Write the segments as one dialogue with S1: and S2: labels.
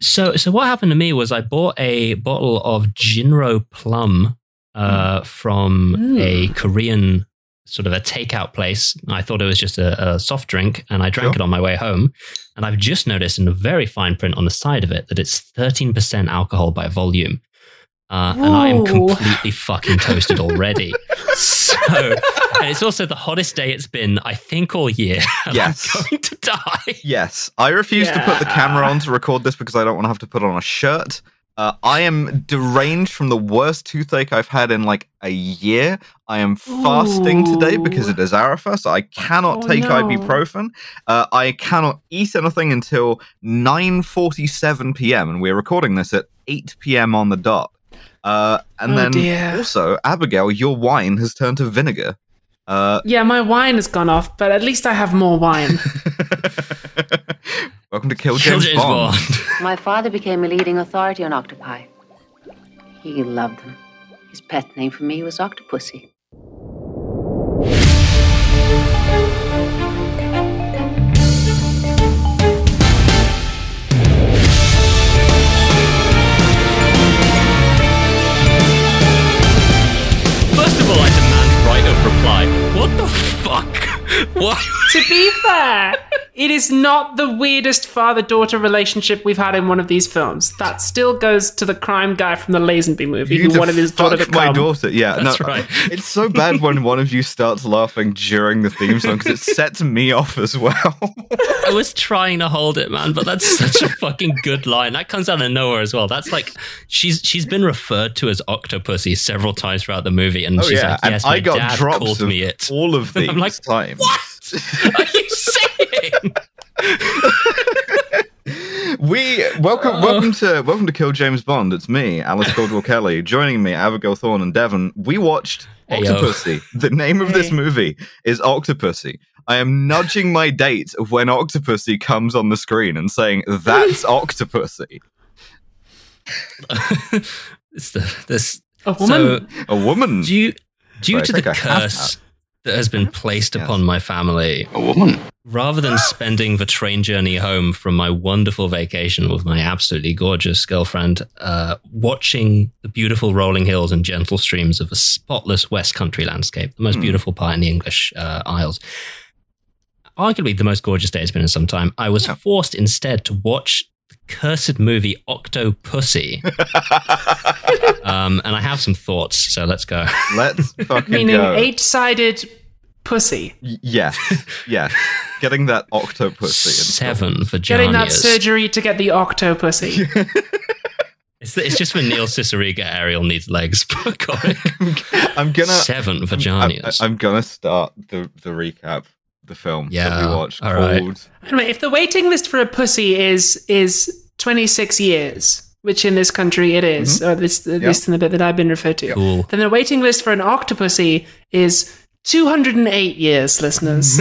S1: so so what happened to me was I bought a bottle of Jinro Plum uh, from
S2: Mm. Ooh.
S1: a Korean sort of a takeout place. I thought it was just a, a soft drink, and I drank
S3: Sure.
S1: it on my way home. And I've just noticed in the very fine print on the side of it that it's thirteen percent alcohol by volume. Uh, and I am
S2: Whoa.
S1: completely fucking toasted already. so, and it's also the hottest day it's been, I think, all year. And I'm
S3: Yes.
S1: going to die.
S3: Yes, I refuse to put the camera on to record this because I don't want to have to put on a shirt. Uh, I am deranged from the worst toothache I've had in like a year. I am fasting today because
S2: Ooh.
S3: it is Arafah, so I cannot
S2: Oh,
S3: take
S2: no.
S3: ibuprofen. Uh, I cannot eat anything until 9:47 p.m. and we're recording this at 8 p.m. on the dot. Uh, and
S2: Oh,
S3: then
S2: dear.
S3: also, Abigail, your wine has turned to vinegar. Uh,
S2: Yeah, my wine has gone off, but at least I have more wine.
S3: welcome to Kill James,
S1: Children's
S3: Bond.
S1: Bond.
S4: My father became a leading authority on octopi. He loved them. His pet name for me was Octopussy.
S1: First of all, I demand right of reply. What the fuck? What?
S2: to be fair, it is not the weirdest father daughter relationship we've had in one of these films. That still goes to the crime guy from the Lazenby movie
S3: You need
S2: who
S3: to
S2: wanted his daughter to
S3: fuck my
S2: come.
S3: daughter. Yeah,
S1: That's
S3: no,
S1: right.
S3: It's so bad when one of you starts laughing during the theme song because it sets me off as well.
S1: I was trying to hold it, man, but that's such a fucking good line. That comes out of nowhere as well. That's like she's she's been referred to as Octopussy several times throughout the movie, and she's like,
S3: Oh, and
S1: "Yes,
S3: I
S1: my
S3: got
S1: dad
S3: drops
S1: called
S3: of
S1: me it."
S3: all of these
S1: I'm like,
S3: times.
S1: What are you saying?
S3: We welcome,
S1: Oh.
S3: welcome to welcome to Kill James Bond. It's me, Alice Caldwell Kelly. Joining me, Abigail Thorne and Devon. We watched
S1: Heyo.
S3: Octopussy. The name of this
S2: Hey.
S3: movie is Octopussy. I am nudging my date of when Octopussy comes on the screen and saying, "That's Octopussy."
S1: it's the this
S2: A woman?
S1: So,
S3: A woman.
S1: due due
S3: Right,
S1: to
S3: I
S1: the
S3: think I have
S1: curse that has been placed
S3: Yes.
S1: upon my family,
S5: A woman.
S1: rather than spending the train journey home from my wonderful vacation with my absolutely gorgeous girlfriend, uh, watching the beautiful rolling hills and gentle streams of a spotless West Country landscape, the most
S3: Hmm.
S1: beautiful part in the English uh, Isles. Arguably the most gorgeous day it's been in some time. I was
S3: Yeah.
S1: forced instead to watch the cursed movie Octopussy. um, and I have some thoughts, so let's go.
S3: Let's fucking
S2: meaning
S3: go.
S2: eight sided pussy.
S3: Y- Yes, yes. Getting that octopus.
S1: Seven vaginas.
S2: Getting that surgery to get the octopussy.
S1: It's, it's just when Neil Ciceriga Ariel needs legs per comic.
S3: I'm gonna.
S1: Seven
S3: I'm,
S1: vaginas.
S3: I'm gonna start the the recap, the film that
S1: Yeah,
S3: we watched
S1: all right.
S3: called.
S2: Anyway, if the waiting list for a pussy is is twenty six years, which in this country it is, or at least at
S3: Mm-hmm. Yeah.
S2: least in the bit that I've been referred to,
S1: cool.
S2: then the waiting list for an octopussy is two hundred and eight years, listeners.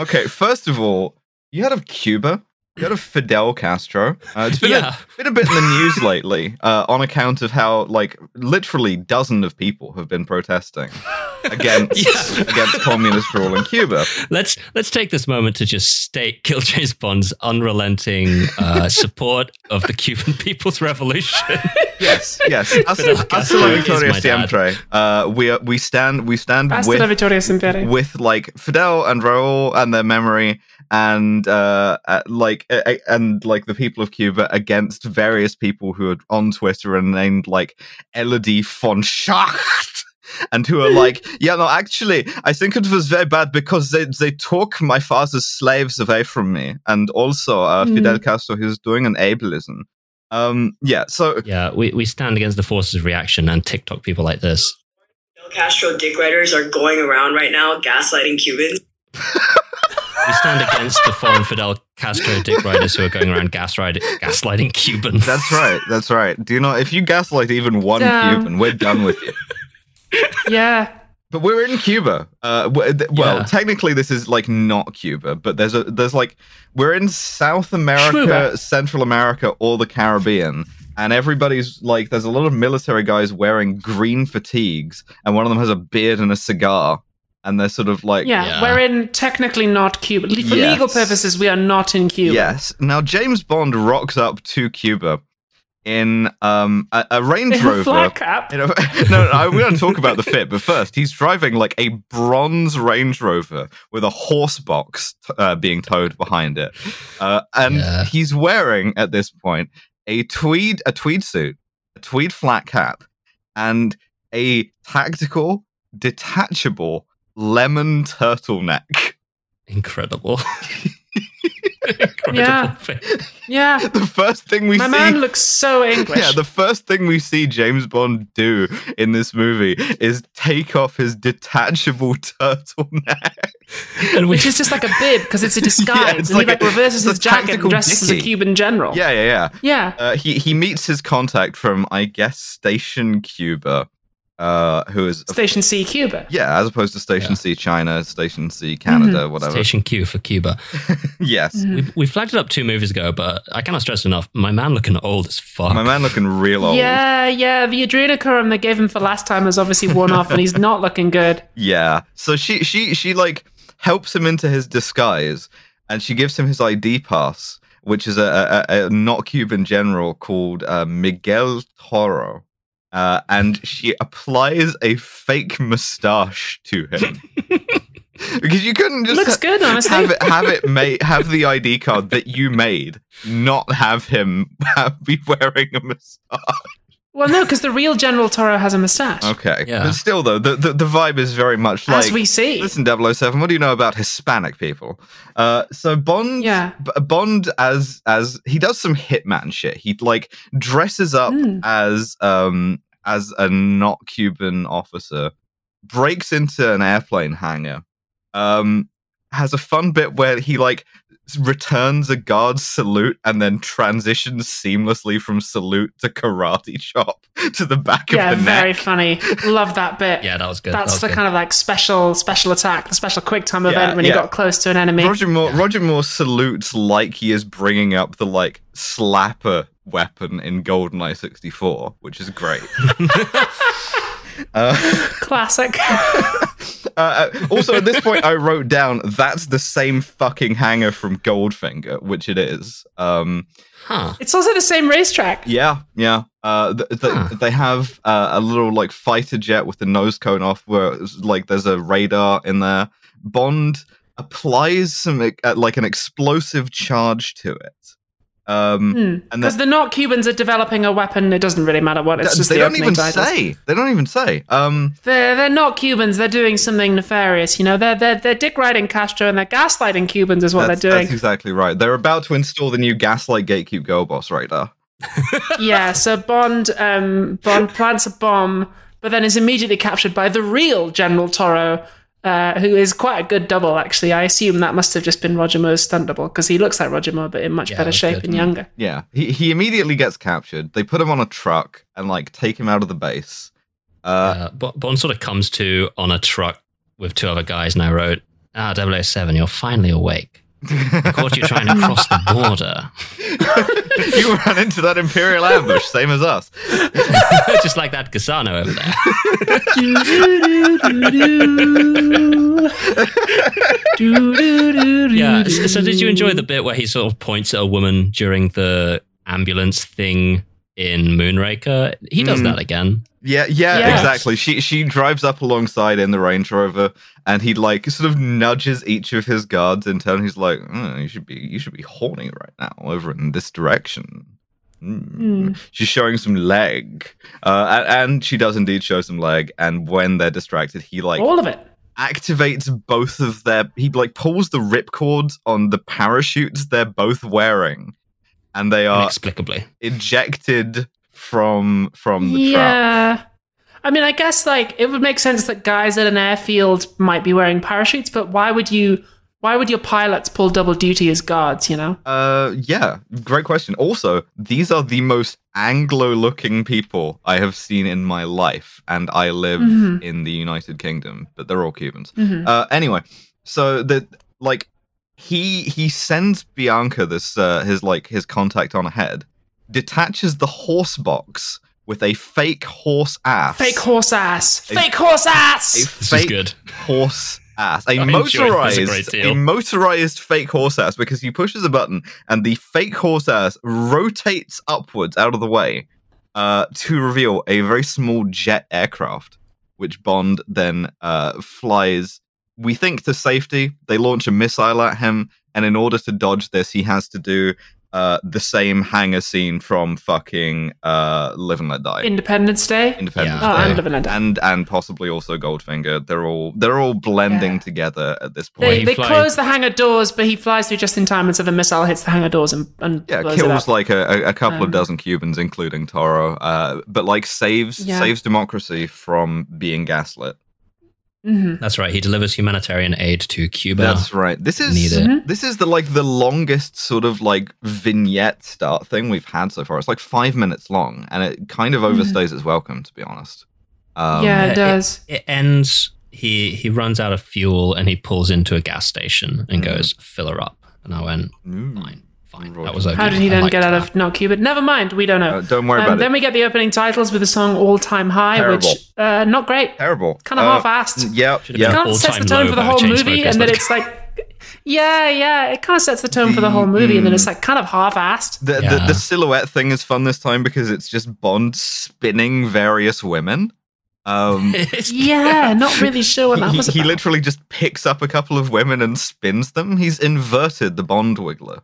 S3: Okay, first of all, you heard of Cuba? You heard of Fidel Castro? Uh, it's been,
S1: Yeah.
S3: a, been a bit in the news lately uh, on account of how, like, literally dozen of people have been protesting against against communist rule in Cuba.
S1: Let's let's take this moment to just state Kill James Bond's unrelenting uh, support of the Cuban People's Revolution.
S3: Yes, yes. Hasta,
S1: Fidel
S3: hasta
S1: Castro
S3: la
S1: is
S3: victoria
S1: my dad.
S3: siempre. Uh, we are, we stand we stand
S2: Hasta
S3: with
S2: la Victoria Sempere.
S3: with like Fidel and Raul and their memory and uh, uh, like uh, uh, and like the people of Cuba against various people who are on Twitter and named like Elodie von Schacht. And who are like, yeah, no, actually, I think it was very bad because they, they took my father's slaves away from me. And also, uh, Fidel Castro, he was doing an ableism. Um, yeah, so
S1: yeah, we, we stand against the forces of reaction and TikTok people like this.
S6: Fidel Castro dick riders are going around right now gaslighting Cubans.
S1: We stand against the foreign Fidel Castro dick riders who are going around gas ride, gaslighting Cubans.
S3: that's right. That's right. Do you know, if you gaslight even one
S2: Damn.
S3: Cuban, we're done with you.
S2: Yeah.
S3: But we're in Cuba. Uh, w- th- well,
S1: Yeah.
S3: technically, this is like not Cuba, but there's a there's like we're in South America,
S2: Schmuba.
S3: Central America, or the Caribbean, and everybody's like there's a lot of military guys wearing green fatigues, and one of them has a beard and a cigar. and they're sort of like
S2: Yeah,
S1: Yeah.
S2: we're in technically not Cuba. Le- For
S3: Yes.
S2: legal purposes, we are not in Cuba.
S3: Yes. Now James Bond rocks up to Cuba in um a, a Range
S2: In a
S3: Rover.
S2: flat cap.
S3: You know, no, no, I'm going to talk about the fit, but first, he's driving like a bronze Range Rover with a horse box t- uh, being towed behind it, uh, and
S1: Yeah.
S3: he's wearing at this point a tweed a tweed suit, a tweed flat cap, and a tactical detachable lemon turtleneck.
S1: Incredible. Incredible
S2: Yeah.
S1: thing.
S2: Yeah.
S3: The first thing we
S2: My
S3: see
S2: man looks so English.
S3: Yeah, the first thing we see James Bond do in this movie is take off his detachable turtleneck.
S1: And we
S2: which is just like a bib because it's a disguise.
S3: it's
S2: and
S3: like
S2: he like
S3: a-
S2: reverses
S3: it's a
S2: his jacket and
S3: tactical
S2: dresses as a
S3: dickie.
S2: Cuban general.
S3: Yeah, yeah, yeah.
S2: Yeah.
S3: Uh, he he meets his contact from I guess Station Cuba, uh, who is
S2: Station C, Cuba.
S3: yeah, as opposed to Station C China, Station C Canada, whatever.
S1: Mm-hmm. Station Q for Cuba.
S3: Yes,
S1: We, we flagged it up two movies ago, but I cannot stress enough. My man looking old as fuck.
S3: my man looking real old.
S2: Yeah, yeah. The adrenochrome they gave him for last time has obviously worn off, and he's not looking good.
S3: Yeah. So she she she like helps him into his disguise, and she gives him his ID pass, which is a, a, a not Cuban general called uh, Miguel Toro. Uh, and she applies a fake mustache to him because you couldn't just
S2: Looks good, honestly.
S3: have it have it made have the ID card that you made not have him be wearing a mustache.
S2: Well, no, because the real General Toro has a mustache,
S3: Okay,
S1: Yeah.
S3: but still though the, the the vibe is very much like
S2: as we see.
S3: Listen, 007, what do you know about Hispanic people? Uh, so Bond,
S2: Yeah.
S3: B- Bond as as he does some hitman shit. He like dresses up
S2: Hmm.
S3: as um as a not Cuban officer, breaks into an airplane hangar, um, has a fun bit where he like s- returns a guard's salute and then transitions seamlessly from salute to karate chop to the back
S2: yeah,
S3: of the
S2: very
S3: neck.
S2: funny. Love that bit.
S1: yeah, that was good. that
S2: That's
S1: was
S2: the
S1: good.
S2: kind of like special special attack, the special quick time event when
S3: yeah.
S2: you got close to an enemy.
S3: Roger Moore, Roger Moore salutes like he is bringing up the like slapper weapon in GoldenEye 64, which is great. uh,
S2: Classic.
S3: uh, also, at this point, I wrote down that's the same fucking hanger from Goldfinger, which it is. Um,
S1: huh.
S2: it's also the same racetrack.
S3: yeah, yeah. Uh, th- th-
S1: Huh.
S3: They have uh, a little like fighter jet with the nose cone off, where it's, like there's a radar in there. Bond applies some uh, like an explosive charge to it. Um,
S2: Hmm,
S3: and
S2: Because the not Cubans are developing a weapon. It doesn't really matter what. It's
S3: Th-
S2: just
S3: they
S2: the
S3: don't
S2: opening
S3: even
S2: titles.
S3: say. They don't even say. Um,
S2: They're they're not Cubans. They're doing something nefarious. You know, they're they're they're dick riding Castro and they're gaslighting Cubans is what
S3: that's,
S2: they're doing.
S3: that's exactly right. They're about to install the new Gaslight Gatekeep Girl Boss radar.
S2: yeah. So Bond um Bond plants a bomb, but then is immediately captured by the real General Toro. Uh, who is quite a good double, actually. I assume that must have just been Roger Moore's stunt double because he looks like Roger Moore, but in much
S1: Yeah,
S2: better
S1: that's
S2: shape
S1: good.
S2: and younger.
S3: Yeah, he he immediately gets captured. They put him on a truck and like take him out of the base. Uh,
S1: Uh, Bo- Bond sort of comes to on a truck with two other guys, and I wrote, "Ah, 007, you're finally awake. I caught you trying to cross the border,
S3: you ran into that Imperial ambush, same as us.
S1: just like that Gasano over there." Yeah. So, so did you enjoy the bit where he sort of points at a woman during the ambulance thing in Moonraker? He does
S3: Mm.
S1: that again.
S3: Yeah, yeah,
S2: Yeah.
S3: exactly. She she drives up alongside in the Range Rover, and he like sort of nudges each of his guards in turn. He's like, "Mm, "You should be you should be horny right now, over in this direction." Mm.
S2: Hmm.
S3: She's showing some leg, uh, a- and she does indeed show some leg. And when they're distracted, he like
S2: All of it.
S3: activates both of their. He like pulls the ripcords on the parachutes they're both wearing, and they are
S1: Inexplicably.
S3: ejected from from the truck.
S2: yeah. I mean, I guess like it would make sense that guys at an airfield might be wearing parachutes, but why would you? Why would your pilots pull double duty as guards? You know,
S3: Uh, yeah, great question. Also, these are the most Anglo-looking people I have seen in my life, and I live
S2: Mhm.
S3: in the United Kingdom, but they're all Cubans.
S1: Mm-hmm.
S3: Uh, anyway, so the like he he sends Bianca this uh, his like his contact on ahead, detaches the horse box with a fake horse ass.
S2: Fake horse ass. Fake horse
S3: a
S2: ass.
S1: This is
S3: fake
S1: good.
S3: horse ass. A
S1: I enjoyed this a great
S3: motorized,
S1: deal.
S3: a motorized fake horse ass because you pushes a button and the fake horse ass rotates upwards out of the way uh, to reveal a very small jet aircraft, which Bond then uh, flies. We think to safety. They launch a missile at him, and in order to dodge this, he has to do uh, the same hanger scene from fucking uh, Live and Let Die.
S2: Independence Day.
S3: Independence
S1: Yeah.
S2: Oh,
S3: Day
S2: and living and
S3: and and possibly also Goldfinger. They're all they're all blending
S2: Yeah.
S3: together at this point.
S1: Well,
S2: They,
S1: he
S2: they
S1: flies-
S2: close the hangar doors, but he flies through just in time, and so the missile hits the hangar doors and, and
S3: yeah,
S2: blows it
S3: kills
S2: up.
S3: like a, a- a couple
S2: Um,
S3: of dozen Cubans, including Toro, uh, but like saves
S2: Yeah.
S3: saves democracy from being gaslit.
S2: Mhm.
S1: That's right. He delivers humanitarian aid to Cuba.
S3: That's right. This is
S1: Need it.
S2: Mm-hmm.
S3: this is the like the longest sort of like vignette start thing we've had so far. It's like five minutes long, and it kind of
S2: Mm-hmm.
S3: overstays its welcome, to be honest. Um,
S2: yeah,
S1: yeah,
S2: it
S1: it-
S2: does.
S1: it ends. He he runs out of fuel and he pulls into a gas station and
S3: Mhm.
S1: goes fill her up. And I went
S3: mm.
S1: fine, fine.
S3: Roger.
S1: That was okay.
S2: How did he
S1: I
S2: then
S1: liked
S2: get out
S1: that.
S2: of not Cuba? Never mind. We don't know.
S3: Uh, don't worry
S2: Um,
S3: about it.
S2: then we get the opening titles with the song "All Time High,"
S3: Terrible.
S2: which uh, not great.
S3: Terrible.
S2: Kind of
S3: Uh,
S2: half-assed.
S3: Yep.
S1: Should've
S3: Yep.
S1: been
S2: Kind of sets the
S1: All-time
S2: tone
S1: low
S2: for the
S1: by
S2: whole
S1: Chainsmokers,
S2: movie, and then
S1: like-
S2: it's like, yeah, yeah. It kind of sets the tone for the whole movie, and then it's like kind of half-assed.
S3: The,
S1: Yeah.
S3: the, the silhouette thing is fun this time because it's just Bond spinning various women. Um,
S2: Yeah, not really sure what that
S3: he,
S2: was about.
S3: he literally just picks up a couple of women and spins them. He's inverted the Bond Wiggler.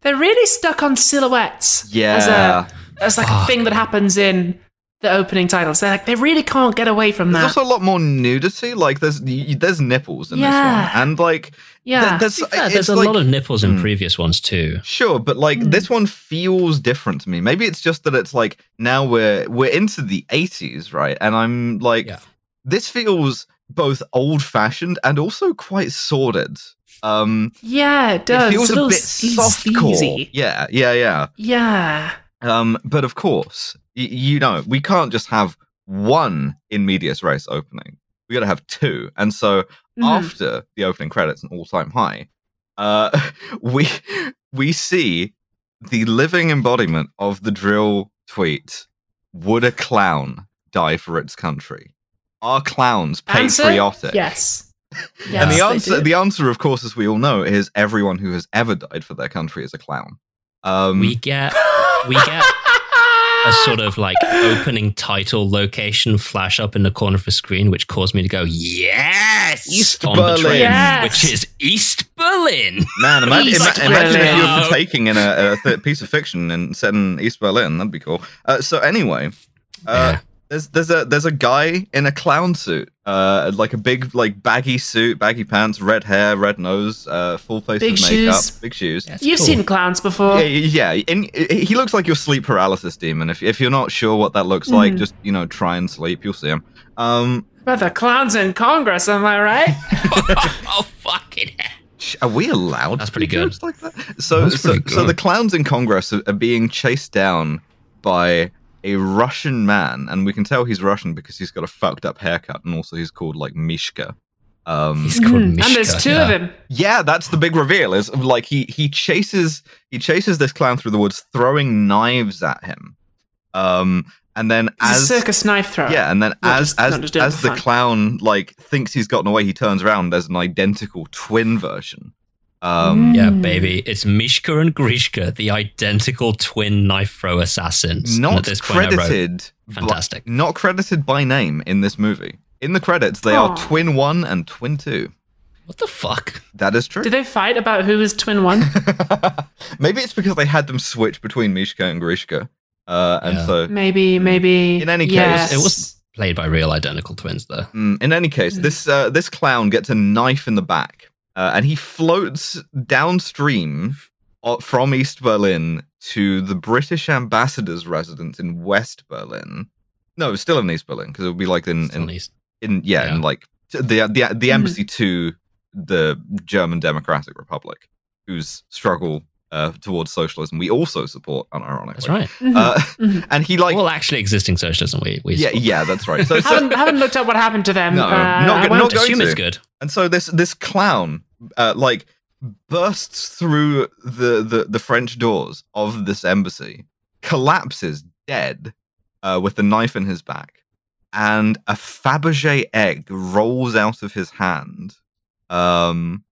S2: They're really stuck on silhouettes. As,
S3: Yeah.
S2: a, as like a
S1: Fuck.
S2: thing that happens in the opening titles. They're like, they really can't get away from
S3: There's
S2: that.
S3: also a lot more nudity. Like there's y- y- there's nipples in
S2: Yeah.
S3: this one, and like
S2: yeah.
S3: th- there's,
S1: To be fair,
S3: it's
S1: there's a
S3: like-
S1: lot of nipples in
S3: Hmm.
S1: previous ones too.
S3: Sure, but like
S2: Hmm.
S3: this one feels different to me. Maybe it's just that it's like now we're we're into the eighties, right? And I'm like,
S1: Yeah.
S3: this feels both old fashioned and also quite sordid. Um,
S2: yeah, it
S3: it
S2: does.
S3: feels
S2: it's a
S3: a
S2: little
S3: bit
S2: sle-
S3: softcore.
S2: sleazy.
S3: Yeah, yeah, yeah.
S2: Yeah.
S3: Um, but of course, y- you know, we can't just have one in medias race opening. We got to have two, and so
S2: Mhm.
S3: after the opening credits, an all-time high, uh, we we see the living embodiment of the drill tweet: "Would a clown die for its country? Are clowns
S2: Answer?
S3: patriotic?"
S2: Yes.
S1: Yeah.
S3: and the
S2: Yes, they
S3: answer,
S2: do.
S3: the answer, of course, as we all know, is everyone who has ever died for their country is a clown. Um,
S1: We get we get a sort of like opening title location flash up in the corner of a screen, which caused me to go yes
S3: East
S1: on the
S3: Berlin.
S1: train,
S2: Yes.
S1: which is East Berlin.
S3: Man, ima-
S2: East Oh.
S3: ima- imagine if you
S1: Berlin.
S3: were taking in a, a th- piece of fiction and set in East Berlin. That'd be cool. Uh, so anyway, uh,
S1: Yeah.
S3: there's there's a there's a guy in a clown suit, uh, like a big like baggy suit, baggy pants, red hair, red nose, uh, full face
S2: Big
S3: of makeup,
S2: shoes.
S3: big shoes. Yeah.
S2: You've
S1: Cool.
S2: seen clowns before.
S3: Yeah, and he looks like your sleep paralysis demon. If, if you're not sure what that
S2: Mm-hmm.
S3: looks like, just you know try and sleep. You'll see him. Um,
S2: But the clowns in Congress, am I right?
S1: oh fucking hell.
S3: Sh- Are we allowed?
S1: That's
S3: to
S1: pretty
S3: do
S1: good.
S3: jokes Like that? So,
S1: That's
S3: so,
S1: pretty
S3: so
S1: good.
S3: the clowns in Congress are, are being chased down by a Russian man, and we can tell he's Russian because he's got a fucked up haircut, and also he's called like Mishka. Um,
S1: He's called
S2: Mm. and
S1: Mishka.
S2: there's two
S1: yeah.
S2: of them.
S3: yeah, that's the big reveal. Is like he he chases he chases this clown through the woods, throwing knives at him. Um, and then
S2: It's a
S3: as
S2: circus knife thrower.
S3: yeah, and then
S2: Not
S3: as
S2: just-
S3: as
S2: not just doing it
S3: as
S2: for
S3: the
S2: fun.
S3: clown like thinks he's gotten away, he turns around. There's an identical twin version. Um,
S1: Yeah, baby. It's Mishka and Grishka, the identical twin knife throw assassins. And
S3: not
S1: at this point, I wrote,
S3: credited. bu-
S1: fantastic.
S3: not credited by name in this movie. In the credits, they are
S2: Aw.
S3: twin one and twin two.
S1: what the fuck?
S3: That is true.
S2: Did they fight about who was twin one?
S3: Maybe it's because they had them switch between Mishka and Grishka, uh, and
S1: Yeah.
S3: so.
S2: Maybe, maybe.
S3: In any case,
S2: yes.
S1: It was played by real identical twins, though.
S3: Mm, in any case, this uh, this clown gets a knife in the back, uh, and he floats downstream uh, from East Berlin to the British ambassador's residence in West Berlin. No, still in East Berlin because it would be like in,
S1: Still
S3: in
S1: needs-
S3: in yeah,
S1: Yeah.
S3: in like t- the the the embassy to the German Democratic Republic, whose struggle uh, towards socialism we also support, unironically.
S1: That's right.
S2: Mhm.
S3: Uh,
S2: Mhm.
S3: and he like
S1: well, actually, existing socialism. We, we
S3: yeah
S1: sort of-
S3: yeah that's right. So, so
S2: haven't, haven't looked up what happened to them.
S3: No,
S2: uh,
S3: not
S2: I
S3: good-
S2: won't.
S3: not going
S1: assume
S3: to.
S1: it's good.
S3: and so this this clown uh, like bursts through the, the the French doors of this embassy, collapses dead, uh, with the knife in his back, and a Fabergé egg rolls out of his hand. Um,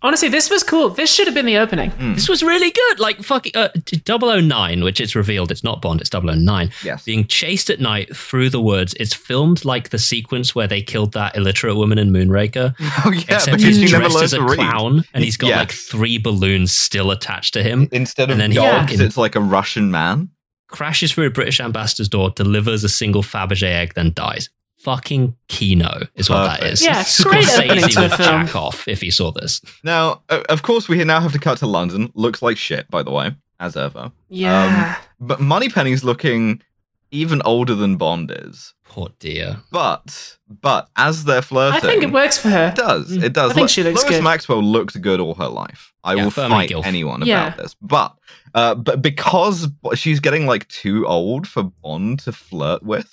S2: Honestly, this was cool. This should have been the opening.
S1: This was really good. Like fucking uh, 009, which it's revealed it's not Bond, it's 009.
S3: yes,
S1: Being chased at night through the woods. It's filmed like the sequence where they killed that illiterate woman in Moonraker.
S3: oh yeah,
S1: except
S3: because
S1: he's
S3: you never
S1: dressed
S3: learned
S1: as a
S3: to read.
S1: clown and he's got
S3: Yeah.
S1: like three balloons still attached to him.
S3: Instead of
S1: And then he
S3: dogs,
S1: fucking-
S3: it's like a Russian man.
S1: Crashes through a British ambassador's door, delivers a single Fabergé egg, then dies. Fucking Kino is what that
S3: Perfect.
S1: is.
S2: Yeah, great opening
S1: Scorsese
S2: to a
S1: would
S2: film.
S1: jack off if he saw this.
S3: Now, o- of course, we now have to cut to London. Looks like shit, by the way, as ever.
S2: Yeah.
S3: But Moneypenny's looking even older than Bond is.
S1: Poor dear.
S3: But but as they're flirting,
S2: I think it works for her.
S3: It does. It does.
S2: Mm. I think
S3: Look,
S2: she looks
S3: Lois
S2: good.
S3: Maxwell looked good all her life. I
S1: Yeah,
S3: will
S1: firm
S3: fight
S1: and gilf.
S3: anyone
S2: Yeah.
S3: about this. But uh, but because b- she's getting like too old for Bond to flirt with,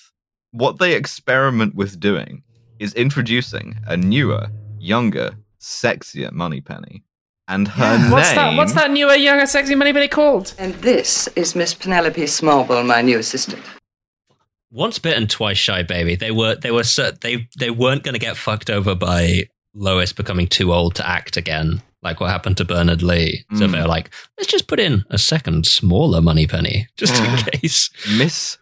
S3: what they experiment with doing is introducing a newer, younger, sexier Moneypenny, and her name.
S2: What's that? What's that newer, younger, sexy money buddy called?
S5: And this is Miss Penelope Smallbone, my new assistant.
S1: Once bitten, twice shy, baby. They were they were cer- they they weren't going to get fucked over by Lois becoming too old to act again, like what happened to Bernard Lee. So
S3: Mm.
S1: they were like, let's just put in a second smaller money penny just
S3: Mm.
S1: in case.
S3: Miss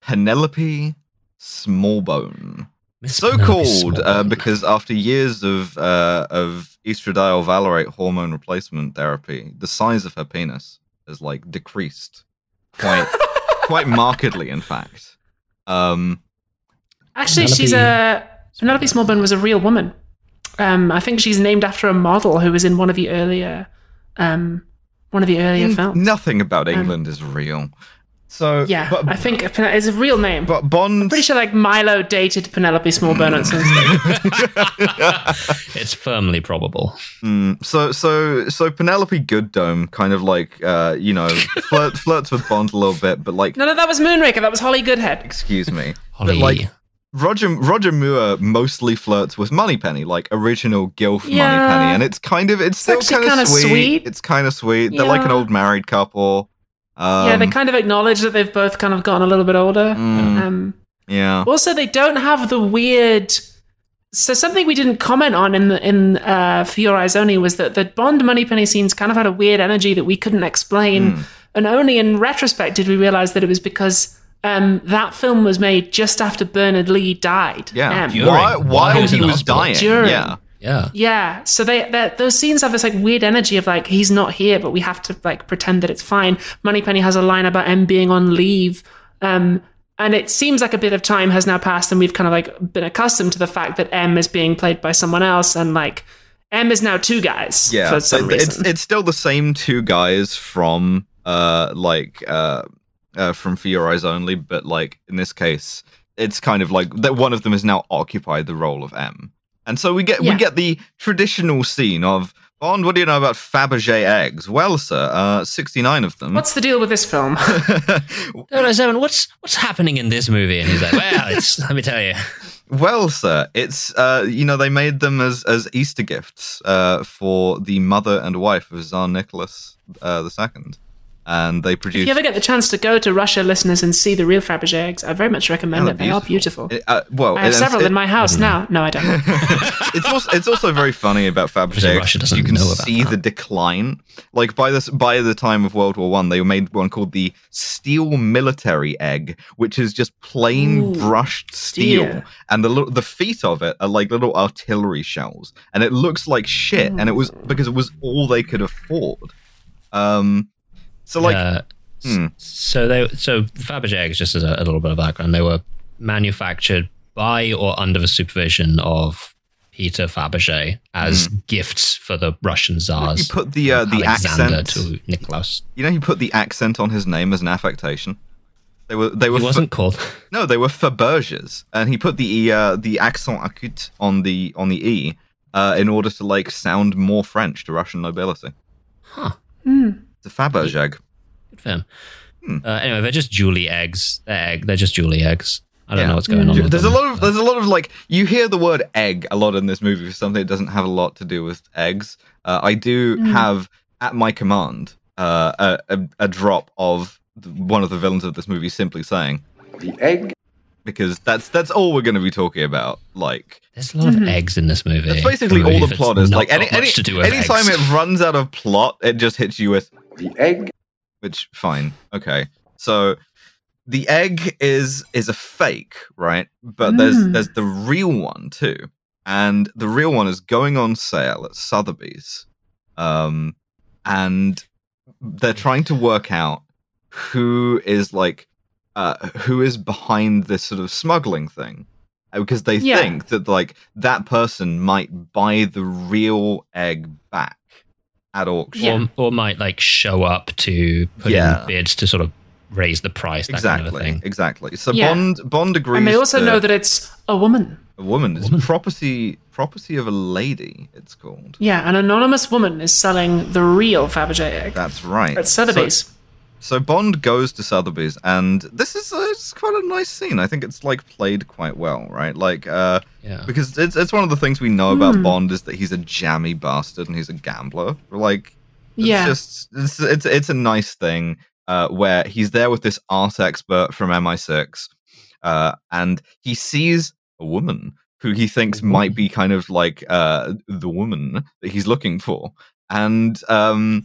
S3: Penelope Smallbone.
S1: Miss
S3: so
S1: Penelope
S3: called uh,
S1: Smallbone.
S3: because after years of uh, of estradiol valerate hormone replacement therapy, the size of her penis has like decreased quite quite markedly, in fact. Um,
S2: Actually, she's a Penelope Smallbone was a real woman. Um, I think she's named after a model who was in one of the earlier, um, one of the earlier
S3: Mm,
S2: films.
S3: nothing about England is real. So
S2: Um, yeah,
S3: but,
S2: I think Pen- it's a real name.
S3: but Bond.
S2: Pretty sure like Milo dated Penelope Smallbone at some stage.
S1: it's firmly probable.
S3: Mm, so so so Penelope Gooddome kind of like uh, you know flirt, flirts with Bond a little bit, but like
S2: No, no, that was Moonraker. That was Holly Goodhead.
S3: excuse me,
S1: Holly,
S3: But, like, Roger Roger Moore mostly flirts with Moneypenny, like original Gilf
S2: Yeah.
S3: Moneypenny, and it's kind of it's still
S2: actually
S3: kind
S2: kinda
S3: of sweet.
S2: sweet.
S3: It's kind of sweet. They're like an
S2: Yeah.
S3: old married couple. Um,
S2: yeah, they kind of acknowledge that they've both kind of gotten a little bit older.
S3: mm,
S2: Um,
S3: yeah.
S2: Also, they don't have the weird. So something we didn't comment on in the, in uh, For Your Eyes Only was that the Bond Moneypenny scenes kind of had a weird energy that we couldn't explain,
S3: Mm.
S2: and only in retrospect did we realize that it was because um, that film was made just after Bernard Lee died.
S3: Yeah.
S2: Um,
S1: During.
S3: Why,
S1: While
S3: while
S1: he was
S3: he
S1: in
S3: was
S1: hospital.
S3: dying.
S2: During.
S3: Yeah.
S1: yeah.
S2: yeah. So they they're- those scenes have this like weird energy of like he's not here, but we have to like pretend that it's fine. Moneypenny has a line about M being on leave, um, and it seems like a bit of time has now passed, and we've kind of like been accustomed to the fact that M is being played by someone else, and like M is now two guys
S3: Yeah.
S2: for some
S3: It- it's
S2: reason.
S3: it's still the same two guys from uh like uh, uh from For Your Eyes Only, but like in this case, it's kind of like that one of them has now occupied the role of M. And so we get
S2: Yeah.
S3: we get the traditional scene of Bond, what do you know about Fabergé eggs? Well, sir, uh, 69 of them.
S2: What's the deal with this film?
S1: 007, what's what's happening in this movie? And he's like, well, it's, let me tell you.
S3: Well, sir, it's uh, you know they made them as as Easter gifts uh, for the mother and wife of Tsar Nicholas uh, the Second, and they
S2: if
S3: produced.
S2: you ever get the chance to go to Russia, listeners, and see the real Fabergé eggs, I very much recommend
S3: Oh,
S2: it. They are beautiful.
S3: It- uh, well,
S2: I have
S3: it-
S2: several
S3: it- Mm-hmm.
S2: in my house now. No, I don't.
S3: it's also it's also very funny about
S1: Obviously,
S3: Fabergé.
S1: Russia
S3: eggs.
S1: doesn't
S3: You can
S1: know about
S3: see
S1: that.
S3: the decline. Like by this by the time of World War One, they made one called the steel military egg, which is just plain brushed steel,
S2: dear.
S3: and the lo- the feet of it are like little artillery shells, and it looks like shit. And it was because it was all they could afford. Um, so like
S1: Uh, s-
S3: Hmm.
S1: So they so Fabergé eggs, just as a, a little bit of background, they were manufactured by or under the supervision of Peter Fabergé as
S3: Hmm.
S1: gifts for the Russian
S3: he
S1: czars.
S3: put the uh, the
S1: Alexander
S3: accent.
S1: to Nicholas.
S3: You know, he put the accent on his name as an affectation. They were they were
S1: He wasn't called.
S3: No, they were Faberges, and he put the uh, the accent acute on the on the e uh, in order to like sound more French to Russian nobility.
S1: Huh.
S3: It's a Faberge.
S1: Good for him.
S3: Hmm.
S1: Uh, anyway, they're just Julie eggs. They're egg. They're just Julie eggs. I don't
S3: Yeah.
S1: know what's going on. with
S3: There's a
S1: them.
S3: lot of there's a lot of like you hear the word egg a lot in this movie for something that doesn't have a lot to do with eggs. Uh, I do have at my command uh, a, a a drop of th- one of the villains of this movie simply saying
S7: the egg
S3: because that's that's all we're going to be talking about. Like
S1: There's a lot of eggs in this movie.
S3: Mm-hmm. that's basically
S1: A
S3: all
S1: movie
S3: the
S1: that's
S3: plot is.
S1: not
S3: Like
S1: got
S3: any
S1: much
S3: any
S1: to do with
S3: anytime
S1: eggs.
S3: it runs out of plot, it just hits you with
S7: the egg
S3: which fine okay so the egg is is a fake right but there's
S2: Mm.
S3: there's the real one too and the real one is going on sale at sotheby's um and they're trying to work out who is like uh who is behind this sort of smuggling thing Uh, because they
S2: Yeah.
S3: think that like that person might buy the real egg back at auction
S2: Yeah.
S1: or, or might like show up to put
S3: Yeah.
S1: in bids to sort of raise the price, that
S3: exactly,
S1: kind of a thing.
S3: exactly. So
S2: Yeah.
S3: Bond Bond agrees.
S2: and they also
S3: to
S2: know that it's a woman.
S3: a woman is
S1: Woman.
S3: property property of a lady. It's called.
S2: Yeah, an anonymous woman is selling the real Fabergé egg
S3: That's right.
S2: at Sotheby's.
S3: So, so Bond goes to Sotheby's, and this is a, it's quite a nice scene. I think it's like played quite well, right? Like uh,
S1: Yeah.
S3: because it's it's one of the things we know
S2: Hmm.
S3: about Bond is that he's a jammy bastard and he's a gambler. Like It's
S2: yeah,
S3: just it's, it's it's a nice thing uh, where he's there with this art expert from MI6, uh, and he sees a woman who he thinks might be kind of like uh, the woman that he's looking for, and um,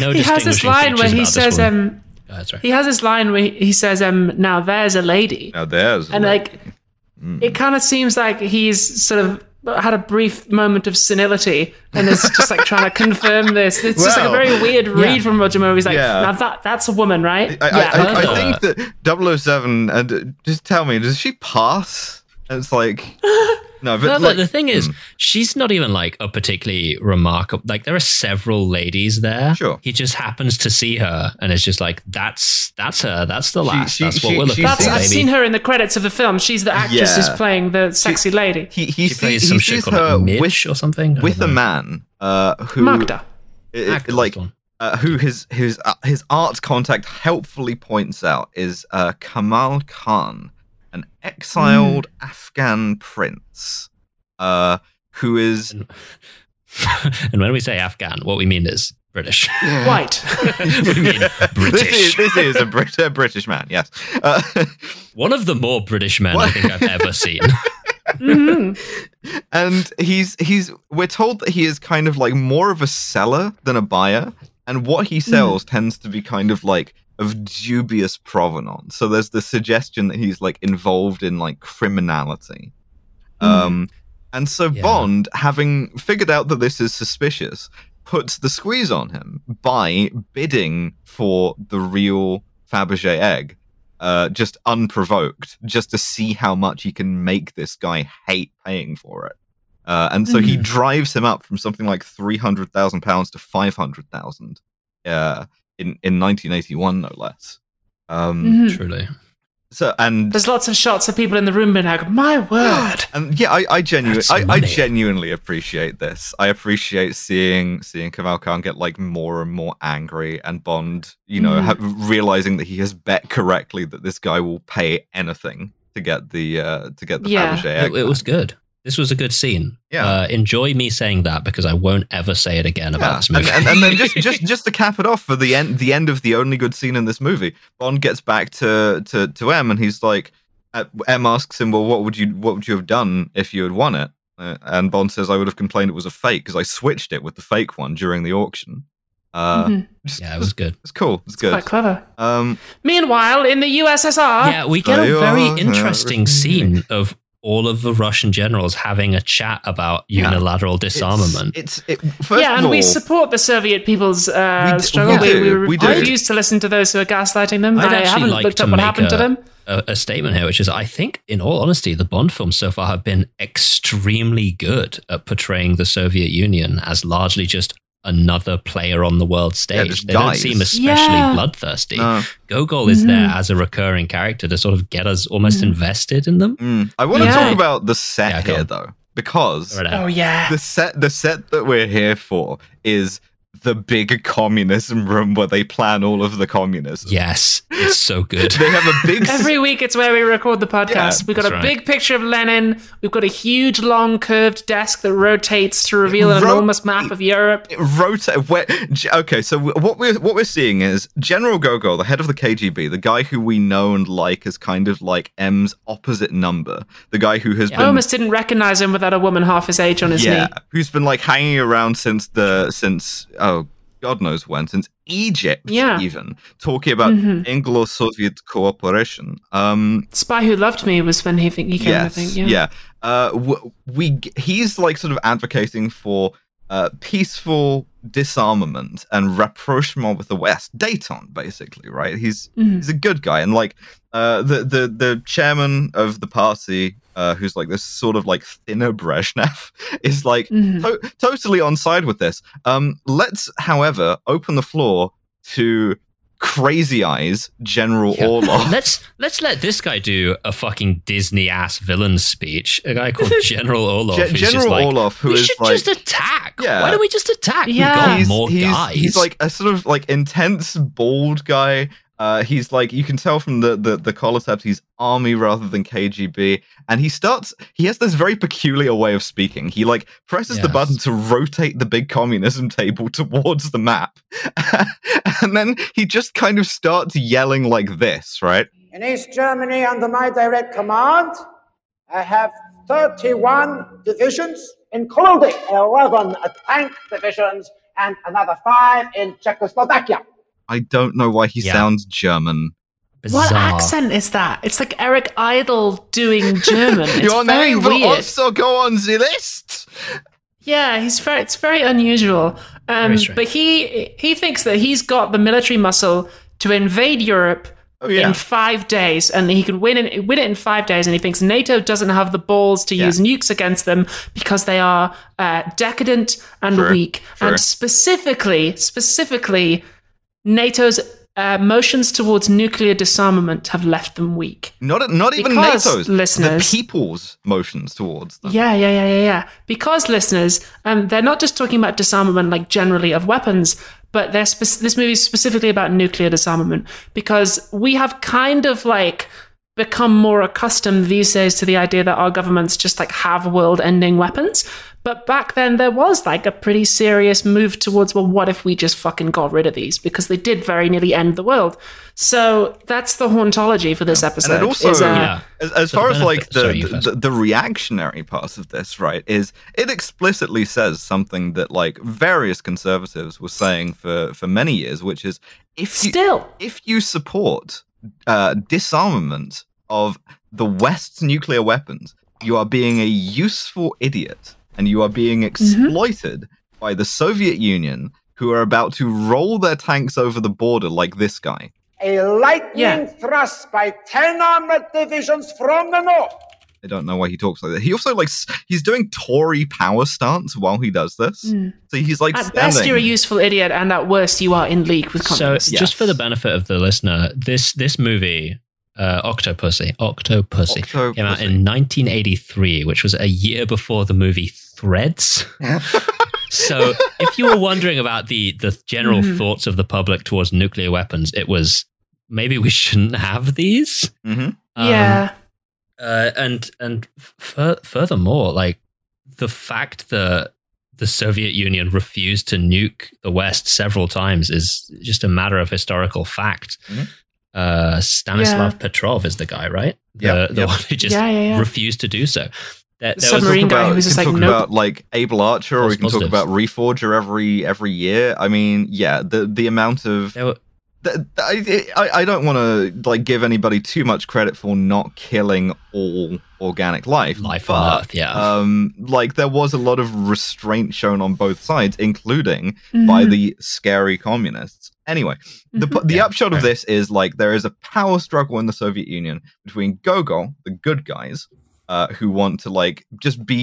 S1: No
S2: he has this
S1: distinguishing
S2: line where
S1: features
S2: he
S1: about this
S2: says,
S1: woman.
S2: um,
S1: Oh, that's right.
S2: he has this line where he he says, um, now there's a lady.
S3: now there's a
S2: and
S3: lady. Mm.
S2: like it kind of seems like he's sort of had a brief moment of senility and is just like trying to confirm this. It's just like
S3: Well,
S2: a very weird read from Roger Moore. He's like,
S3: Yeah.
S2: now that that's a woman, right?
S3: I,
S2: yeah.
S3: I, I,
S1: Yeah.
S3: I think that 007 and uh, just tell me, does she pass? And It's like no,
S1: No,
S3: but
S1: but
S3: like,
S1: the thing
S3: hmm.
S1: is, she's not even like a particularly remarkable. Like there are several ladies there.
S3: Sure.
S1: He just happens to see her, and it's just like that's that's her. That's the last.
S3: she-
S1: that's what
S3: she-
S1: we're looking
S3: she
S2: that's,
S1: for.
S3: sees-
S2: I've
S1: baby.
S2: seen her in the credits of the film. She's the actress
S3: Yeah.
S2: who's playing the sexy lady.
S3: he he,
S1: She
S3: see-
S1: plays
S3: he
S1: some shit
S3: sees
S1: called
S3: her
S1: like, Mitch
S3: with,
S1: or something I
S3: with a
S1: don't know.
S3: man uh, who
S2: Magda.
S3: it-
S1: Actor, this
S3: like
S1: one.
S3: uh, who his his uh, his art contact helpfully points out is uh, Kamal Khan, an exiled Afghan prince, uh, who is
S1: and when we say Afghan, what we mean is British.
S2: White.
S1: we mean
S3: this is
S1: British.
S3: this is a, Brit- a British man, yes. Uh,
S1: One of the more British men I think I've ever seen.
S2: Mhm.
S3: and he's he's we're told that he is kind of like more of a seller than a buyer, and what he sells tends to be kind of like of dubious provenance. So there's the suggestion that he's like involved in like criminality. Um, and so
S1: Yeah.
S3: Bond, having figured out that this is suspicious, puts the squeeze on him by bidding for the real Fabergé egg, uh, just unprovoked, just to see how much he can make this guy hate paying for it. Uh, and so
S1: Mm-hmm.
S3: he drives him up from something like three hundred thousand pounds to five hundred thousand uh, in in nineteen eighty one, no less. Um,
S1: Mm-hmm.
S2: Mhm.
S1: Truly.
S3: So and
S2: There's lots of shots of people in the room being like, my word.
S3: And yeah, I, I genuinely,
S1: That's
S3: I, I
S1: money.
S3: genuinely appreciate this. I appreciate seeing seeing Kamal Khan get like more and more angry, and Bond, you know,
S2: Mhm.
S1: Mm-hmm.
S3: ha- realizing that he has bet correctly that this guy will pay anything to get the uh, to get the
S2: Yeah.
S3: Fabergé egg
S1: It, it
S3: back.
S1: was good. This was a good scene.
S3: Yeah.
S1: Uh, enjoy me saying that because I won't ever say it again about
S3: Yeah.
S1: this
S3: And,
S1: movie.
S3: Ah, and, and then just, just just to cap it off for the end the end of the only good scene in this movie, Bond gets back to to, to M and he's like, uh, M asks him, well, what would you what would you have done if you had won it? Uh, and Bond says, I would have complained it was a fake because I switched it with the fake one during the auction. Uh,
S2: Mhm.
S3: just-
S1: yeah, it was good.
S3: it's cool. It's good.
S2: Quite clever.
S3: Um,
S2: Meanwhile, in the USSR.
S1: yeah, we get
S3: They
S1: a very
S3: are
S1: interesting
S3: everything.
S1: scene of all of the Russian generals having a chat about
S3: Yeah.
S1: unilateral disarmament.
S3: It's, it's it, first
S2: yeah, and
S3: of
S2: we
S3: all-
S2: support the Soviet people's uh,
S3: We d-
S2: struggle.
S3: we
S2: We, we,
S3: do, we do.
S2: refuse to listen to those who are gaslighting them.
S1: I'd
S2: I
S1: actually
S2: haven't
S1: like
S2: looked
S1: to
S2: up what
S1: make
S2: happened to
S1: a-
S2: them.
S1: a, a statement here, which is I think, in all honesty, the Bond films so far have been extremely good at portraying the Soviet Union as largely just another player on the world
S3: Yeah,
S1: stage.
S3: just
S1: they
S3: guys.
S1: don't seem especially
S2: Yeah. Mm-hmm.
S1: bloodthirsty.
S3: No.
S1: Gogol is there as a recurring character to sort of get us almost invested in them.
S3: Mm. I want to
S2: Yeah.
S3: talk about the set
S1: Yeah, go
S3: here
S1: on.
S3: though, because
S1: Right now.
S2: Oh yeah,
S3: the set the set that we're here for is the big communism room where they plan all of the communism.
S1: Yes, It's so good.
S3: They have a big.
S2: Every week, it's where we record the podcast.
S3: Yeah,
S2: We've got a
S1: that's right.
S2: big picture of Lenin. We've got a huge, long, curved desk that rotates to reveal an
S3: Ro-
S2: enormous map of Europe.
S3: rotate. Where, G- okay, so w- what we're what we're seeing is General Gogol, the head of the KGB, the guy who we know and like as kind of like M's opposite number, the guy who has
S2: I
S3: been
S2: almost didn't recognize him without a woman half his age on his
S3: yeah,
S2: knee.
S3: who's been like hanging around since the since oh God knows when, since Egypt,
S2: Yeah. Mm-hmm.
S3: even talking about Anglo-Soviet cooperation. Um,
S2: Spy Who Loved Me was when he, think, he came,
S3: yes,
S2: I think.
S3: yeah.
S2: Yeah.
S3: Uh, w- we g- he's like sort of advocating for uh, peaceful disarmament and rapprochement with the West, détente, basically, right? He's
S1: Mm-hmm.
S3: he's a good guy, and like uh, the the the chairman of the party. Uh, who's like this sort of like thinner Brezhnev is like
S1: Mm-hmm.
S3: to- totally on side with this. Um, let's, however, open the floor to crazy eyes General
S1: Yeah.
S3: Orlov.
S1: Let's let's let this guy do a fucking Disney ass villain speech. A guy called General Orlov.
S3: Gen-
S1: who's just
S3: General
S1: like,
S3: Orlov, who
S1: we
S3: is
S1: should
S3: like,
S1: just attack.
S3: Yeah.
S1: Why don't we just attack?
S2: Yeah.
S1: We've
S3: he's,
S1: got more
S3: he's-
S1: guys.
S3: he's like a sort of like intense, bald guy. Uh, he's like you can tell from the the, the collar tabs he's army rather than KGB, and he starts. He has this very peculiar way of speaking. He like presses the
S1: Yes.
S3: button to rotate the big communism table towards the map, and then he just kind of starts yelling like this, right?
S7: In East Germany, under my direct command, I have 31 divisions, including 11 tank divisions and another five in Czechoslovakia.
S3: I don't know why he
S1: Yeah.
S3: sounds German.
S2: What
S1: Bizarre.
S2: accent is that? It's like Eric Idle doing German. It's
S3: Your
S2: very
S3: name
S2: weird.
S3: will also go on the list.
S2: Yeah, he's very. It's very unusual. Um,
S1: Very strange.
S2: but he he thinks that he's got the military muscle to invade Europe
S3: Oh, yeah.
S2: in five days, and he can win it, win it in five days. And he thinks NATO doesn't have the balls to
S3: Yeah.
S2: use nukes against them because they are uh, decadent and
S3: Sure,
S2: weak,
S3: sure.
S2: and specifically, specifically, NATO's uh, motions towards nuclear disarmament have left them weak.
S3: Not not even
S2: Because,
S3: NATO's
S2: listeners-
S3: the people's motions towards them.
S2: Yeah, yeah, yeah, yeah, yeah. Because listeners, um, they're not just talking about disarmament, like generally of weapons, but they're spec- this movie is specifically about nuclear disarmament because we have kind of like become more accustomed these days to the idea that our governments just like have world-ending weapons. But back then, there was like a pretty serious move towards well, what if we just fucking got rid of these because they did very nearly end the world. So that's the hauntology for this episode.
S3: And it also,
S2: is, uh,
S1: Yeah.
S3: as, as
S1: So the
S3: far as like
S1: benefit- sorry, you
S3: the,
S1: first.
S3: the, the reactionary part of this, right, is it explicitly says something that like various conservatives were saying for for many years, which is if you,
S2: still.
S3: if you support uh, disarmament of the West's nuclear weapons, you are being a useful idiot and you are being
S2: Mm-hmm.
S3: exploited by the Soviet Union, who are about to roll their tanks over the border like this guy.
S7: A lightning
S2: Yeah.
S7: thrust by 10 armored divisions from the north.
S3: I don't know why he talks like that. He also like s- he's doing Tory power stance while he does this. So he's like
S2: Hmm. At
S3: standing.
S2: best, you're a useful idiot, and at worst, you are in league with
S1: So,
S2: communists.
S3: Yes.
S1: just for the benefit of the listener, this this movie, uh, Octopussy, Octopussy, came out in 1983, which was a year before the movie Threads. so, if you were wondering about the the general thoughts of the public towards nuclear weapons, it was maybe we shouldn't have these.
S3: hmm
S1: Um,
S2: yeah,
S1: uh, and and fur- furthermore, like the fact that the Soviet Union refused to nuke the West several times is just a matter of historical fact.
S3: Mhm.
S1: Uh, Stanislav Petrov is the guy, right? The,
S3: Yeah,
S1: the
S3: yeah.
S1: one who just
S2: Yeah, yeah, yeah.
S1: refused to do so. There,
S2: The
S1: there was,
S2: submarine guy who was
S3: we
S2: just
S3: can
S2: like,
S3: talk
S2: nope.
S3: about like Abel Archer, or
S1: False
S3: we can talk
S1: positives.
S3: about Reforger every every year. I mean, yeah, the the amount of
S1: there were
S3: th- th- I, I I don't want to like give anybody too much credit for not killing all organic life.
S1: life
S3: but,
S1: on Earth, yeah.
S3: um, like there was a lot of restraint shown on both sides, including
S2: Mm-hmm.
S3: by the scary communists. Anyway, the po- the
S1: Yeah,
S3: upshot
S1: right.
S3: of this is like there is a power struggle in the Soviet Union between Gogol, the good guys, uh, who want to like just be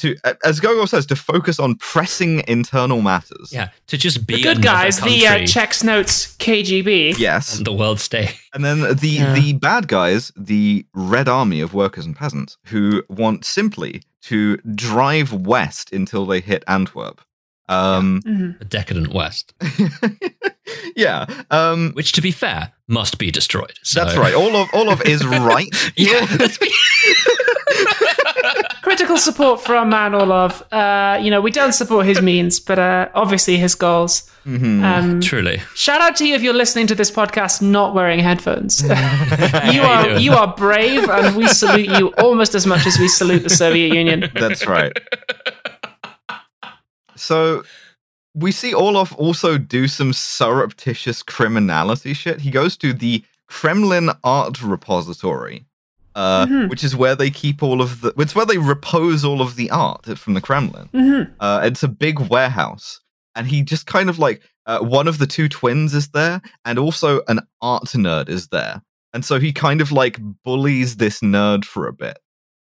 S3: to a- as Gogol says to focus on pressing internal matters.
S1: yeah, to just be
S2: the good
S1: another
S2: guys, the uh,
S1: country
S2: checks notes KGB.
S3: Yes.
S1: on the world stage.
S3: And then the
S2: Yeah.
S3: the bad guys, the Red Army of workers and peasants, who want simply to drive west until they hit Antwerp. Um,
S2: Mhm.
S1: the decadent West.
S3: yeah. Um,
S1: Which, to be fair, must be destroyed. So-
S3: That's right. All of all of is right.
S1: Yeah, that's
S2: Critical support for our man Orlov. Uh, you know, we don't support his means, but uh, obviously his goals.
S3: Mm-hmm,
S1: Mm,
S2: Um,
S1: truly.
S2: Shout out to you if you're listening to this podcast not wearing headphones. you
S1: How you
S2: are
S1: doing?
S2: you are brave, and we salute you almost as much as we salute the Soviet Union.
S3: That's right. So we see Orlov also do some surreptitious criminality shit. He goes to the Kremlin Art Repository, uh, which is where they keep all of the. It's where they repose all of the art from the Kremlin.
S2: Mhm.
S3: Uh, it's a big warehouse, and he just kind of like uh, one of the two twins is there, and also an art nerd is there, and so he kind of like bullies this nerd for a bit,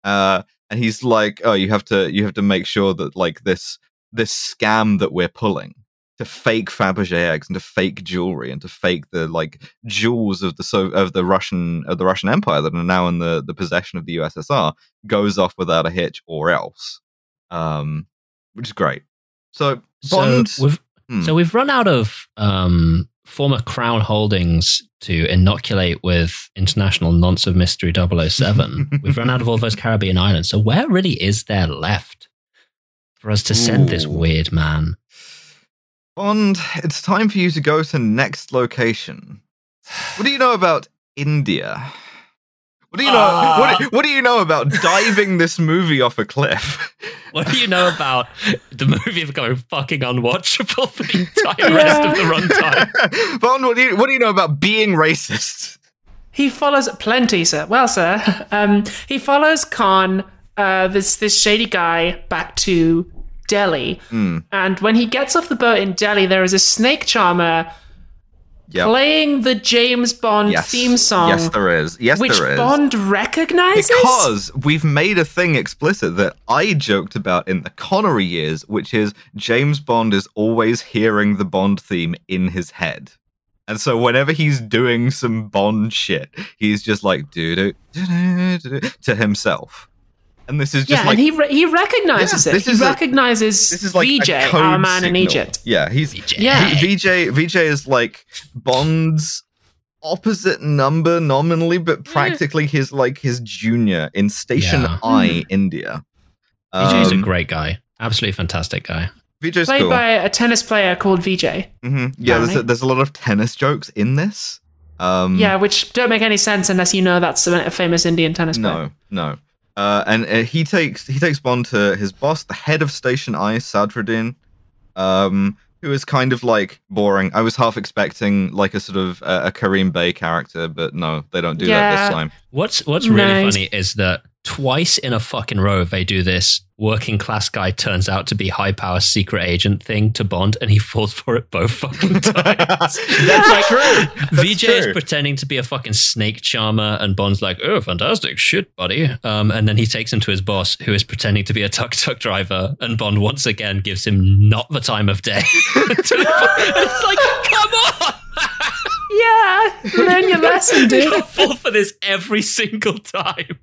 S3: uh, and he's like, "Oh, you have to, you have to make sure that like this this scam that we're pulling." To fake Fabergé eggs and to fake jewelry and to fake the like jewels of the so of the Russian of the Russian Empire that are now in the, the possession of the USSR goes off without a hitch or else. Um, which is great. So Bond,
S1: So we've,
S3: Hmm.
S1: so we've run out of um, former Crown holdings to inoculate with international nonce of mystery 007. we've run out of all those Caribbean islands. So where really is there left for us to send this
S3: Ooh.
S1: weird man?
S3: Bond, it's time for you to go to next location. What do you know about India? What do you know? what, do- what do you know about diving this movie off a cliff?
S1: What do you know about the movie becoming fucking unwatchable for the entire rest of the runtime?
S3: Bond, what do you what do you know about being racist?
S2: He follows plenty, sir. Well, sir, um, he follows Khan, uh, this this shady guy, back to Delhi.
S3: Hmm.
S2: And when he gets off the boat in Delhi, there is a snake charmer
S3: Yeah.
S2: playing the James Bond
S3: yes.
S2: theme song,
S3: Yes, there is. Yes,
S2: which
S3: there is.
S2: Bond recognizes.
S3: Because we've made a thing explicit that I joked about in the Connery years, which is James Bond is always hearing the Bond theme in his head. And so whenever he's doing some Bond shit, he's just like doo doo doo doo doo to himself. And this is just
S2: yeah,
S3: like
S2: and he re- he recognizes
S3: Yeah,
S2: it.
S3: this
S2: He
S3: is a-
S2: recognizes
S3: this is like a
S2: VJ,
S3: code
S2: our man in
S3: signal.
S2: Egypt.
S3: Yeah, he's
S1: VJ.
S2: Yeah.
S3: V- VJ VJ is like Bond's opposite number nominally,
S2: Mm.
S3: but practically his like his junior in Station
S1: Yeah.
S2: Hmm.
S3: I, India.
S1: DJ's a
S3: Um,
S1: great guy. Absolutely fantastic guy.
S3: VJ's
S2: Played
S3: cool.
S2: by a tennis player called VJ.
S3: hmm Yeah, there's a,
S2: Family.
S3: there's a lot of tennis jokes in this. Um,
S2: Yeah, which don't make any sense unless you know that's a a famous Indian tennis player.
S3: No, no. Uh, and uh, he takes he takes Bond to his boss, the head of Station I, Sadruddin, um, who is kind of like boring. I was half expecting like a sort of uh, a Kareem Bay character, but no, they don't do that
S2: Yeah.
S3: this time.
S1: What's what's really
S2: Nice.
S1: funny is that twice in a fucking row they do this working class guy turns out to be high power secret agent thing to Bond and he falls for it both fucking times.
S3: That's like true. That's
S1: VJ is
S3: true.
S1: pretending to be a fucking snake charmer and Bond's like, oh fantastic shit, buddy. Um, and then he takes him to his boss who is pretending to be a tuk tuk driver and Bond once again gives him not the time of day. and it's like, come on!
S2: Yeah, learn your lesson,
S1: I
S2: dude.
S1: fall for this every single time.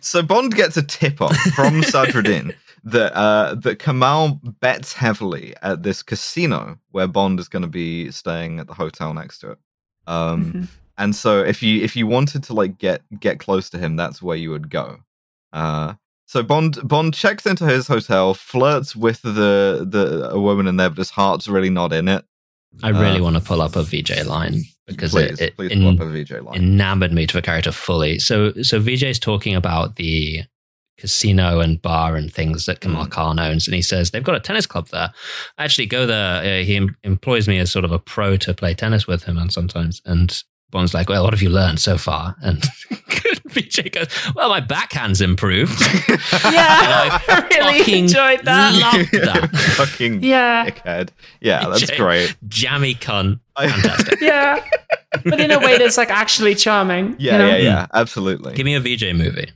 S3: So Bond gets a tip off from Sadruddin that uh, that Kamal bets heavily at this casino where Bond is going to be staying at the hotel next to it. Um, And so if you if you wanted to like get get close to him, that's where you would go. Uh, so Bond Bond checks into his hotel, flirts with the the a woman in there, but his heart's really not in it.
S1: I really
S3: Uh,
S1: want to pull up a VJ line because it,
S3: please,
S1: it
S3: please
S1: en-
S3: pull up a VJ line.
S1: enamored me to the character fully. So, so VJ's talking about the casino and bar and things that
S3: Mm.
S1: Kamal Khan owns, and he says they've got a tennis club there. I actually go there. Uh, he em- employs me as sort of a pro to play tennis with him, and sometimes and. Bond's like, well, what have you learned so far? And VJ goes, well, my backhand's improved.
S2: Yeah, I really
S1: Fucking
S2: enjoyed that.
S1: Loved that.
S3: Fucking
S2: Yeah,
S3: dickhead. Yeah, that's
S1: VJ.
S3: great.
S1: Jammy cunt.
S3: I-
S1: Fantastic.
S2: yeah, but in a way that's like actually charming.
S3: Yeah,
S2: you know?
S3: yeah, yeah. Absolutely.
S1: Mm. Give me a VJ movie.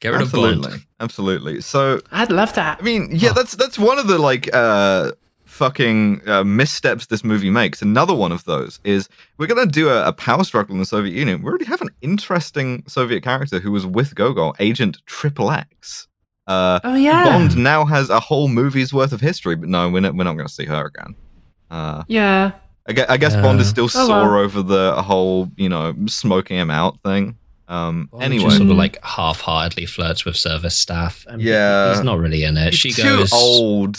S1: Get rid of Bond.
S3: absolutely absolutely so
S2: I'd love that.
S3: i mean yeah
S1: Oh.
S3: that's that's one of the like uh fucking uh, missteps this movie makes another one of those is we're gonna do a, a power struggle in the soviet union we already have an interesting soviet character who was with gogol agent triple x uh
S2: Oh yeah,
S3: Bond now has a whole movie's worth of history, but no, we're not, we're not going to see her again. Uh,
S2: Yeah.
S3: I gue- I guess,
S1: Yeah.
S3: Bond is still
S2: Oh,
S3: sore
S2: well.
S3: over the whole, you know, smoking him out thing. Um,
S1: Bond
S3: anyway,
S1: just sort of like half-heartedly flirts with service staff. And
S3: Yeah.
S1: he's not really in it. She
S3: too
S1: goes
S3: old.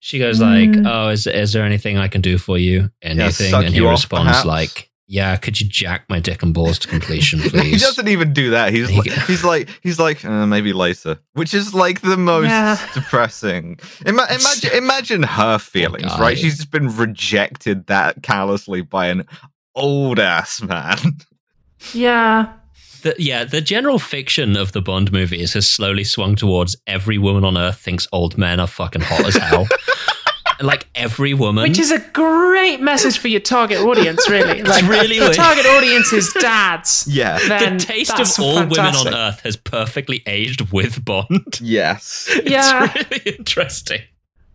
S1: She goes
S2: Mm.
S1: like, "Oh, is is there anything I can do for you? Anything?"
S3: suck
S1: and
S3: you
S1: he
S3: off,
S1: responds
S3: perhaps?
S1: like, "Yeah, could you jack my dick and balls to completion,
S3: he
S1: please?"
S3: doesn't even do that. He's
S1: He
S3: like,
S1: go-
S3: he's like, he's like, uh, maybe later, which is like the most
S2: Yeah.
S3: depressing. Ima- imagine, imagine her feelings,
S1: guy.
S3: right? She's just been rejected that callously by an old ass man.
S2: Yeah.
S1: The- yeah, the general fiction of the Bond movies has slowly swung towards every woman on earth thinks old men are fucking hot as hell. like every woman,
S2: Which is a great message for your target audience, really. Like,
S1: really
S2: if your
S1: weird.
S2: target audience is dads.
S3: Yeah.
S1: the
S2: Then
S1: taste
S2: that's
S1: of all
S2: fantastic.
S1: women on earth has perfectly aged with Bond.
S3: Yes.
S2: Yeah.
S1: It's really interesting.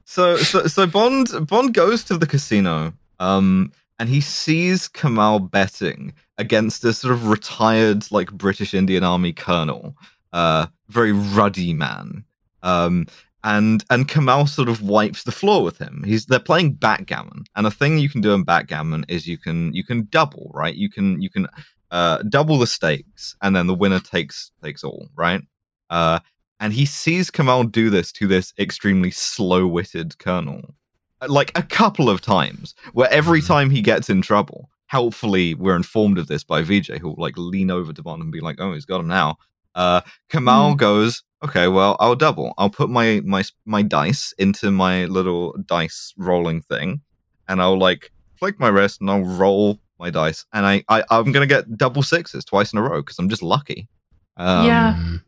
S3: So so so Bond Bond goes to the casino, um, and he sees Kamal betting against this sort of retired like British Indian Army colonel, uh, very ruddy man. Um, and and Kamal sort of wipes the floor with him. He's they're playing backgammon, and a thing you can do in backgammon is you can you can double, right? You can you can uh, double the stakes, and then the winner takes takes all, right? Uh, and he sees Kamal do this to this extremely slow-witted colonel, uh, like a couple of times. Where every
S1: Mhm.
S3: time he gets in trouble, helpfully we're informed of this by Vijay, who'll like lean over to Bond and be like, "Oh, he's got him now." Uh, Kamal goes, "Okay, well, I'll double. I'll put my my my dice into my little dice rolling thing, and I'll like flick my wrist and I'll roll my dice, and I, I I'm gonna get double sixes twice in a row because I'm just lucky." Um,
S2: Yeah.
S1: Mm.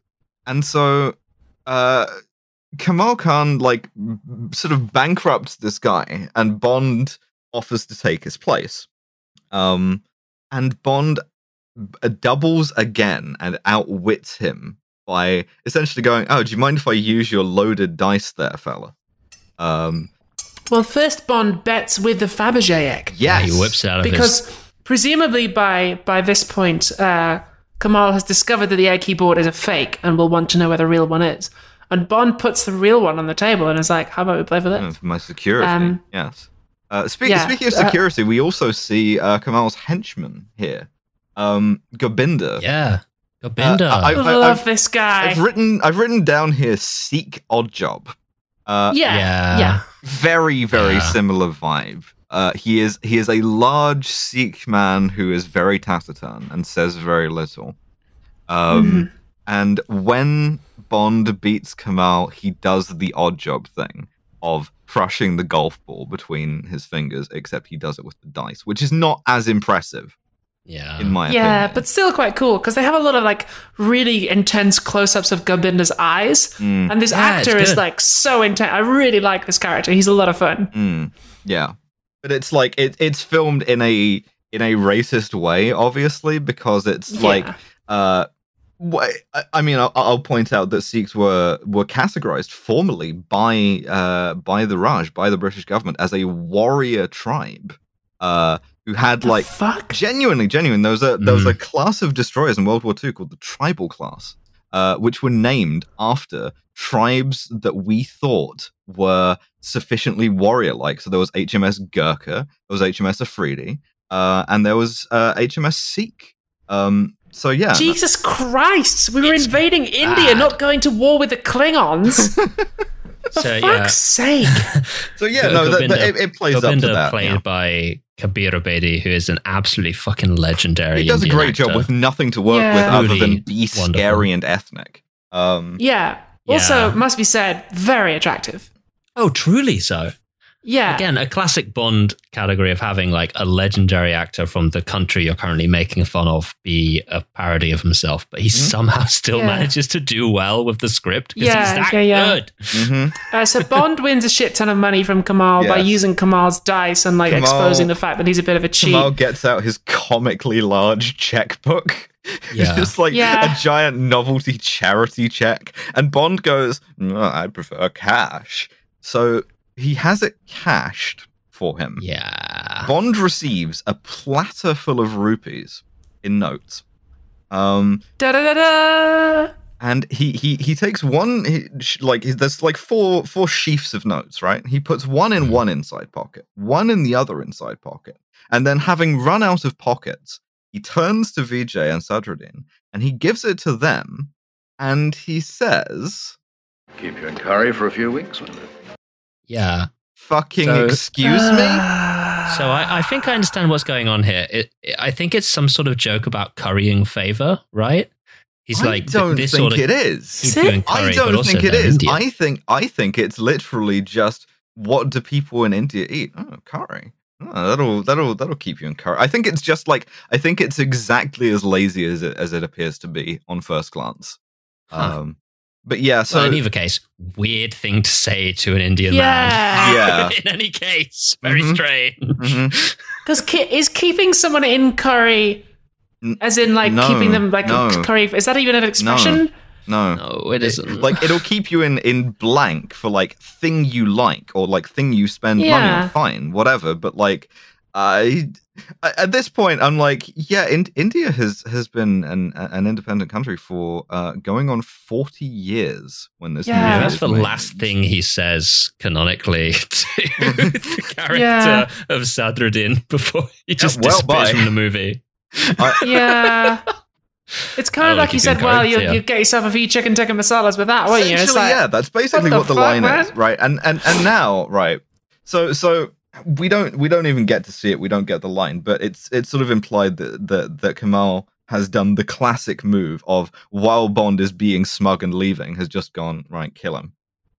S3: and so uh Kamal Khan like b- sort of bankrupts this guy and Bond offers to take his place. Um and Bond b- doubles again and outwits him by essentially going, "Oh, do you mind if I use your loaded dice there, fella?" Um
S2: Well, first Bond bets with the Fabergé egg.
S1: Yeah,
S3: yes.
S1: he whips it out of his.
S2: because presumably by by this point, uh, Kamal has discovered that the egg he bought is a fake and will want to know where the real one is. And Bond puts the real one on the table and is like, "How about we play with
S3: Uh,
S2: it?"
S3: for my security.
S2: Um,
S3: yes. Uh, speak,
S2: yeah,
S3: Speaking of
S2: uh,
S3: security, we also see uh, Kamal's henchman here, um, Gobinder.
S1: Yeah, Gobinda.
S3: Uh, I-
S2: I,
S3: I've-
S2: love
S3: I've-
S2: this guy.
S3: I've written I've written down here Seek Odd Job. Uh,
S2: yeah, yeah,
S1: Yeah.
S3: very very
S1: Yeah.
S3: similar vibe. Uh, he is he is a large Sikh man who is very taciturn and says very little. Um,
S2: Mm-hmm.
S3: And when Bond beats Kamal, he does the odd job thing of crushing the golf ball between his fingers, except he does it with the dice, which is not as impressive
S1: yeah.
S3: in my
S2: yeah,
S3: opinion.
S2: but still quite cool because they have a lot of like really intense close-ups of Gobinda's eyes,
S3: Mm.
S2: and this
S1: Hmm. Yeah,
S2: actor
S1: it's
S2: is
S1: good.
S2: like so intense. I really like this character; he's a lot of fun.
S3: Mm, yeah, but it's like it, it's filmed in a in a racist way, obviously, because it's
S2: Yeah.
S3: like uh, wha- I, I mean, I'll, I'll point out that Sikhs were were categorized formally by uh by the Raj, by the British government, as a warrior tribe, uh, who had
S2: The
S3: like
S2: fuck.
S3: genuinely, genuine. There was a there was a class of destroyers in World War II called the Tribal class, uh, which were named after tribes that we thought were sufficiently warrior-like. So there was HMS Gurkha, there was HMS Afridi, uh, and there was uh, HMS Sikh. Um, so yeah,
S2: Jesus Christ! We were
S1: It's
S2: invading India,
S1: bad.
S2: not going to war with the Klingons. For
S1: So,
S2: fuck's
S1: yeah.
S2: sake!
S3: so yeah,
S1: Go-
S3: no, that, that-
S1: Govinda-
S3: it, it plays up to
S1: Gobinda
S3: that.
S1: played
S3: yeah.
S1: by Kabir Abedi, who is an absolutely fucking legendary.
S3: He does a
S1: Indian
S3: great job
S1: actor.
S3: with nothing to work
S2: Yeah.
S3: with other
S1: Really
S3: than be scary
S1: wonderful.
S3: and ethnic. Um,
S2: Yeah. Also,
S1: Yeah.
S2: must be said, very attractive.
S1: Oh, truly so.
S2: Yeah.
S1: Again, a classic Bond category of having like a legendary actor from the country you're currently making fun of be a parody of himself, but he
S3: Mhm.
S1: somehow still
S2: Yeah.
S1: manages to do well with the script because
S2: Yeah,
S1: he's that
S2: yeah, yeah.
S1: good.
S3: mhm.
S2: Uh, so Bond wins a shit ton of money from Kamal by
S3: Yes.
S2: using Kamal's dice and like
S3: Kamal-
S2: exposing the fact that he's a bit of a cheat.
S3: Kamal gets out his comically large checkbook. It's
S1: Yeah.
S3: just like
S2: Yeah.
S3: a giant novelty charity check. And Bond goes, no, I prefer cash. So he has it cashed for him.
S1: Yeah.
S3: Bond receives a platter full of rupees in notes. Um,
S2: Da da da da.
S3: and he he he takes one he, sh- like he- there's like four four sheafs of notes right he puts one in one inside pocket one in the other inside pocket and then having run out of pockets he turns to vijay and sadruddin and he gives it to them and he says
S8: Keep you in curry for a few weeks, won't it?
S1: Yeah.
S3: fucking
S1: So-
S3: excuse me
S1: So I, I think I understand what's going on here. It, it- I think it's some sort of joke about currying favor, right? He's
S3: I
S1: like, th-
S3: don't
S1: this
S3: think
S1: sort of.
S3: it is
S1: keep you in
S3: I
S1: curry, but
S3: don't
S1: also
S3: think it
S1: they're
S3: is.
S1: Indian.
S3: I think I think it's literally just what do people in India eat? Oh, curry. Oh, that'll that'll that'll keep you in curry. I think it's just like I think it's exactly as lazy as it as it appears to be on first glance.
S1: Huh.
S3: Um, but yeah,
S1: So
S3: so
S1: in either case, weird thing to say to an Indian
S2: Yeah.
S1: man.
S3: Yeah.
S1: in any case, very
S3: Mhm.
S1: strange.
S3: Mhm.
S2: Because ki- is keeping someone in curry,
S3: N-
S2: as in like
S3: no,
S2: keeping them like
S3: no.
S2: curry, is that even an expression?
S3: no.
S1: No, it
S3: It-
S1: isn't.
S3: like it'll keep you in in blank for like thing you like or like thing you spend money
S2: Yeah.
S3: on fine whatever but like I a- at this point I'm like yeah in, India has has been an an independent country for uh going on 40 years when this
S2: Yeah.
S1: Yeah,
S3: movie
S1: that's
S3: was
S1: the
S3: made.
S1: last thing he says canonically to
S3: Mm-hmm.
S1: the character
S2: Yeah.
S1: of Sadruddin before he just
S3: well,
S1: disappears
S3: bye.
S1: from the movie.
S2: Yeah. It's kind
S1: Oh,
S2: of like
S1: keeping
S2: you said,
S1: curry,
S2: well, you'll,
S1: yeah.
S2: you'll get yourself a few chicken tikka masalas with that, won't you? It's
S3: Essentially,
S2: like,
S3: yeah, that's basically
S2: the
S3: what the,
S2: fuck,
S3: line
S2: man?
S3: is, right? And and and now, right? So so we don't we don't even get to see it. We don't get the line, but it's it's sort of implied that that that Kamal has done the classic move of while Bond is being smug and leaving, has just gone right, kill him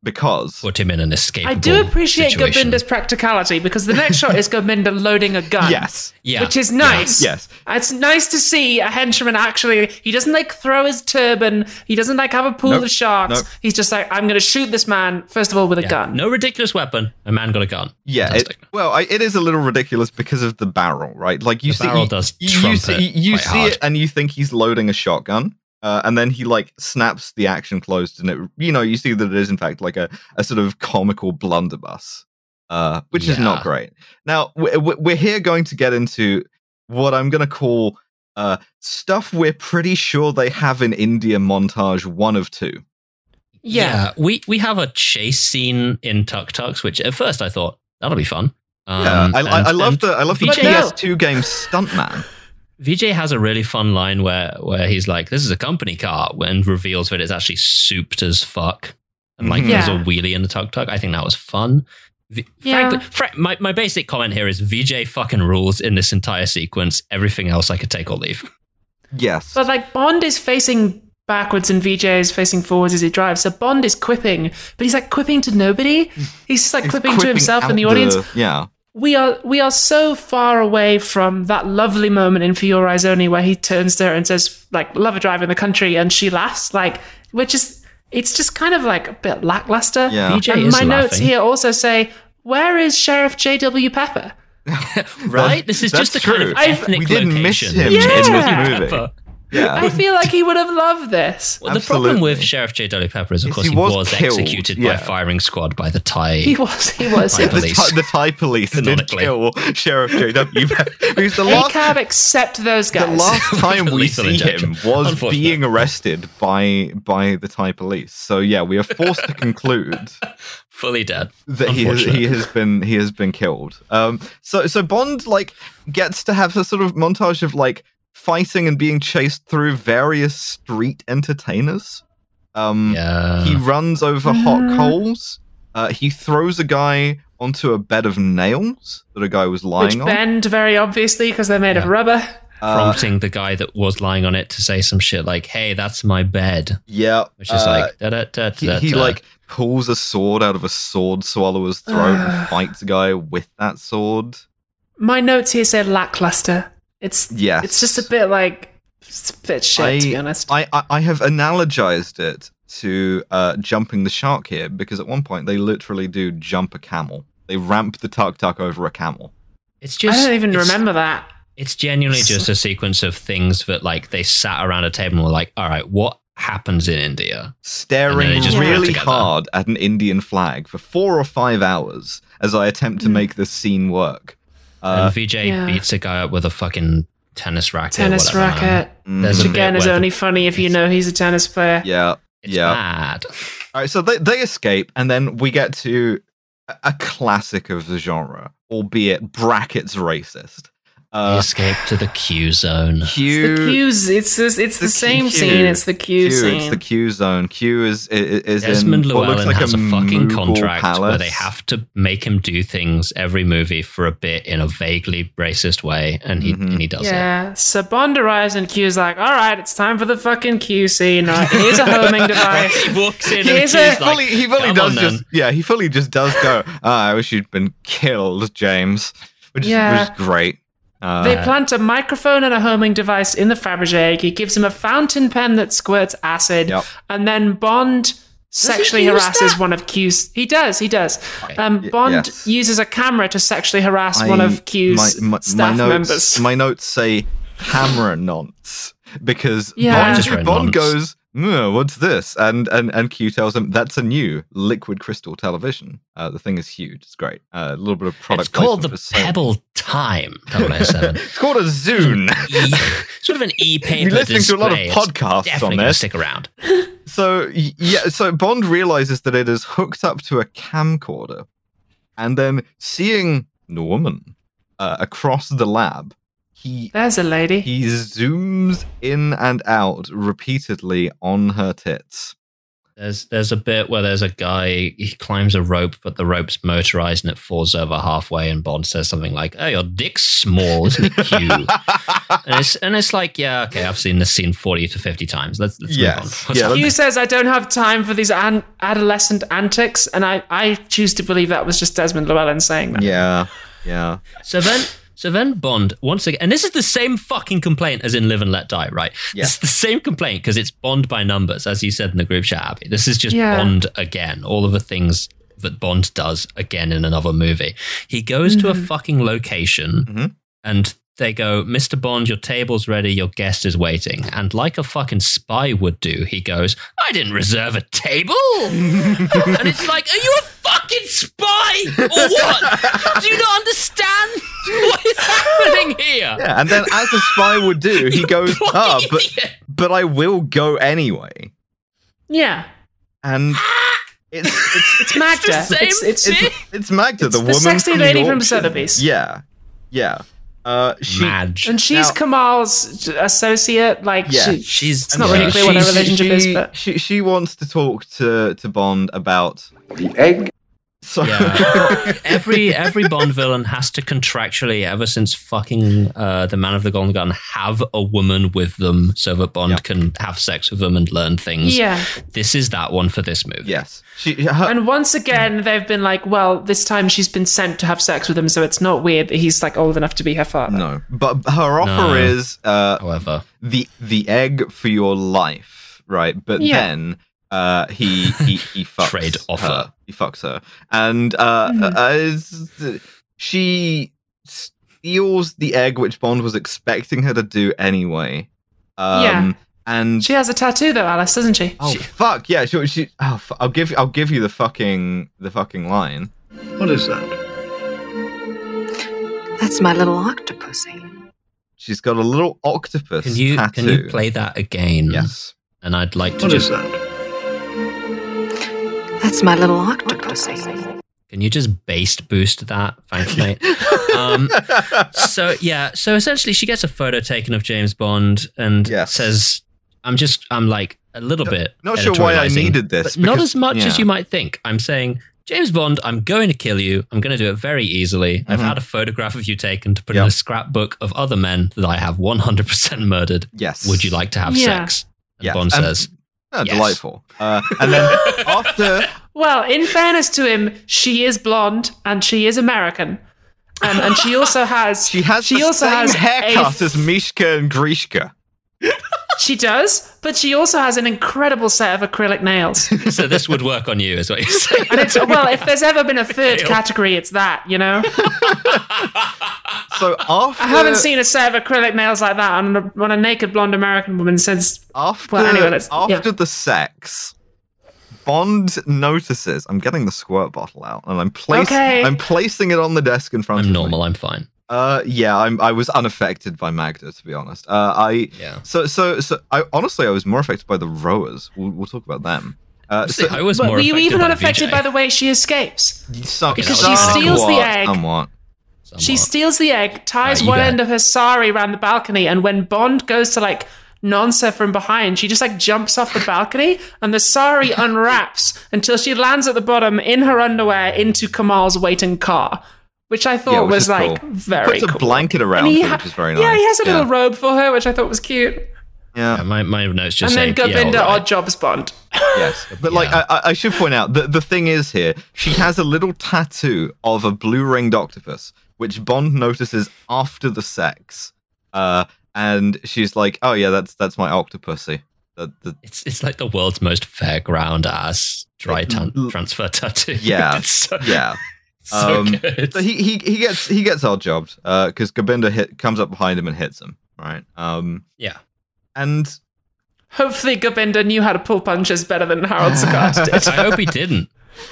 S3: because
S1: Put him in an escape.
S2: I do appreciate Gobinda's practicality because the next shot is Gobinda loading a gun.
S3: yes,
S1: yeah.
S2: Which is nice.
S3: yes,
S2: Uh, It's nice to see a henchman actually. He doesn't like throw his turban. He doesn't like have a pool
S3: Nope.
S2: of sharks.
S3: Nope.
S2: He's just like, I'm going to shoot this man first of all with a
S1: Yeah.
S2: gun.
S1: No ridiculous weapon. A man got a gun.
S3: yeah. it-
S1: Fantastic.
S3: well, I, it is a little ridiculous because of the barrel, right? Like you
S1: The
S3: see,
S1: barrel does
S3: you,
S1: trump
S3: see,
S1: it
S3: you
S1: quite
S3: see
S1: hard.
S3: it and you think he's loading a shotgun uh, and then he like snaps the action closed and it you know you see that it is in fact like a, a sort of comical blunderbuss uh, which is
S1: Yeah.
S3: not great now we're, we're here going to get into what i'm going to call uh, stuff we're pretty sure they have in india montage one of two
S2: Yeah.
S1: we we have a chase scene in Tuk Tuks, which at first I thought that'll be fun. Um,
S3: yeah, I, I, I
S1: and-
S3: love
S1: and
S3: the I love the
S1: Vijay-
S3: PS2 game Stuntman.
S1: Vijay has a really fun line where where he's like, "This is a company car," and reveals that it's actually souped as fuck, and like
S3: Mhm.
S1: there's
S2: Yeah.
S1: a wheelie in the tuk tuk. I think that was fun. V-
S2: Yeah.
S1: Frankly, fra- my my basic comment here is Vijay fucking rules in this entire sequence. Everything else I could take or leave.
S3: Yes,
S2: But like Bond is facing backwards and VJ is facing forwards as he drives. So Bond is quipping, but he's like quipping to nobody. He's just like
S3: It's
S2: quipping to himself
S3: out
S2: and the audience.
S3: yeah,
S2: we are we are so far away from that lovely moment in For Your Eyes Only where he turns to her and says, like, love a drive in the country, and she laughs. Like, we're just it's just kind of like a bit lackluster.
S3: Yeah.
S1: VJ
S2: and
S1: is
S2: my notes
S1: laughing.
S2: here also say, Where is Sheriff J.W. Pepper?
S1: right? This is
S3: that's
S1: just the kind
S3: true.
S1: of
S2: I-
S1: ethnic
S3: We did miss
S1: location.
S3: him
S1: which
S2: in
S1: is
S2: this
S1: J.W.
S3: movie.
S1: Pepper.
S3: yeah.
S1: Oh.
S2: I feel like he would have loved this.
S1: Well, the problem with
S3: Absolutely.
S1: Sheriff J. Dolly Pepper is, of
S3: Yes,
S1: course,
S3: he
S1: he
S3: was
S1: was,
S3: killed,
S1: executed
S3: yeah.
S1: by firing squad by the Thai.
S2: He was he was.
S1: Right.
S2: yeah.
S3: the,
S1: police.
S3: Thai, the Thai police did
S1: Canonically.
S3: kill Sheriff J.W. Who's the last,
S2: ACAB except those
S3: the
S2: guys.
S3: last time we
S1: Lethal
S3: see
S1: injection.
S3: him was
S1: Unfortunate.
S3: being arrested by by the Thai police. So yeah, we are forced to conclude
S1: fully dead.
S3: that he has, he
S1: Unfortunate.
S3: has been he has been killed. Um, so so Bond like gets to have a sort of montage of like fighting and being chased through various street entertainers. Um,
S1: Yeah.
S3: He runs over hot coals. Uh, he throws a guy onto a bed of nails that a guy was lying
S2: which
S3: on.
S2: bend very obviously because they're made of
S1: Yeah.
S2: rubber.
S3: Uh,
S1: prompting the guy that was lying on it to say some shit like, "Hey, that's my bed,"
S3: yeah,
S1: which is
S3: uh,
S1: like uh, da da da
S3: he,
S1: da.
S3: he,
S1: da.
S3: like pulls a sword out of a sword swallower's throat and fights a guy with that sword.
S2: My notes here say lackluster. It's
S3: Yes,
S2: It's just a bit like it's a bit shit
S3: I-
S2: to be honest.
S3: I, I I have analogized it to uh, jumping the shark here because at one point they literally do jump a camel. They ramp the tuk tuk over a camel.
S1: it's just
S2: I don't even
S1: it's-
S2: remember that.
S1: It's genuinely just a sequence of things that like they sat around a table and were like, "All right, what happens in India?" And
S3: staring
S1: then they just
S2: went
S3: really
S1: together.
S3: hard at an Indian flag for four or five hours
S2: Hmm.
S3: as I attempt to make this scene work. Uh,
S1: and Vijay
S2: yeah.
S1: beats a guy up with a fucking tennis racket.
S2: tennis
S1: whatever, man.
S2: racket,
S3: Mm.
S1: There's
S2: which
S1: a bit
S2: again is
S1: where the-
S2: only funny if you know he's a tennis player.
S3: Yeah.
S1: It's
S3: yeah.
S1: bad.
S3: All right, so they, they escape, and then we get to a- a classic of the genre, albeit brackets racist.
S1: They
S3: Uh,
S1: escape to the Q zone.
S3: Q,
S2: It's the cues. It's this. It's the,
S3: the
S2: same
S3: Q.
S2: scene. It's the cue,
S3: Q,
S2: scene.
S3: it's the Q zone. Q is i- i- is
S1: Desmond
S3: in what
S1: Llewellyn
S3: looks like
S1: has
S3: a,
S1: a, fucking
S3: Mughal
S1: contract where
S3: palace.
S1: they have to make him do things every movie for a bit in a vaguely racist way, and he
S3: Mhm.
S1: and he does it.
S2: yeah. So Bond arrives and Q's like, "All right, it's time for the fucking cue scene. All right, here's a homing device."
S1: He walks in and
S2: Here's
S1: Q's
S2: a-
S1: like,
S3: fully, he fully
S1: "Come
S3: does
S1: on,
S3: just
S1: then."
S3: yeah he fully just does go. Ah, I wish you'd been killed, James, which, is,
S2: Yeah.
S3: which is great. Uh,
S2: They plant a microphone and a homing device in the Faberge egg. He gives him a fountain pen that squirts acid,
S3: Yep.
S2: and then Bond sexually
S1: use
S2: harasses one of Q's. He does. He does. Um, Bond
S3: yes.
S2: uses a camera to sexually harass
S3: I-
S2: one of Q's
S3: my, my,
S2: staff
S3: my notes,
S2: members.
S3: My notes say camera nonce because
S2: Yeah. I
S1: just
S3: Bond,
S1: read
S3: Bond
S1: nonce.
S3: goes, "Mm, "What's this?" and and and Q tells him, "That's a new liquid crystal television. Uh, the thing is huge. It's great. Uh, a little bit of product.
S1: It's called the
S3: placement for Sony.
S1: Pebble Time 007.
S3: It's called a Zune.
S1: E- sort of an e-paper
S3: You're listening to a lot of
S1: display. It's
S3: podcasts on
S1: definitely gonna
S3: this.
S1: Stick around.
S3: So y- yeah, so Bond realizes that it is hooked up to a camcorder, and then seeing the woman uh, across the lab, he
S2: There's a lady.
S3: He zooms in and out repeatedly on her tits.
S1: There's there's a bit where there's a guy he climbs a rope, but the rope's motorized and it falls over halfway, and Bond says something like, "Oh, your dick's small, isn't it cute?" and it's and it's like, yeah, okay, I've seen this scene forty to fifty times. Let's let's move
S3: Yes.
S1: on. What's
S3: Yeah,
S1: up?
S3: let's-
S2: Hugh says, I don't have time for these an- adolescent antics. And I, I choose to believe that was just Desmond Llewellyn saying that.
S3: yeah, yeah.
S1: So then, so then Bond once again, and this is the same fucking complaint as in Live and Let Die, right?
S3: Yeah.
S1: It's the same complaint because it's Bond by numbers, as you said in the group chat, Abby. This is just
S2: Yeah.
S1: Bond again. All of the things that Bond does again in another movie. He goes to a fucking location
S3: Mhm.
S1: and they go, Mr. Bond, your table's ready, your guest is waiting. And like a fucking spy would do, he goes, I didn't reserve a table. and it's like, are you a fucking spy or what? do you not understand what is happening here?
S3: Yeah, and then as a spy would do, he goes,
S1: Fucking
S3: "Ah, but
S1: idiot."
S3: but I will go anyway."
S2: Yeah.
S3: And it's it's
S2: It's Magda.
S1: the same
S2: it's, it's,
S1: thing.
S3: it's, it's Magda, the,
S2: the
S3: woman,
S2: sexy
S3: from
S2: lady
S3: the
S2: from
S3: auction.
S2: Sotheby's.
S3: Yeah, yeah. Uh, she
S1: Madge.
S2: And she's
S3: Now-
S2: Kamal's associate. Like,
S3: Yeah,
S2: she,
S1: she's
S2: it's not really
S1: yeah.
S2: clear what her
S1: She's-
S2: relationship
S3: she,
S2: is, but
S3: she she wants to talk to to Bond about
S8: The egg?
S3: so
S1: Yeah. every every Bond villain has to contractually, ever since fucking uh, the Man of the Golden Gun, have a woman with them so that Bond
S3: Yeah.
S1: can have sex with them and learn things.
S2: yeah.
S1: This is that one for this movie.
S3: yes. She her,
S2: And once again, they've been like, well, this time she's been sent to have sex with him, so it's not weird that he's like old enough to be her father.
S3: no, but her
S1: No.
S3: offer is uh,
S1: However,
S3: the the egg for your life, right? But
S2: Yeah.
S3: then uh, he he he fucks
S1: Trade
S3: her.
S1: offer.
S3: He fucks her, and uh,
S2: Mhm.
S3: uh, it's- she steals the egg, which Bond was expecting her to do anyway. Um,
S2: Yeah.
S3: and
S2: She has a tattoo though, Alice, doesn't she?
S3: oh fuck yeah, she, she oh, fu- I'll give I'll give you the fucking the fucking line.
S8: What is that?
S4: That's my little octopusy.
S3: She's got a little octopus
S1: can you
S3: tattoo.
S1: can you play that again?
S3: Yes.
S1: And I'd like to
S8: What is
S1: just
S8: that?
S4: That's my little octopusy.
S1: can you just bass boost that? Thanks, mate. um, so yeah, so essentially, she gets a photo taken of James Bond and
S3: Yes.
S1: says, "I'm just, I'm like a little bit
S3: Not sure why I
S1: editorializing,
S3: needed this.
S1: but not
S3: because-
S1: as much
S3: yeah.
S1: as you might think." I'm saying, James Bond, I'm going to kill you. I'm going to do it very easily. I've
S3: Mhm.
S1: had a photograph of you taken to put in
S3: Yep.
S1: a scrapbook of other men that I have 100 percent murdered.
S3: Yes.
S1: Would you like to have
S2: Yeah.
S1: sex? And
S3: Yeah.
S1: Bond
S3: Um,
S1: says,
S3: Oh,
S1: Yes.
S3: Delightful. Uh, and then after,
S2: Well, in fairness to him, she is blonde and she is American, um, and she also has
S3: she has
S2: she
S3: the
S2: also
S3: same
S2: has a
S3: haircut as Mishka and Grishka.
S2: she does, but she also has an incredible set of acrylic nails.
S1: "So this would work on you," is what you say.
S2: And it's well, if there's ever been a third category, it's that you know.
S3: So after,
S2: I haven't seen a set of acrylic nails like that on a, on a naked blonde American woman since.
S3: after,
S2: well, anyway, let's-
S3: after
S2: yeah.
S3: the sex, Bond notices. I'm getting the squirt bottle out, and I'm placing.
S2: Okay.
S3: I'm placing it on the desk in front
S1: I'm
S3: of
S1: normal.
S3: me.
S1: I'm fine.
S3: Uh, yeah, I'm, I was unaffected by Magda, to be honest. Uh, I
S1: Yeah.
S3: so so so. I honestly, I was more affected by the rowers. We'll, we'll talk about them. Uh,
S1: See,
S3: so,
S1: I was
S2: But
S1: more
S2: were you
S1: affected
S2: even
S1: by
S2: unaffected
S1: VJ.
S2: by the way she escapes?
S3: some-
S1: because she
S2: steals the
S3: somewhat,
S2: egg.
S3: Somewhat.
S2: She
S1: Somewhat.
S2: steals the egg, ties
S1: Right, you
S2: one
S1: got
S2: end
S1: it.
S2: of her sari around the balcony, and when Bond goes to like nonce her from behind, she just like jumps off the balcony, and the sari unwraps until she lands at the bottom in her underwear into Kamal's waiting car, which I thought
S3: Yeah, which
S2: was
S3: is
S2: like
S3: cool.
S2: very
S3: Puts a
S2: cool.
S3: blanket around,
S2: And he
S3: her,
S2: ha-
S3: which is very nice.
S2: yeah, he has a little robe for her, which I thought was cute.
S3: Yeah.
S1: Yeah, my, my notes just
S2: and then
S1: say, yeah, all
S2: Govinda
S1: right.
S2: odd jobs Bond.
S3: yes. But like, I, I- I should point out that the thing is here, she has a little tattoo of a blue ringed octopus, which Bond notices after the sex. Uh, and she's like, "Oh yeah, that's that's my octopusy." The, the,
S1: It's it's like the world's most fairground ass dry tan-
S3: L-
S1: transfer tattoo.
S3: Yeah.
S1: it's so,
S3: yeah.
S1: so
S3: Um,
S1: good.
S3: So he, he he gets he gets odd jobbed because Gabinda hit, comes up behind him and hits him. Right. Um.
S1: yeah,
S3: And
S2: Hopefully, Govinda knew how to pull punches better than Harold Sagard did.
S1: I hope he didn't.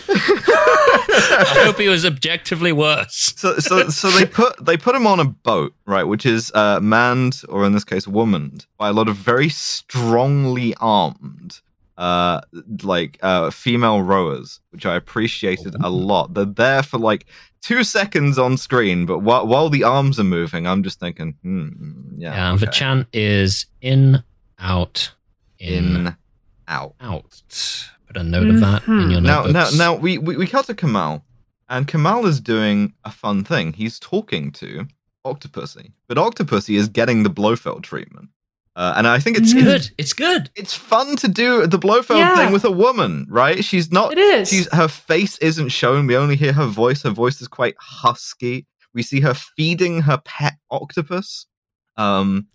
S1: I hope he was objectively worse.
S3: so so so they put they put him on a boat, right, which is uh, manned or in this case womaned by a lot of very strongly armed uh like uh female rowers which i appreciated a lot they're there for like two seconds on screen but while, while the arms are moving i'm just thinking hmm yeah,
S1: Yeah, and
S3: okay.
S1: Vachant is in, out, in,
S3: in out
S1: out. Put a note of that in your
S3: Mm-hmm. Now,
S1: notebooks.
S3: now, now we, we, we cut to Kamal, and Kamal is doing a fun thing. He's talking to Octopussy, but Octopussy is getting the Blofeld treatment. Uh, and I think it's,
S1: It's
S3: it's
S1: good. It's good.
S3: it's fun to do the Blofeld
S2: Yeah.
S3: thing with a woman, right? She's not.
S2: It is.
S3: She's her face isn't shown. We only hear her voice. Her voice is quite husky. We see her feeding her pet octopus. Um,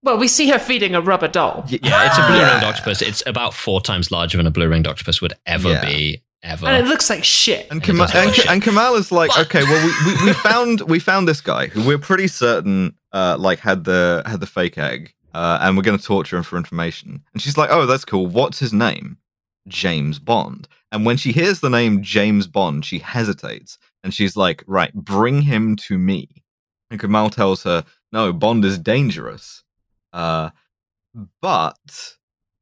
S2: well, we see her feeding a rubber doll.
S3: y-
S1: Yeah, it's a blue
S3: Yeah.
S1: ringed octopus. It's about four times larger than a blue ringed octopus would ever
S3: Yeah.
S1: be. Ever.
S2: And it looks like shit.
S1: And
S3: And,
S1: it
S3: Kamal,
S1: does look
S3: and,
S1: like
S3: Ka-
S1: shit.
S3: and Kamal is like,
S1: But-
S3: okay, well, we, we, we found we found this guy who we're pretty certain uh, like had the had the fake egg, uh, and we're going to torture him for information. And she's like, oh, that's cool. What's his name? James Bond. And when she hears the name James Bond, she hesitates, and she's like, right, bring him to me. And Kamal tells her, no, Bond is dangerous. Uh, but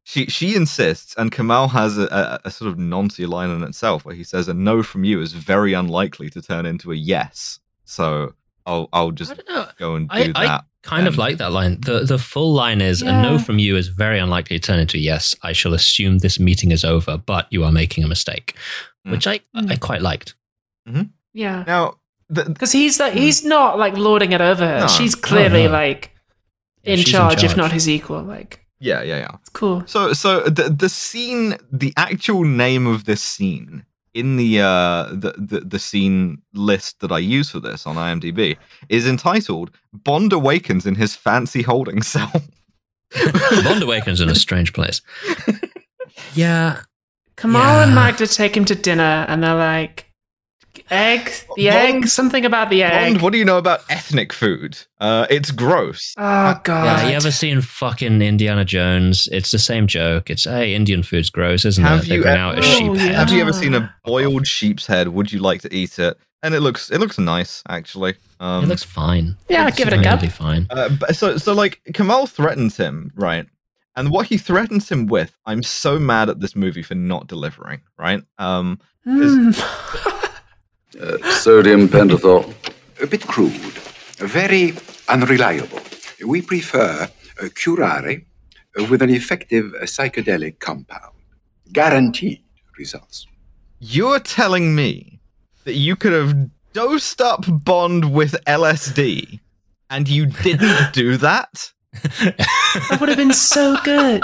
S3: she she insists, and Kamal has a, a, a sort of noncy line in itself where he says, "A no from you is very unlikely to turn into a yes." So I'll I'll
S1: I
S3: just
S1: don't know.
S3: go and do
S1: I, I
S3: that.
S1: kind of
S3: then.
S1: like that line. The the full line is a
S2: Yeah.
S1: no from you is very unlikely to turn into a yes. I shall assume this meeting is over, but you are making a mistake,
S3: Mm.
S1: which I
S2: Mm.
S1: I quite liked.
S2: Yeah.
S3: now, th- th-
S2: Because he's like, he's not like lording it over her.
S3: Hmm. No,
S2: she's clearly
S1: no.
S2: like in
S1: She's in
S2: charge, if
S1: charge.
S2: not his equal. Like
S3: yeah, yeah, yeah.
S2: it's cool.
S3: So so the the scene, the actual name of this scene in the uh the, the the scene list that I use for this on IMDb is entitled "Bond Awakens in His Fancy Holding Cell."
S1: Bond awakens in a strange place. Yeah,
S2: Kamal
S1: Yeah.
S2: and Magda take him to dinner, and they're like, egg, the
S3: Bond-
S2: egg, something about the
S3: Bond,
S2: egg.
S3: what do you know about ethnic food? Uh, it's gross.
S2: Oh god.
S1: yeah. You ever seen fucking Indiana Jones? It's the same joke. It's hey, Indian food's gross, isn't
S3: Have
S1: it? They
S3: you
S1: bring
S3: ever-
S1: out a
S2: Oh,
S1: sheep
S2: yeah.
S1: head.
S3: Have you ever
S2: Ah.
S3: seen a boiled sheep's head? Would you like to eat it? And it looks it looks nice actually. Um,
S1: it looks fine.
S2: Yeah,
S1: It's
S2: give it a go.
S1: really Fine.
S3: uh, but- so so like Kamal threatens him right, and what he threatens him with, I'm so mad at this movie for not delivering right. Um,
S2: Mm.
S8: Uh, sodium pentothal. A bit crude. Very unreliable. We prefer a curare uh, with an effective uh, psychedelic compound. Guaranteed results.
S3: you're telling me that you could have dosed up Bond with LSD, and you didn't do that.
S2: that would have been so good.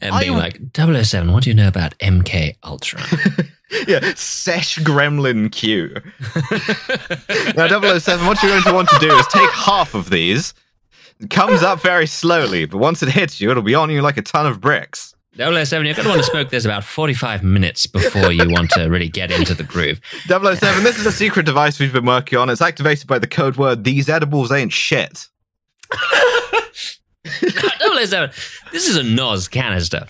S1: and
S3: I
S1: being
S3: w-
S1: like 007, what do you know about MK Ultra?
S3: yeah, sesh gremlin Q. Now, 007, what you're going to want to do is take half of these. It comes up very slowly, but once it hits you, it'll be on you like a ton of bricks.
S1: 007, you're going to want to smoke this about 45 minutes before you want to really get into the groove.
S3: 007, this is a secret device we've been working on. It's activated by the code word, these edibles ain't shit.
S1: 007. This is a Nos canister.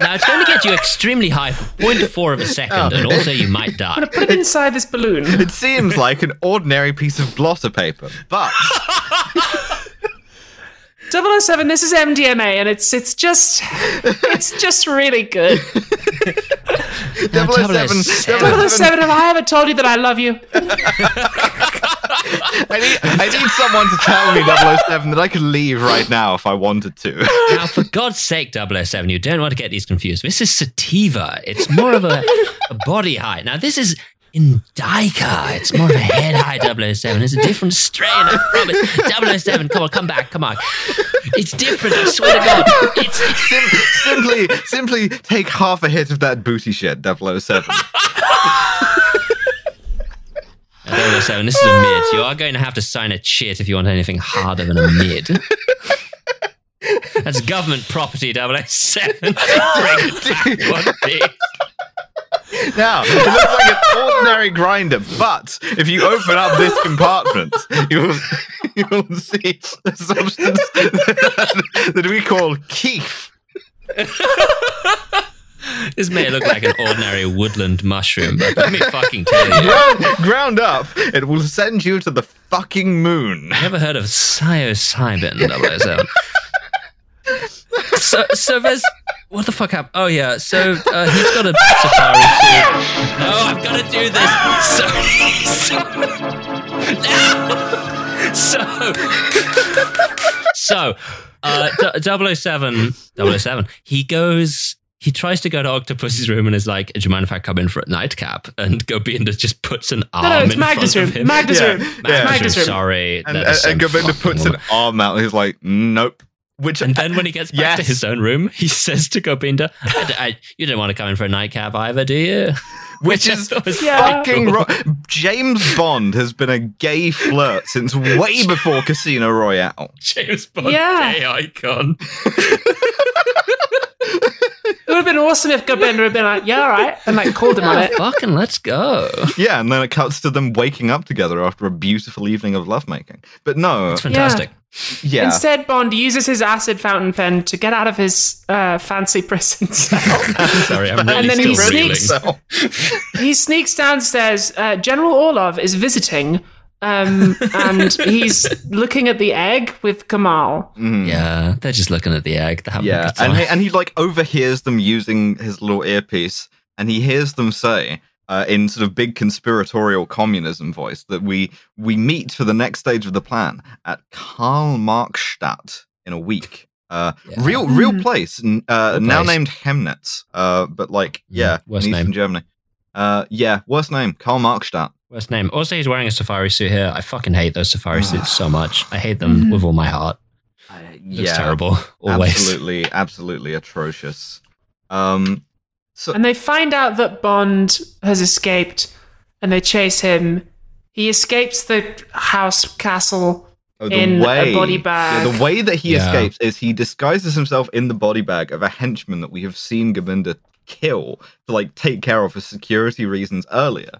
S1: Now, it's going to get you extremely high for 0.4 of a second, and also you might die.
S2: Put it inside this balloon.
S3: It seems like an ordinary piece of blotter paper, but
S2: 007, this is MDMA, and it's it's just it's just really good.
S3: 007,
S1: 007.
S2: 007, have oh I ever told you that I love you?
S3: I need, I need someone to tell me 007 that I could leave right now if I wanted to.
S1: Now, for God's sake, 007, you don't want to get these confused. This is sativa. It's more of a, a body high. Now, this is indica. It's more of a head high 007. It's a different strain, I promise. 007, come on, come back, come on. It's different, I swear to God. It's,
S3: Sim- simply, simply take half a hit of that booty shit, 007.
S1: 007, this is a mid. You are going to have to sign a chit if you want anything harder than a mid. That's government property 007. Bring it back one piece.
S3: Now, it looks like an ordinary grinder, but if you open up this compartment, you will, you will see a substance that, that we call keef.
S1: This may look like an ordinary woodland mushroom, but let me fucking tell you.
S3: Ground, ground up, it will send you to the fucking moon.
S1: Never heard of psilocybin 007. so, so there's. What the fuck happened? Oh, yeah. So uh, he's got a safari suit. No, I've got to do this. Sorry. So. So. so uh, d- 007, 007, he goes. He tries to go to Octopus's room and is like, "Do you mind if I come in for a nightcap?" And Gobinda just puts an arm.
S2: No, no, it's
S1: in front
S2: Magnus
S1: of
S2: room.
S1: him.
S2: Magnus
S3: Yeah,
S2: room.
S3: yeah.
S2: Magnus room.
S1: Sorry.
S3: And, uh,
S1: that
S3: and,
S1: is
S3: and
S1: some
S3: Govinda
S1: fucking
S3: puts
S1: woman.
S3: an arm out and he's like, nope. Which
S1: And then when he gets back to
S3: Yes.
S1: his own room, he says to Gobinda, I d- I- "You don't want to come in for a nightcap either, do you?"
S3: Which
S1: I
S3: is
S1: thought was
S2: Yeah.
S1: pretty
S3: fucking
S1: cool.
S3: ro- James Bond has been a gay flirt since way before Casino Royale.
S1: James Bond
S2: Yeah.
S1: gay icon.
S2: It would have been awesome if Gobinda had been like, yeah, all right, and like called him on it.
S1: Fucking let's go.
S3: Yeah, and then it cuts to them waking up together after a beautiful evening of lovemaking. But no,
S1: It's fantastic.
S3: yeah,
S2: Instead, Bond uses his acid fountain pen to get out of his uh, fancy prison cell.
S1: Sorry, I'm really
S2: And then
S1: still
S2: he
S1: reeling.
S2: sneaks.
S3: So-
S2: he sneaks downstairs. Uh, General Orlov is visiting, um, and he's looking at the egg with Kamal.
S1: Mm. Yeah, they're just looking at the egg. They're having a
S3: yeah,
S1: good
S3: and
S1: time.
S3: he, and he like overhears them using his little earpiece, and he hears them say. Uh, in sort of big conspiratorial communism voice, that we we meet for the next stage of the plan at Karl Marx Stadt in a week. Uh,
S1: Yeah. Mm-hmm.
S3: Real real place, n- uh,
S1: Real place.
S3: now
S1: Mm-hmm.
S3: named Hemnitz, uh, but like yeah,
S1: worst
S3: in
S1: name.
S3: Eastern Germany. Uh, yeah, worst name, Karl Marxstadt.
S1: Worst name. Also, he's wearing a safari suit here. I fucking hate those safari suits so much. I hate
S2: Mm.
S1: them with all my heart. It's
S3: yeah,
S1: terrible. Always.
S3: absolutely, absolutely atrocious. Um, so
S2: And they find out that Bond has escaped, and they chase him. He escapes the house castle.
S3: oh,
S2: in a body bag.
S3: yeah, the way that he
S1: Yeah.
S3: escapes is he disguises himself in the body bag of a henchman that we have seen Gabinda kill to like take care of for security reasons earlier.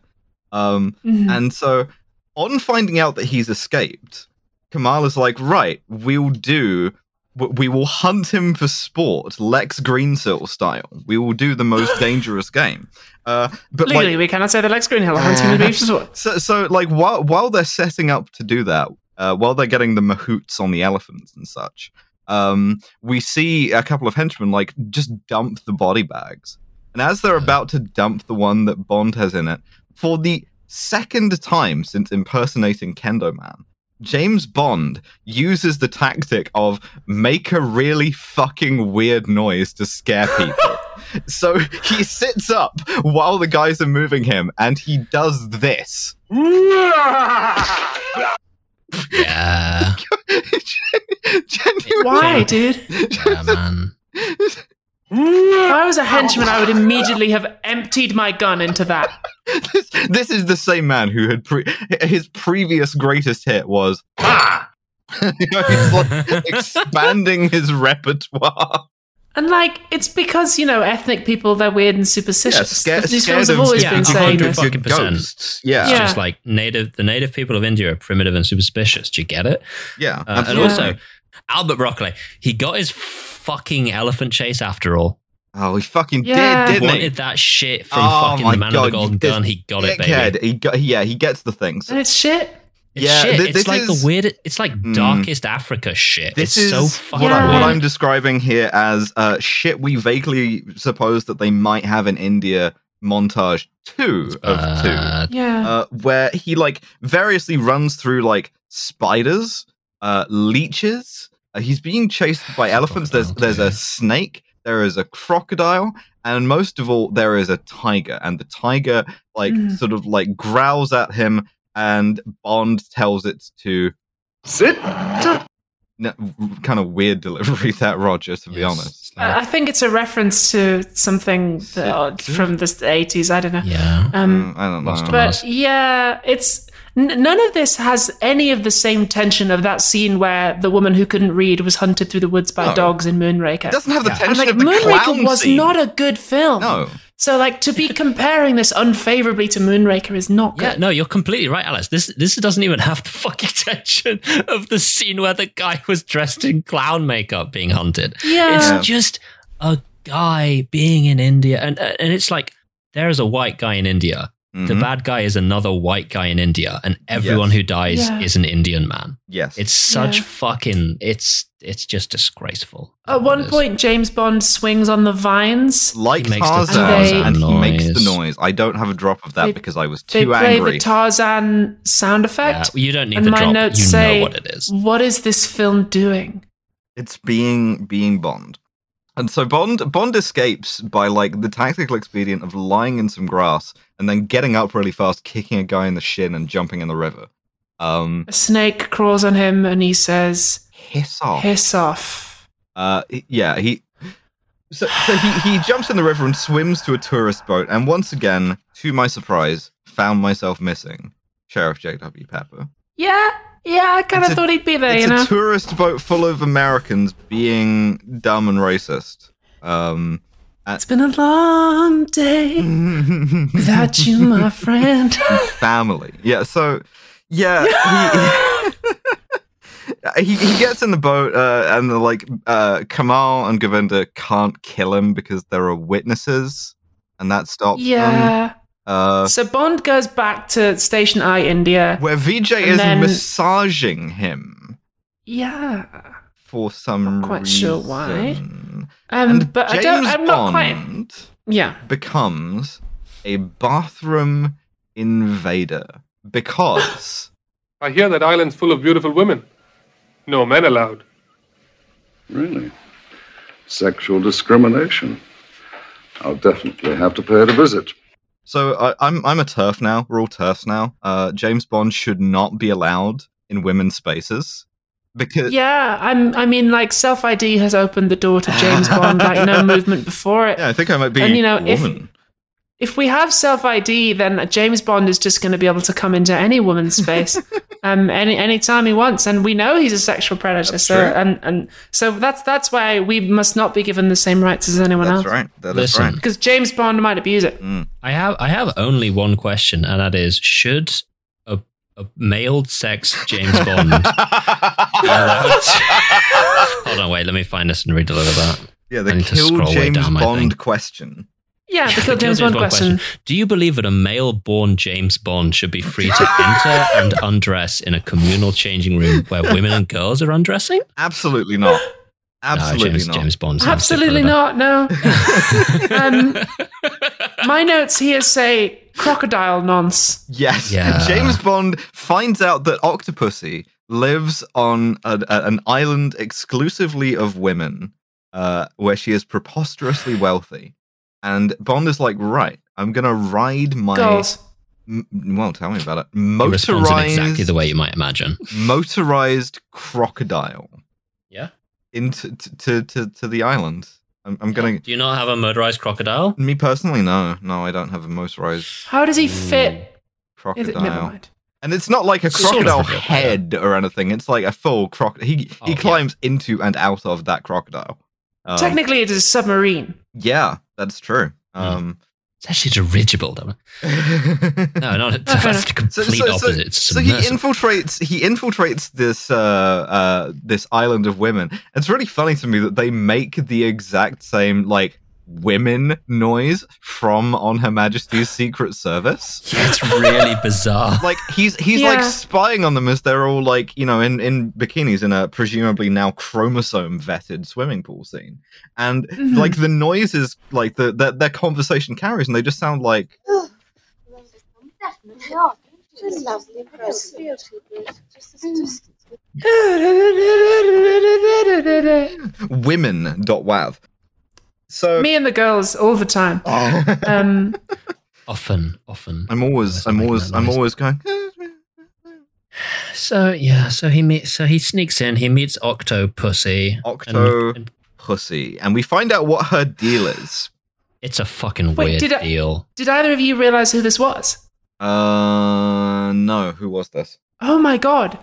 S3: Um,
S2: Mm-hmm.
S3: And so, on finding out that he's escaped, Kamal is like, right, we'll do. w- We will hunt him for sport, Lex Greensill style. We will do the most dangerous game. Uh, but
S2: Legally,
S3: like,
S2: we cannot say the Lex Greenhill or Hunting the Beach Resort.
S3: so, so like while while they're setting up to do that, uh, while they're getting the mahouts on the elephants and such, um, we see a couple of henchmen like just dump the body bags, and as they're about to dump the one that Bond has in it for the second time since impersonating Kendo Man. James Bond uses the tactic of make a really fucking weird noise to scare people. So he sits up while the guys are moving him and he does this.
S1: Yeah.
S3: Genuinely.
S2: Why, dude?
S1: yeah, man.
S2: If I was a henchman, I would immediately have emptied my gun into that.
S3: This, this is the same man who had pre- his previous greatest hit was ah! You know, he's like expanding his repertoire.
S2: And like, it's because you know ethnic people they're weird and
S3: Yeah,
S2: superstitious.
S3: scared,
S2: These
S3: scared
S2: films have
S3: of
S2: always
S1: yeah,
S2: been saying
S1: hundred
S2: this.
S1: 100%. fucking percent.
S3: ghosts. Yeah,
S1: It's
S3: yeah,
S2: Yeah.
S1: just like native, the native people of India are primitive and superstitious. Do you get it? Uh, and
S3: absolutely.
S1: also, Albert Broccoli. He got his fucking elephant chase after all.
S3: Oh, he fucking
S2: Yeah.
S3: did, didn't he?
S1: Wanted that shit from
S3: Oh
S1: fucking
S3: my
S1: the man
S3: God,
S1: of the golden
S3: this
S1: gun. He got it, baby.
S3: Dickhead. He got, yeah, he gets the things.
S2: And it's shit.
S1: It's
S3: Yeah,
S1: shit.
S3: thi-
S1: it's
S3: this
S1: like
S3: is-
S1: the weird. It's like
S3: Hmm.
S1: darkest Africa shit.
S3: This
S1: it's
S3: is
S1: so fucking
S3: what, I,
S2: Yeah.
S1: weird.
S3: am describing here as uh, shit we vaguely suppose that they might have in India montage two of two,
S1: Uh,
S2: Yeah.
S3: uh, where he like variously runs through like spiders, uh, leeches. Uh, he's being chased by elephants. There's
S1: crocodile,
S3: there's a
S1: too.
S3: snake. There is a crocodile, and most of all, there is a tiger. And the tiger like
S2: Mm.
S3: sort of like growls at him, and Bond tells it to
S8: Sit.
S3: no, kind of weird delivery that Roger, to be
S1: yes.
S3: honest.
S2: I I think it's a reference to something that, uh,
S3: Sit-
S2: from the 80s. I don't know.
S1: yeah.
S2: Um,
S3: Mm, I don't
S1: Lost
S3: know.
S1: on-
S2: but yeah, it's n- none of this has any of the same tension of that scene where the woman who couldn't read was hunted through the woods by
S3: No.
S2: dogs in Moonraker.
S3: It doesn't have the tension
S2: and like
S3: of the
S2: Moonraker
S3: clown
S2: was
S3: scene.
S2: not a good film.
S3: no,
S2: So like to be comparing this unfavorably to Moonraker is not
S1: Yeah,
S2: good.
S1: no, you're completely right, Alex. This this doesn't even have the fucking tension of the scene where the guy was dressed in clown makeup being hunted.
S2: Yeah.
S3: Yeah.
S1: It's just a guy being in India, and uh, and it's like there is a white guy in India. The
S3: Mhm.
S1: bad guy is another white guy in India, and everyone
S3: Yes.
S1: who dies
S2: Yeah.
S1: is an Indian man.
S3: yes,
S1: It's such
S2: Yeah.
S1: fucking. It's it's just disgraceful.
S2: At
S1: It
S2: one
S1: is.
S2: point, James Bond swings on the vines.
S3: like
S1: He makes the
S3: Tarzan,
S2: Tarzan
S3: and he makes
S1: noise.
S3: the noise. I don't have a drop of that
S2: They-
S3: because I was
S2: They
S3: too
S2: play
S3: angry.
S2: the Tarzan sound
S1: Yeah,
S2: effect.
S1: you don't need
S2: And
S1: the
S2: my
S1: drop.
S2: notes
S1: you
S2: say-
S1: know what it is.
S2: What is this film doing?
S3: it's being being Bond, and so Bond Bond escapes by like the tactical expedient of lying in some grass and then getting up really fast, kicking a guy in the shin, and jumping in the river. Um,
S2: A snake crawls on him and he says,
S3: hiss off.
S2: Piss off.
S3: Uh, he- yeah, he. So, so he, he jumps in the river and swims to a tourist boat, and once again, to my surprise, found myself missing Sheriff J.W. Pepper.
S2: Yeah, yeah, I kind
S3: It's
S2: of
S3: a-
S2: thought he'd be there,
S3: it's
S2: you
S3: a
S2: know?
S3: tourist boat full of Americans being dumb and racist. Um,
S2: it's been a long day without you, my friend.
S3: um, family. Yeah, so yeah, he, he he gets in the boat uh, and the, like uh, Kamal and Govinda can't kill him because there are witnesses, and that stops them.
S2: yeah.
S3: Uh,
S2: So Bond goes back to Station I, India.
S3: where Vijay
S2: And
S3: is
S2: then-
S3: massaging him
S2: Yeah.
S3: for some
S2: Not quite
S3: reason.
S2: sure why.
S3: Um,
S2: Um,
S3: and
S2: but
S3: James
S2: I don't,
S3: Bond
S2: I'm not quite. Yeah.
S3: becomes a bathroom invader because
S9: I hear that island's full of beautiful women. No men allowed.
S8: Really? Sexual discrimination. I'll definitely have to pay it a visit.
S3: so I, I'm I'm a turf now. We're all turfs now. Uh, James Bond should not be allowed in women's spaces because
S2: Yeah, I'm. I mean, like self ID has opened the door to James Bond, like no movement before it.
S3: Yeah, I think I might be
S2: And, you know,
S3: a
S2: if-
S3: woman.
S2: If we have self ID, then James Bond is just going to be able to come into any woman's space, um, any any time he wants, and we know he's a sexual predator.
S3: That's
S2: so
S3: true.
S2: and and so that's that's why we must not be given the same rights as anyone
S3: That's
S2: else.
S3: right. That is
S1: Listen.
S3: right.
S2: Because James Bond might abuse it.
S1: I have I have only one question, and that is: Should a, a male sex James Bond?
S3: Uh,
S1: allowed- Hold on, wait. Let me find this and redeliver that.
S3: Yeah,
S1: I
S3: the
S1: need to
S3: kill
S1: scroll way
S3: James
S1: down my thing.
S3: Bond question.
S2: Yeah, the kill
S1: The
S2: James Bond question.
S1: Do you believe that a male-born James Bond should be free to enter and undress in a communal changing room where women and girls are undressing?
S3: Absolutely not. Absolutely
S1: no, James,
S3: not.
S1: James Bond. sounds
S2: Absolutely
S1: different
S2: not. No.
S1: about-
S2: Um, My notes here say crocodile nonce.
S3: Yes.
S1: Yeah.
S3: James Bond finds out that Octopussy lives on a, a- an island exclusively of women, uh, where she is preposterously wealthy. And Bond is like, right, I'm going to ride my.
S2: Goals.
S3: M- well, tell me about it.
S1: He responds in
S3: Motorized,
S1: exactly the way you might imagine.
S3: motorized crocodile
S1: Yeah.
S3: into t- to, to, to the island. I'm, I'm going to.
S1: Do you not have a murderized crocodile?
S3: Me personally, no. No, I don't have a motorized
S2: How does he fit? Is it,
S3: crocodile.
S2: never mind.
S3: And it's not like a
S1: It's sort of
S3: crocodile
S1: a crocodile.
S3: head or anything. It's like a full crocodile. He
S1: Oh,
S3: he
S1: yeah.
S3: climbs into and out of that crocodile. Um,
S2: Technically, it is a submarine.
S1: Hmm.
S3: yeah, that's true. Um,
S1: It's actually dirigible. Though. No, not that's the
S3: So,
S1: complete
S3: so, so,
S1: opposite. It's
S3: so he
S1: submersible.
S3: infiltrates. He infiltrates this uh, uh, this island of women. It's really funny to me that they make the exact same like women noise from On Her Majesty's Secret Service.
S1: Yeah, it's really bizarre.
S3: like he's he's like
S2: Yeah.
S3: spying on them as they're all like you know in in bikinis in a presumably now chromosome vetted swimming pool scene and
S2: Mm-hmm.
S3: like the noises like the, the their conversation carries and they just sound like women dot wav so
S2: Me and the girls all the time. Um,
S1: Often, often.
S3: i'm always i'm
S1: Making
S3: always
S1: that
S3: i'm
S1: noise.
S3: always going
S1: So yeah, so he meets. So he sneaks in. He meets Octopussy.
S3: Octo-
S1: and- and
S3: pussy and we find out what her deal is
S1: It's a fucking
S2: Wait,
S1: weird
S2: did I-
S1: deal.
S2: did either of you realize who this was?
S3: uh no who was this
S2: Oh my god.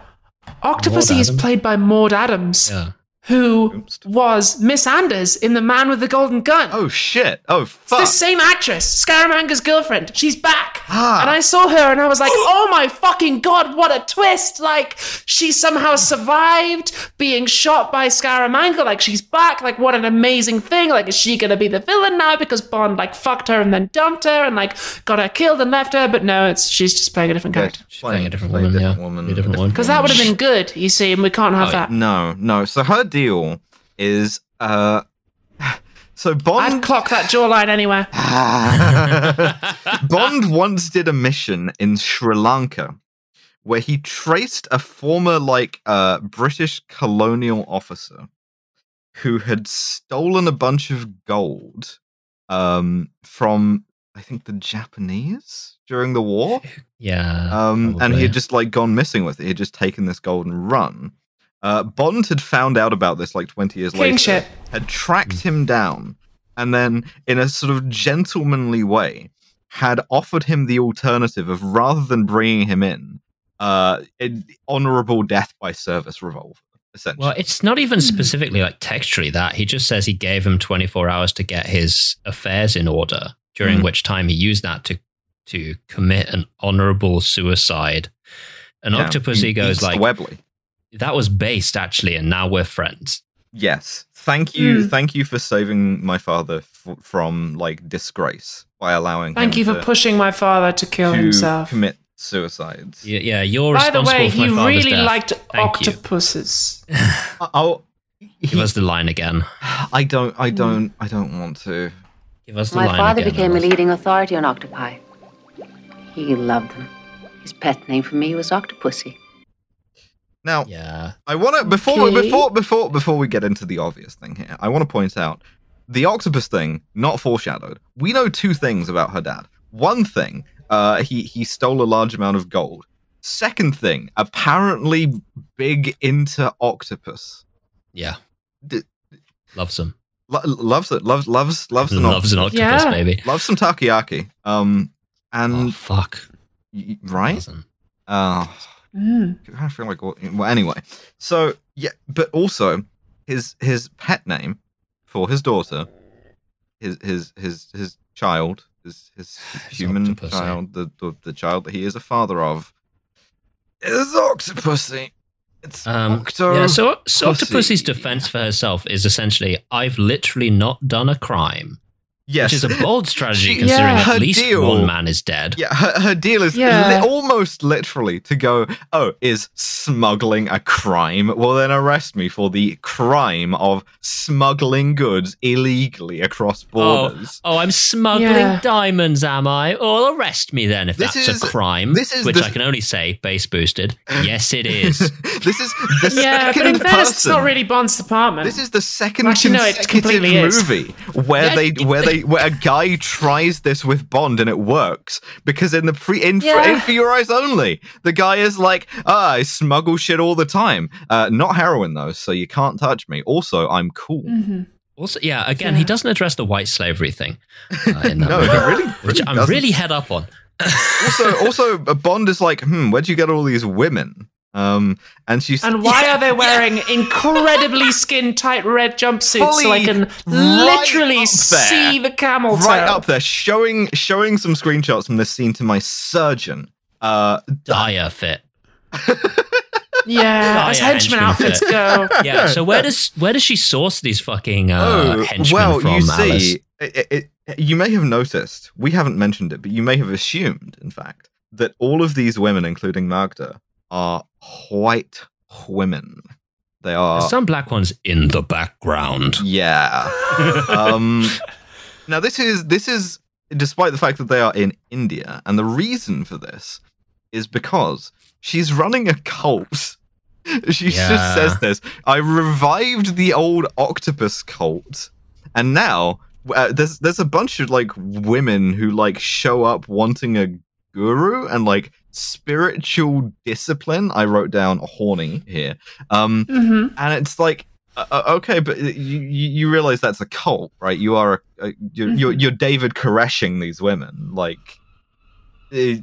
S2: Octopussy is
S1: Adams?
S2: played by Maud Adams,
S1: Yeah.
S2: who
S3: Oops.
S2: was Miss Anders in The Man with the Golden Gun.
S3: oh shit oh
S2: It's
S3: fuck
S2: the same actress, Scaramanga's girlfriend. She's back.
S3: Ah.
S2: And I saw her and I was like, oh my fucking god, what a twist. Like, she somehow survived being shot by Scaramanga. Like, she's back. Like, what an amazing thing. Like, is she going to be the villain now because Bond, like, fucked her and then dumped her and, like, got her killed and left her? But no, it's she's just playing a different
S3: Yeah,
S2: character.
S1: She's
S3: playing-
S1: playing a different
S3: play
S1: woman. yeah.
S3: woman,
S1: A different one.
S2: Because that would have been good, you see, and we can't have
S1: Oh,
S2: that.
S3: No, no. So her deal is uh so
S2: I'd
S3: Bond
S2: clock that jawline anywhere.
S3: Bond once did a mission in Sri Lanka where he traced a former like uh British colonial officer who had stolen a bunch of gold um from I think the Japanese during the war
S1: Yeah.
S3: um, and he
S1: probably.
S3: had just like gone missing with it. He had just taken this golden run. Uh, Bond had found out about this like 20 years
S2: King
S3: later,
S2: shit.
S3: had
S1: Mm.
S3: tracked him down, and then in a sort of gentlemanly way, had offered him the alternative of rather than bringing him in, uh, an honorable death by service revolver, essentially.
S1: Well, it's not even specifically like textually that. He just says he gave him 24 hours to get his affairs in order, during
S3: Hmm.
S1: which time he used that to to commit an honorable suicide. And
S3: Yeah,
S1: Octopussy
S3: he
S1: goes
S3: eats the
S1: like,
S3: Webley.
S1: "That was based actually, and now we're friends."
S3: Yes. Thank you.
S2: Hmm.
S3: Thank you for saving my father f- from like disgrace by allowing
S2: Thank
S3: him
S2: you for
S3: to,
S2: pushing my father to kill
S3: to
S2: himself.
S3: commit suicides.
S1: Yeah, yeah you're
S2: By the
S1: responsible
S2: way,
S1: for my
S2: he
S1: father's
S2: really
S1: death.
S2: liked
S1: Thank you.
S2: octopuses.
S3: Oh,
S1: Give us Hmm. the line again.
S3: I don't, I don't, I don't want to.
S1: Give us the
S4: My
S1: line
S4: father
S1: again.
S4: became a
S1: Alice.
S4: leading authority on octopi. He loved them. His pet name for me was Octopussy.
S3: Now,
S1: Yeah.
S3: I want to before
S2: Okay.
S3: before before before we get into the obvious thing here. I want to point out the octopus thing, not foreshadowed. We know two things about her dad. One thing, uh, he he stole a large amount of gold. Second thing, apparently big into octopus.
S1: Yeah.
S3: D-
S1: Loves him.
S3: Lo- loves it. Loves loves loves an
S1: Loves an
S3: octopus.
S1: octopus,
S2: Yeah.
S1: baby.
S3: Loves some takoyaki. Um,
S1: Oh,
S3: and
S1: fuck.
S3: y right.
S1: Doesn't.
S3: Oh,
S2: Mm.
S3: I feel like all- well anyway. So yeah, but also his his pet name for his daughter, his his his his child, his his human
S1: octopus, eh?
S3: child, the, the the child that he is a father of, is octopussy. It's
S1: Um,
S3: octo.
S1: yeah, so, so
S3: Pussy.
S1: Octopussy's defense for herself is essentially, I've literally not done a crime,
S3: yes.
S1: which is a bold strategy
S3: She-
S1: considering
S2: Yeah.
S1: at
S3: Her
S1: least
S3: deal-
S1: one man is dead.
S3: yeah, her, her deal is li-
S2: Yeah.
S3: almost literally to go, oh, is smuggling a crime? Well, then arrest me for the crime of smuggling goods illegally across borders.
S1: Oh, I'm smuggling
S2: Yeah.
S1: diamonds, am I? Well, arrest me then if
S3: This
S1: that's
S3: is-
S1: a crime.
S3: this is
S1: which
S3: the-
S1: I can only say, base boosted. Yes, it is.
S3: this is the
S2: Yeah,
S3: second
S2: but in
S3: person.
S2: fairness, it's not really Bond's department.
S3: This is the second
S2: Actually, no, it
S3: consecutive
S2: completely is.
S3: movie where
S1: Yeah.
S3: they where they where a guy tries this with Bond and it works because in the pre in, for-
S2: Yeah.
S3: in for your eyes only the guy is like ah I smuggle shit all the time uh, not heroin though so you can't touch me also I'm cool
S2: Mm-hmm.
S1: also, yeah, again, he doesn't address the white slavery thing uh, in that
S3: no
S1: movie,
S3: he really,
S1: which
S3: really
S1: I'm
S3: doesn't.
S1: really head up on.
S3: also also uh, Bond is like hmm where'd you get all these women Um, and she's
S2: And why are they wearing incredibly skin tight red jumpsuits so I
S3: Holly,
S2: can
S3: right
S2: literally
S3: up there.
S2: see the camel toe?
S3: right up there showing showing some screenshots from this scene to my surgeon. Uh,
S1: Dire fit.
S2: Yeah,
S1: Oh,
S2: as
S1: yeah,
S2: henchman
S1: henchman
S2: outfits
S1: fit.
S2: go.
S1: Yeah. So where does where does she source these fucking uh,
S3: oh,
S1: henchmen
S3: well,
S1: from,
S3: you
S1: Alice?
S3: see, it, it, it- you may have noticed, we haven't mentioned it, but you may have assumed, in fact, that all of these women, including Magda, are white women. They are.
S1: There's some black ones in the background.
S3: Yeah. um, now this is this is despite the fact that they are in India, and the reason for this is because she's running a cult. She
S1: Yeah.
S3: just says this. I revived the old octopus cult, and now uh, there's there's a bunch of like women who like show up wanting a guru and like spiritual discipline. I wrote down horny here. Um,
S2: hmm
S3: and it's like uh, uh, okay but you, you you realize that's a cult right you are a, a you're, you're you're david koreshing these women like eh,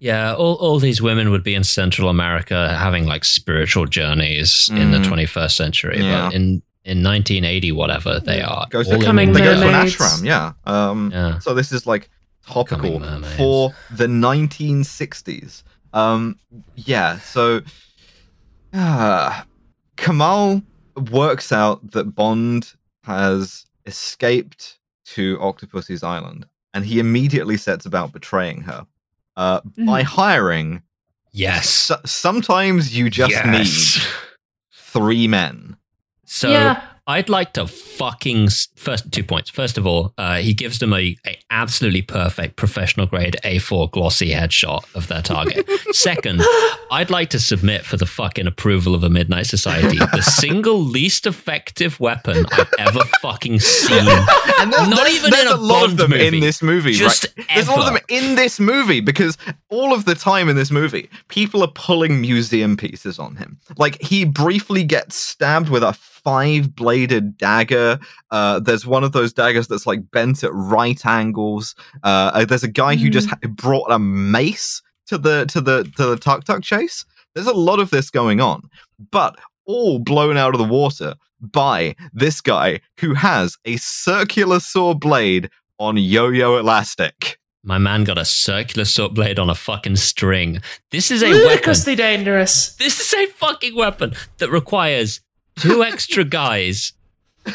S1: Yeah, all, all these women would be in Central America having like spiritual journeys in the
S3: Mm.
S1: 21st century.
S3: Yeah.
S1: But in, in 1980, whatever they are,
S3: goes
S1: all
S3: to,
S2: Becoming
S1: in
S3: they go to an
S2: mermaids.
S3: ashram yeah um
S1: Yeah.
S3: so this is like topical
S1: Becoming mermaids.
S3: for the 1960s um yeah so ah, kamal works out that bond has escaped to octopus's island and he immediately sets about betraying her uh, by hiring
S1: Yes.
S3: so- sometimes you just need three men
S1: So
S2: Yeah.
S1: I'd like to fucking s- first two points. First of all, uh, he gives them a, a absolutely perfect professional grade A4 glossy headshot of their target. Second, I'd like to submit for the fucking approval of a Midnight Society the single least effective weapon I've ever fucking seen.
S3: and there's,
S1: Not
S3: there's-
S1: even
S3: there's
S1: in a
S3: lot of
S1: Bond
S3: them
S1: movie.
S3: in this movie
S1: Just
S3: right there's a lot of
S1: ever.
S3: them in this movie because all of the time in this movie people are pulling museum pieces on him like he briefly gets stabbed with a five bladed dagger uh, there's one of those daggers that's like bent at right angles uh, uh, there's a guy who just ha- brought a mace to the to the to the tuk tuk chase there's a lot of this going on but all blown out of the water by this guy who has a circular saw blade on yo-yo elastic.
S1: My man got a circular sword blade on a fucking string. This is a weapon.
S2: Ludicrously dangerous.
S1: This is a fucking weapon that requires two extra guys,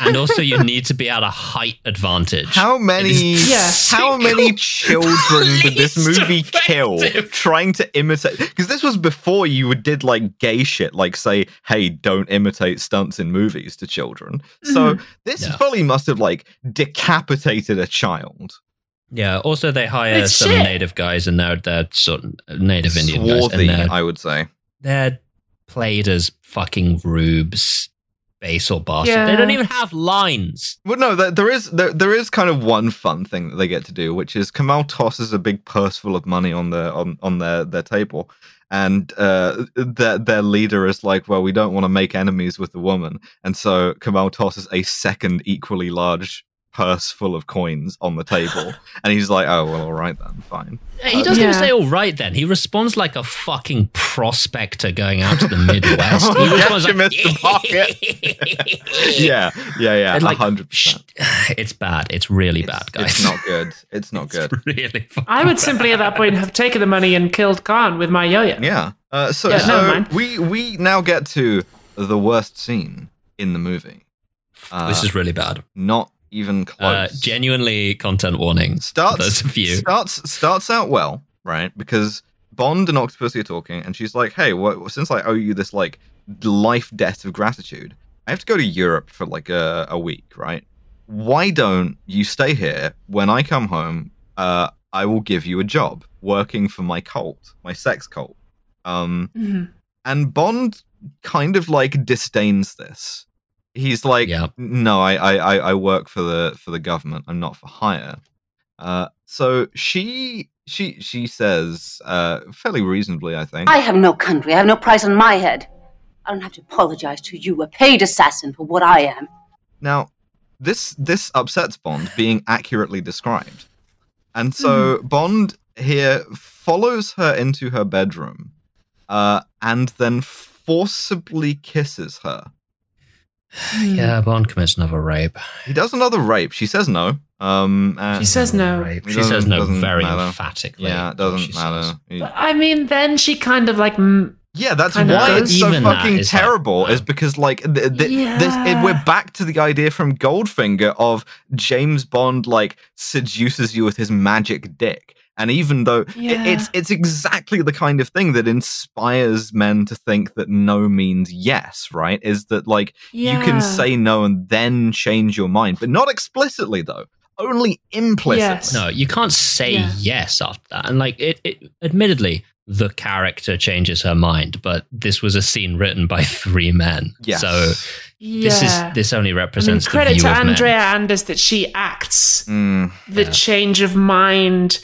S1: and also you need to be at a height advantage.
S3: How many
S1: It is
S2: Yeah.
S3: how many children did this
S1: least
S3: movie kill
S1: effective.
S3: trying to imitate because this was before you did like gay shit like say hey don't imitate stunts in movies to children. So this
S1: Yeah.
S3: fully must have like decapitated a child.
S1: Yeah. Also, they hire
S2: It's
S1: some
S2: shit.
S1: native guys, and they're they're sort of native Indian guys,
S3: Swarthy,
S1: and they're,
S3: I would say.
S1: they're played as fucking rubes, basal bastards.
S2: Yeah.
S1: They don't even have lines.
S3: Well, no, there, there is there, there is kind of one fun thing that they get to do, which is Kamal tosses a big purse full of money on the on on their their table, and uh, their their leader is like, "Well, we don't want to make enemies with the woman," and so Kamal tosses a second equally large purse full of coins on the table, and he's like, "Oh, well, all right then, fine."
S1: He doesn't even
S2: Yeah.
S1: say all right. Then he responds like a fucking prospector going out to the Midwest. He
S3: Yes,
S1: responds
S3: you missed the
S1: like,
S3: Yeah, yeah, yeah,
S1: And, like,
S3: hundred
S1: Shh.
S3: percent.
S1: It's bad. It's really bad, guys.
S3: It's not good. It's not good.
S1: really fucking
S2: I would simply at that point have taken the money and killed Khan with my yo-yo.
S3: Yeah. Uh, so
S2: Yeah, never
S3: so
S2: mind.
S3: we we now get to the worst scene in the movie.
S2: Ah.
S3: Uh,
S1: This is really bad.
S3: not even
S1: Uh,
S3: close.
S1: genuinely, content warning.
S3: starts
S1: for those of you.
S3: starts starts out well, right? Because Bond and Octopus are talking, and she's like, "Hey, wha- since I owe you this like life debt of gratitude, I have to go to Europe for like a, a week, right? Why don't you stay here? When I come home, uh, I will give you a job working for my cult, my sex cult." Um,
S2: Mhm.
S3: and Bond kind of like disdains this. He's like,
S1: Yeah.
S3: no, I, I, I- I work for the for the government. I'm not for hire. Uh, so she she she says uh, fairly reasonably, I think.
S4: I have no country. I have no price on my head. I don't have to apologize to you, a paid assassin, for what I am.
S3: Now, this this upsets Bond being accurately described, and so Bond here follows her into her bedroom uh, and then forcibly kisses her.
S2: Hmm.
S1: Yeah, Bond commits another rape.
S3: He does another rape. She says no. Um, uh,
S2: She says no.
S1: Rape.
S3: It
S1: She says
S3: doesn't-
S1: no
S3: doesn't
S1: very
S3: matter.
S1: emphatically.
S3: yeah, it
S1: She
S3: doesn't
S1: says.
S3: matter.
S2: But, I mean, then she kind of like. mm,
S3: Yeah, that's
S2: Kinda
S3: why
S2: does.
S3: it's so
S1: Even that
S3: fucking
S1: is like-
S3: terrible. is because like th- th- this,
S2: Yeah.
S3: it, we're back to the idea from Goldfinger of James Bond like seduces you with his magic dick, and even though i-
S2: Yeah.
S3: it's it's exactly the kind of thing that inspires men to think that no means yes, right? Is that like
S2: Yeah.
S3: you can say no and then change your mind, but not explicitly though, only implicitly.
S2: Yes.
S1: No, you can't say
S2: Yeah.
S1: yes after that. And like, it, it admittedly, the character changes her mind, but this was a scene written by three men.
S3: Yes.
S1: So
S2: Yeah.
S1: this is this only
S2: I mean,
S1: represents the
S2: credit
S1: view
S2: to
S1: of men.
S2: Andrea Anders that she acts
S3: Mm,
S2: the change of mind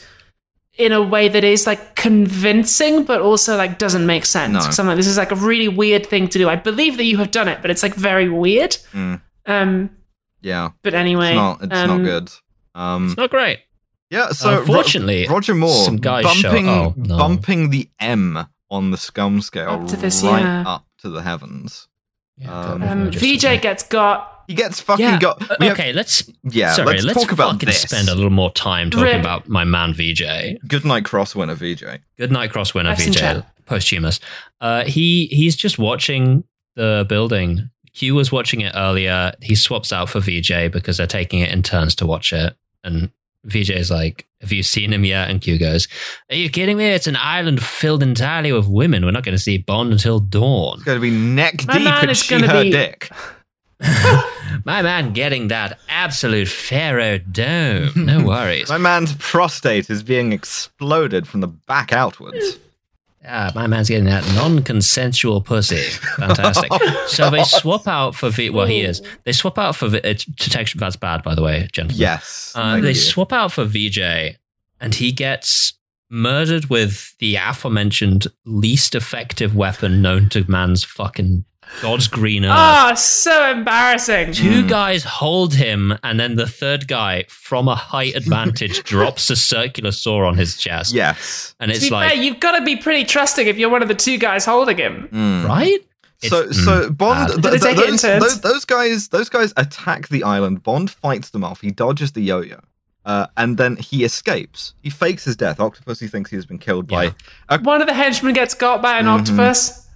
S2: in a way that is like convincing, but also like doesn't make sense.
S3: No.
S2: 'Cause I'm like, this is like a really weird thing to do. I believe that you have done it, but it's like very weird.
S3: Mm.
S2: Um,
S3: yeah, it's
S2: but anyway,
S3: not it's
S2: um,
S3: not good. Um,
S1: It's not great.
S3: Yeah, so Ro-
S1: Unfortunately,
S3: Roger Moore
S1: some guys show-
S3: bumping
S1: oh, no.
S3: bumping the M on the scum scale
S2: Up to this,
S3: right
S2: yeah.
S3: up to the heavens. Um,
S2: Um, VJ gets got.
S3: He gets fucking
S1: Yeah,
S3: got.
S1: uh,
S3: we have-
S1: okay, let's.
S3: yeah,
S1: sorry,
S3: let's,
S1: let's,
S3: talk about
S1: fucking
S3: this.
S1: spend a little more time talking
S2: Rip.
S1: about my man VJ.
S3: Good night, crosswinner VJ.
S1: Good night, cross winner
S2: I've seen
S1: VJ.
S2: chat.
S1: Posthumous. Uh, he he's just watching the building. Q was watching it earlier. He swaps out for VJ because they're taking it in turns to watch it. And VJ is like, "Have you seen him yet?" And Q goes, "Are you kidding me? It's an island filled entirely with women. We're not going to see Bond until dawn."
S3: It's going to be neck
S2: My
S3: deep
S2: man
S3: in
S2: is
S3: she
S2: gonna
S3: her
S2: be-
S3: dick.
S1: My man, getting that absolute pharaoh dome. No worries.
S3: My man's prostate is being exploded from the back outwards.
S1: Ah, my man's getting that non-consensual pussy. Fantastic. so they swap out for V. Well, he
S3: Oh.
S1: is. They swap out for V- it's detection. That's bad, by the way, gentlemen.
S3: yes,
S1: Uh,
S3: thank
S1: they
S3: you.
S1: swap out for VJ, and he gets murdered with the aforementioned least effective weapon known to man's fucking God's green earth.
S3: Ah!
S2: Oh, so embarrassing.
S3: Hmm.
S1: Two guys hold him, and then the third guy, from a height advantage, drops a circular saw on his chest.
S3: yes.
S1: and
S2: to
S1: it's
S2: be
S1: like
S2: fair, you've got to be pretty trusting if you're one of the two guys holding him.
S3: Mm.
S1: right.
S3: so
S1: It's-
S3: so
S1: mm, bad.
S3: Bond th-
S2: Did
S3: th-
S2: it take it in
S3: those,
S2: turns?
S3: those, those guys those guys attack the island. Bond fights them off. He dodges the yo-yo. Uh, and then he escapes. He fakes his death. Octopussy thinks he has been killed by
S1: Yeah.
S3: a
S2: One of the henchmen gets got by an octopus.
S3: Mm-hmm.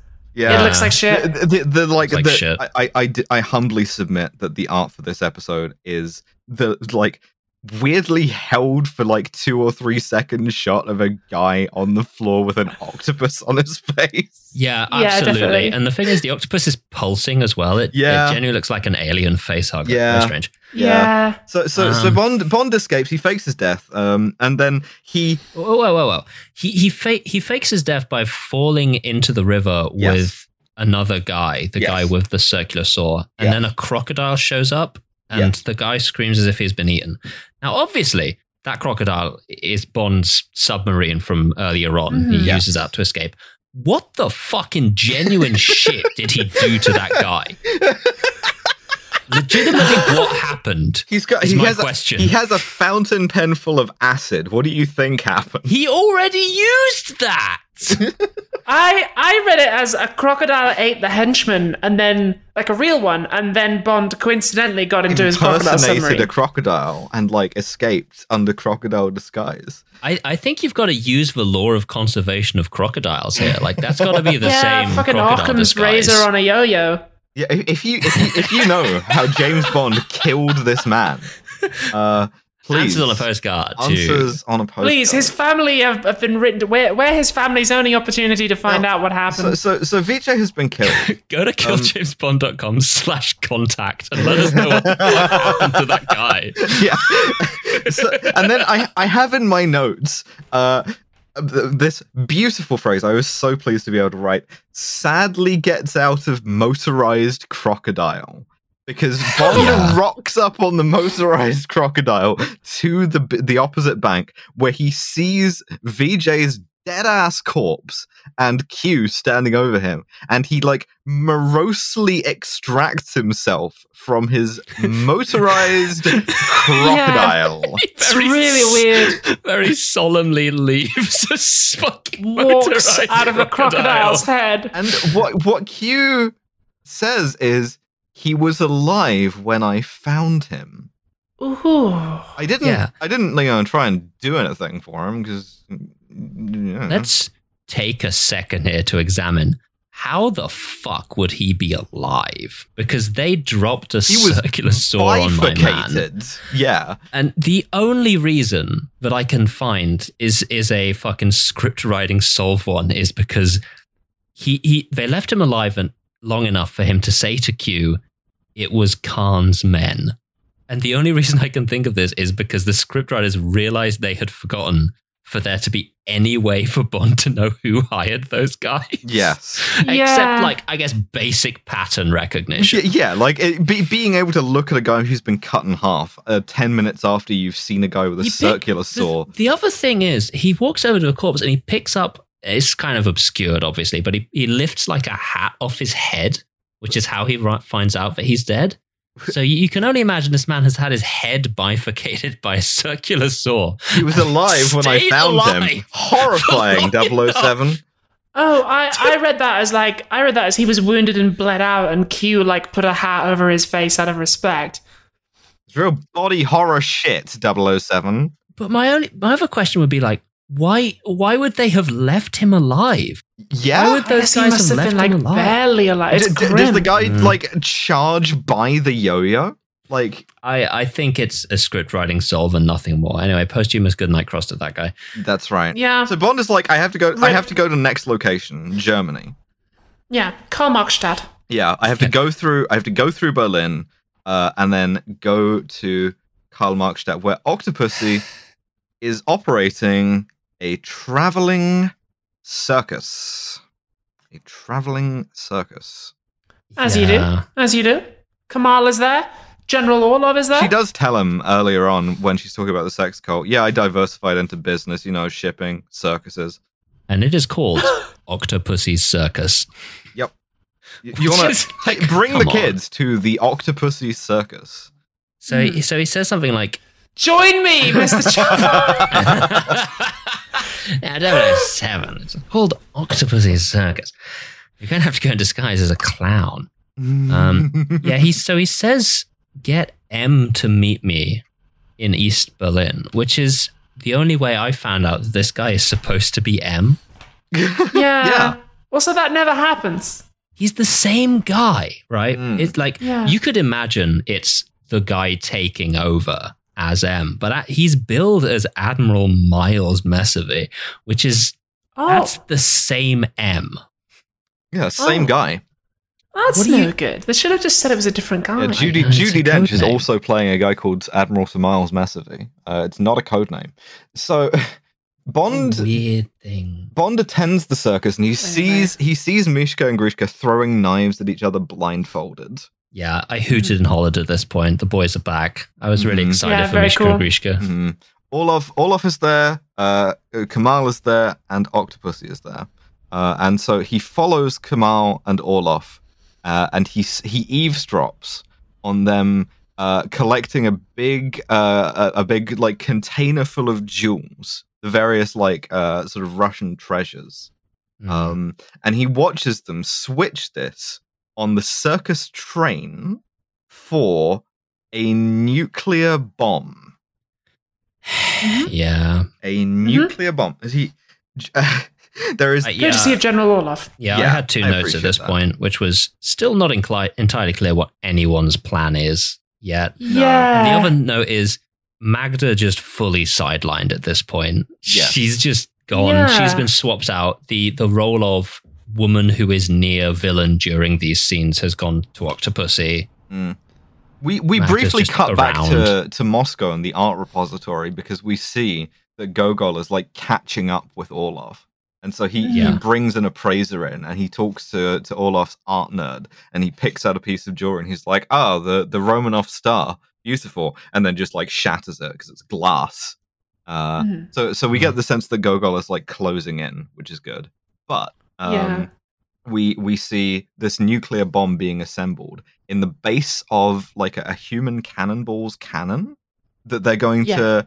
S3: yeah.
S2: It looks like shit.
S3: The, the- the- like,
S1: Looks like
S3: the-
S1: shit.
S3: I, I, I, di- I humbly submit that the art for this episode is the like weirdly held for like two or three second shot of a guy on the floor with an octopus on his face.
S1: Yeah,
S2: Yeah,
S1: absolutely.
S2: definitely.
S1: And the thing is, the octopus is pulsing as well. It,
S3: Yeah.
S1: it genuinely looks like an alien face hugger.
S3: Yeah.
S1: Very strange.
S2: Yeah.
S3: So so so
S1: Um.
S3: Bond Bond escapes. He fakes his death. Um, and then he
S1: Whoa, whoa, whoa, whoa. He he, fa- he fakes his death by falling into the river
S3: Yes.
S1: with another guy, the
S3: Yes.
S1: guy with the circular saw, and
S3: Yes.
S1: then a crocodile shows up, and
S3: Yes.
S1: the guy screams as if he's been eaten. Now, obviously, that crocodile is Bond's submarine from earlier on. He
S3: Mhm. Yes.
S1: uses that to escape. What the fucking genuine shit did he do to that guy? Legitimately, what happened?
S3: he's got
S1: Is
S3: he
S1: my
S3: has
S1: question.
S3: A, he has a fountain pen full of acid. What do you think happened?
S1: He already used that.
S2: I I read it as a crocodile ate the henchman and then like a real one, and then Bond coincidentally got into his crocodile
S3: Impersonated a
S2: submarine.
S3: crocodile and like escaped under crocodile disguise.
S1: I, I think you've got to use the law of conservation of crocodiles here. Like that's got to be the
S2: yeah,
S1: same
S2: fucking
S1: crocodile
S2: Occam's
S1: disguise.
S2: razor on a yo-yo.
S3: Yeah, if, if you if you if you know how James Bond killed this man, uh, please
S1: Answers on a postcard. To,
S3: Answers on a postcard.
S2: Please, his family have, have been written. To, where where his family's only opportunity to find
S3: No.
S2: out what
S3: So
S2: happened.
S3: so so Vijay has been killed.
S1: go to killjamesbond.com slash contact and let us know what happened to that guy.
S3: yeah. So, and then I I have in my notes uh th- this beautiful phrase. I was so pleased to be able to write. Sadly, gets out of motorized crocodile. Because Bond
S1: Yeah.
S3: rocks up on the motorized crocodile to the b- the opposite bank, where he sees VJ's dead ass corpse and Q standing over him, and he like morosely extracts himself from his motorized crocodile.
S2: It's
S1: Very
S2: really weird.
S1: Very solemnly leaves a s- fucking
S2: Walks
S1: motorized
S2: out of a
S1: crocodile.
S2: crocodile's head.
S3: And what what Q says is he was alive when I found him.
S2: Ooh.
S3: I didn't.
S1: Yeah.
S3: I didn't, you know, try and do anything for him because.
S1: Let's take a second here to examine how the fuck would he be alive? Because they dropped a
S3: He was
S1: circular saw on my man.
S3: bifurcated. Yeah.
S1: And the only reason that I can find is is a fucking script writing solve one is because he, he they left him alive and long enough for him to say to Q, it was Khan's men. And the only reason I can think of this is because the scriptwriters realized they had forgotten for there to be any way for Bond to know who hired those guys.
S3: Yes.
S2: Yeah.
S1: Except like I guess basic pattern recognition.
S3: Yeah, yeah, like it, be, being able to look at a guy who's been cut in half uh, 10 minutes after you've seen a guy with a
S1: He pick-
S3: circular
S1: the-
S3: saw.
S1: The, other thing is, he walks over to a corpse and he picks up. It's kind of obscured, obviously, but he, he lifts like a hat off his head, which is how he ri- finds out that he's dead. So you, you can only imagine this man has had his head bifurcated by a circular saw.
S3: He was alive when I
S1: Stayed
S3: found him.
S1: alive
S3: Horrifying,
S1: for long
S3: 007.
S2: Oh, I, I read that as like I read that as he was wounded and bled out, and Q like put a hat over his face out of respect.
S3: It's real body horror shit, 007.
S1: But my only my other question would be like, why why would they have left him alive?
S3: Yeah.
S1: Why would
S2: I
S1: those
S2: guess he
S1: guys
S2: must
S1: have
S2: have
S1: left
S2: been
S1: him
S2: like
S1: alive?
S2: barely alive. Oh, It's
S3: D- d-
S2: grim.
S3: does the guy, like, charge by the yo yo? Like,
S1: I, I think it's a script writing solve and nothing more. Anyway, posthumous good night cross to that guy.
S3: that's right.
S2: yeah,
S3: So Bond is like, I have to go. I
S2: Right.
S3: have to go to the next location, Germany.
S2: yeah. Karl Marxstadt.
S3: Yeah, I have to go through. I have to go through Berlin, uh, and then go to Karl Marxstadt, where Octopussy is operating a traveling circus. A traveling circus.
S2: As
S1: Yeah.
S2: you do, as you do. Kamal is there. General Orlov is there.
S3: She does tell him earlier on when she's talking about the sex cult. Yeah, I diversified into business. You know, shipping, circuses.
S1: and it is called Octopussy's Circus.
S3: You, you want
S1: Just
S3: to
S1: like,
S3: bring the
S1: come on.
S3: kids to the Octopussy circus?
S1: So, he, so he says something like,
S2: Join me, Mister. Ch-
S1: "Now, 007, it's called Octopussy's Circus. You're going to have to go in disguise as a clown." Um, yeah, he so he says, "Get M to meet me in East Berlin," which is the only way I found out that this guy is supposed to be M.
S2: yeah.
S3: Yeah.
S2: Also, that never happens.
S1: he's the same guy, right?
S3: Mm.
S1: It's like
S2: Yeah.
S1: you could imagine it's the guy taking over as M, but a- he's billed as Admiral Miles Messervy, which is
S2: Oh,
S1: that's
S2: that's,
S1: the same M.
S3: Yeah, same
S2: Oh.
S3: guy.
S1: what do
S2: no
S1: you-
S2: good. They should have just said it was a different guy.
S3: Yeah, Judy
S1: Oh, know, it's
S3: Judy
S1: a
S3: Dench
S1: code
S3: is
S1: name.
S3: also playing a guy called Admiral Sir Miles Massively. Uh, it's not a code name. So Bond
S1: Weird thing.
S3: Bond attends the circus and he sees he sees Mishka and Grishka throwing knives at each other blindfolded.
S1: Yeah, I hooted and hollered at this point. The boys are back. I was really
S3: Mhm.
S1: excited
S2: Yeah,
S1: for
S2: very
S1: Mishka
S2: cool.
S1: and Grishka.
S3: Mm. Olaf Olaf is there, uh, Kamal is there, and Octopussy is there. Uh, and so he follows Kamal and Olaf, uh, and he s- he eavesdrops on them uh, collecting a big uh, a, a big like container full of jewels, the various like uh, sort of Russian treasures.
S1: Mm-hmm. Mm.
S3: Um, and he watches them switch this on the circus train for a nuclear bomb
S1: yeah.
S3: a
S1: Mm-hmm.
S3: nuclear bomb. Is he? there is.
S1: Uh,
S2: Good to see of General Orlov.
S1: Yeah, I
S3: Yeah,
S1: had two
S3: I
S1: notes
S3: appreciate
S1: at this
S3: that.
S1: point, which was still not incli- entirely clear what anyone's plan is yet.
S2: Yeah.
S1: And the other note is Magda just fully sidelined at this point.
S3: Yes.
S1: She's just gone.
S2: Yeah.
S1: She's been swapped out. The the role of woman who is near villain during these scenes has gone to Octopussy.
S3: we we
S1: Matt is
S3: briefly
S1: just
S3: cut back to,
S1: around.
S3: to Moscow and the art repository because we see that Gogol is like catching up with Orlov. And so he, he
S1: Yeah.
S3: brings an appraiser in and he talks to, to Orlov's art nerd and he picks out a piece of jewelry and he's like, oh, the, the Romanov star, beautiful. And then just like shatters it because it's glass. Uh,
S2: Mm-hmm.
S3: So so we get the sense that Gogol is like closing in, which is good. But um,
S2: Yeah.
S3: we we see this nuclear bomb being assembled in the base of like a, a human cannonball's cannon that they're going
S2: Yeah.
S3: to.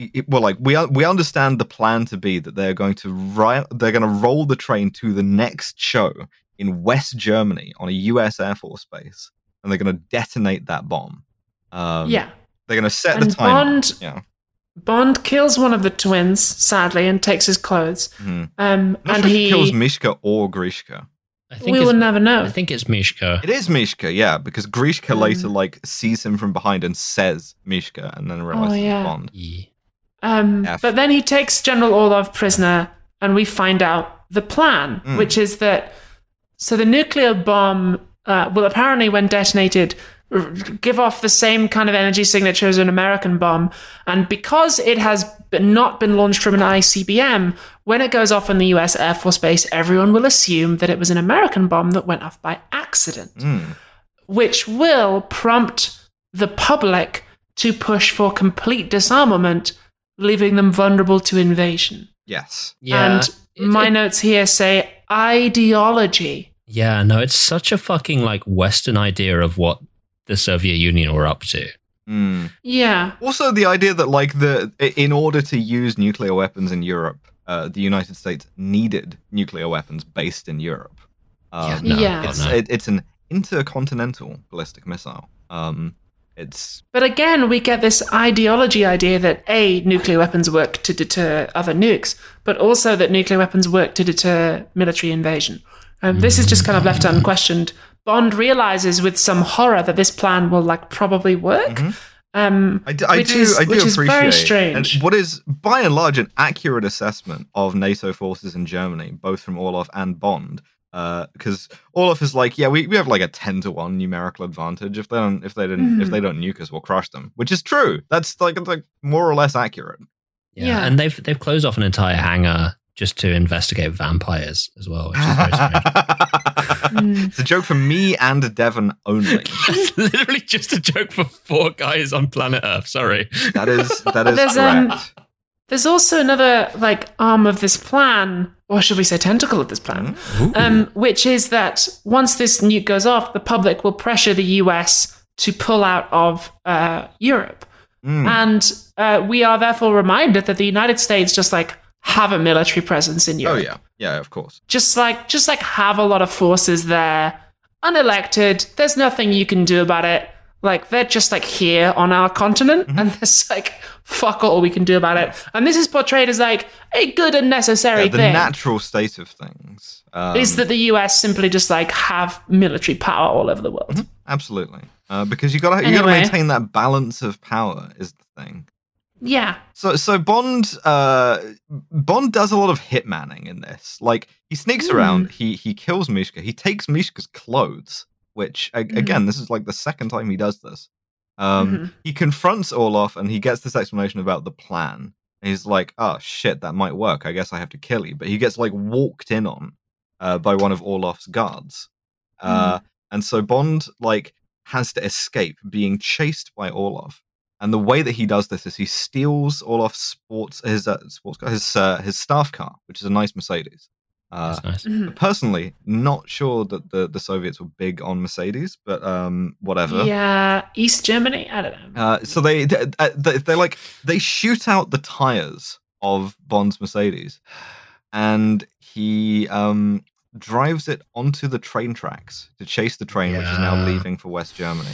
S3: i- i- Well, like we un- we understand the plan to be that they're going to ri- they're going to roll the train to the next show in West Germany on a U.S. Air Force base, and they're going to detonate that bomb. Um,
S2: yeah.
S3: they're going to set the
S2: And
S3: time.
S2: Bond-
S3: yeah,
S2: Bond kills one of the twins, sadly, and takes his clothes.
S1: Hmm.
S3: Mhm.
S2: Um,
S3: Not
S2: and
S3: sure if
S2: he,
S3: it kills Mishka or Grishka.
S1: I
S2: we will
S1: it's-
S2: never know.
S1: I think it's Mishka.
S3: It is Mishka, yeah, because Grishka
S2: Hmm.
S3: later like sees him from behind and says Mishka, and then realizes
S2: Oh, yeah.
S3: it's Bond.
S1: Yeah.
S2: Um,
S3: F.
S2: but then he takes General Orlov prisoner, and we find out the plan,
S3: Mm.
S2: which is that so the nuclear bomb uh, will apparently, when detonated, r- give off the same kind of energy signature as an American bomb, and because it has b- not been launched from an ICBM, when it goes off in the U.S. Air Force Base, everyone will assume that it was an American bomb that went off by accident
S3: Mm.
S2: which will prompt the public to push for complete disarmament, leaving them vulnerable to invasion.
S3: Yes,
S1: Yeah.
S2: And
S1: It-
S2: my
S1: it-
S2: notes here say ideology.
S1: yeah, no, it's such a fucking like Western idea of what the Soviet Union were up to.
S3: Mm.
S2: Yeah.
S3: Also, the idea that like the in order to use nuclear weapons in Europe, uh, the United States needed nuclear weapons based in Europe. Um,
S2: no, Yeah.
S3: it's,
S1: God, no.
S3: it, it's an intercontinental ballistic missile. Um, it's
S2: But again, we get this ideology idea that A, nuclear weapons work to deter other nukes, but also that nuclear weapons work to deter military invasion. Um, this is just kind of left
S3: Mm-hmm.
S2: unquestioned. Bond realizes with some horror that this plan will like probably work. Um,
S3: Mm-hmm. I do, I
S2: which
S3: do,
S2: is,
S3: I do
S2: which is
S3: appreciate
S2: very
S3: and
S2: strange.
S3: what is, by and large, an accurate assessment of NATO forces in Germany, both from Orlov and Bond. Because Orlov is like, yeah, we, we have like a ten to one numerical advantage. If they don't, if they didn't, if
S2: Mm-hmm.
S3: they don't nuke us, we'll crush them. Which is true. That's like, it's like more or less accurate.
S1: Yeah.
S2: Yeah.
S1: and they've they've closed off an entire hangar just to investigate vampires as well, which is very strange.
S3: it's a joke for me and Devon only.
S1: That's literally just a joke for four guys on planet Earth. Sorry.
S3: That is that is
S2: There's,
S3: correct.
S2: um, There's also another like arm of this plan, or should we say tentacle of this plan, um, which is that once this nuke goes off, the public will pressure the US to pull out of uh, Europe, and uh, we are therefore reminded that the United States just like have a military presence in
S3: oh
S2: Europe,
S3: yeah, yeah, of course.
S2: just like just like have a lot of forces there, unelected. There's nothing you can do about it. Like they're just like here on our continent,
S3: Mm-hmm.
S2: and there's like fuck all we can do about it. And this is portrayed as like a good and necessary
S3: Yeah, the
S2: thing.
S3: natural state of things um,
S2: is that the US simply just like have military power all over the world?
S3: Absolutely, uh, because you got to you got to
S2: Anyway.
S3: maintain that balance of power is the thing. Mm-hmm.
S2: Yeah,
S3: So so Bond uh, Bond does a lot of hitmanning in this. Like he sneaks around, he he kills Mishka, he takes Mishka's clothes, which a- again this is like the second time he does this. Um, He confronts Orloff and he gets this explanation about the plan. And he's like, "Oh shit, that might work. I guess I have to kill you." But he gets like walked in on uh, by one of Orloff's guards, uh, and so Bond like has to escape being chased by Orlov. And the way that he does this is he steals Orlov's sports his uh, sports car, his uh, his staff car, which is a nice Mercedes. Uh,
S1: That's nice.
S2: Mm-hmm.
S3: personally, not sure that the, the Soviets were big on Mercedes, but um, whatever.
S2: yeah. East Germany, I don't know.
S3: Uh, so they they, they they like they shoot out the tires of Bond's Mercedes, and he um, drives it onto the train tracks to chase the train, which is now
S1: Yeah.
S3: leaving for West Germany.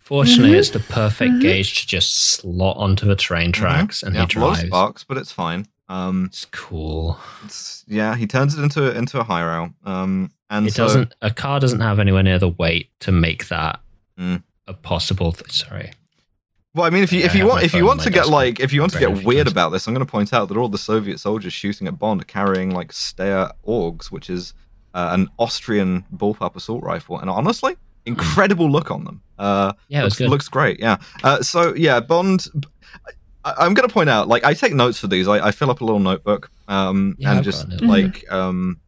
S1: Fortunately, it's the perfect gauge to just slot onto the train tracks and
S3: yeah,
S1: he
S3: a lot of
S1: drives.
S3: sparks, but it's fine. Um,
S1: It's cool.
S3: it's, yeah, he turns it into a, into a high rail. Um, and
S1: it
S3: so,
S1: doesn't. A car doesn't have anywhere near the weight to make that
S3: Mm.
S1: a possible. Th- sorry.
S3: Well, I mean, if you if
S1: I
S3: you
S1: have
S3: want
S1: my
S3: if you
S1: phone
S3: want
S1: on
S3: to
S1: my
S3: get
S1: desk.
S3: like if you want to
S1: Very
S3: get weird
S1: difficult.
S3: about this, I'm going to point out that all the Soviet soldiers shooting at Bond are carrying like Steyr Orgs, which is uh, an Austrian bullpup assault rifle, and honestly,
S1: Hmm.
S3: incredible look on them. Uh,
S1: Yeah, it was
S3: looks,
S1: good.
S3: looks great. Yeah. Uh, so yeah, Bond. I, I'm going to point out, like, I take notes for these. I, I fill up a little notebook um,
S1: Yeah,
S3: and
S1: I've
S3: just
S1: got it.
S3: like um,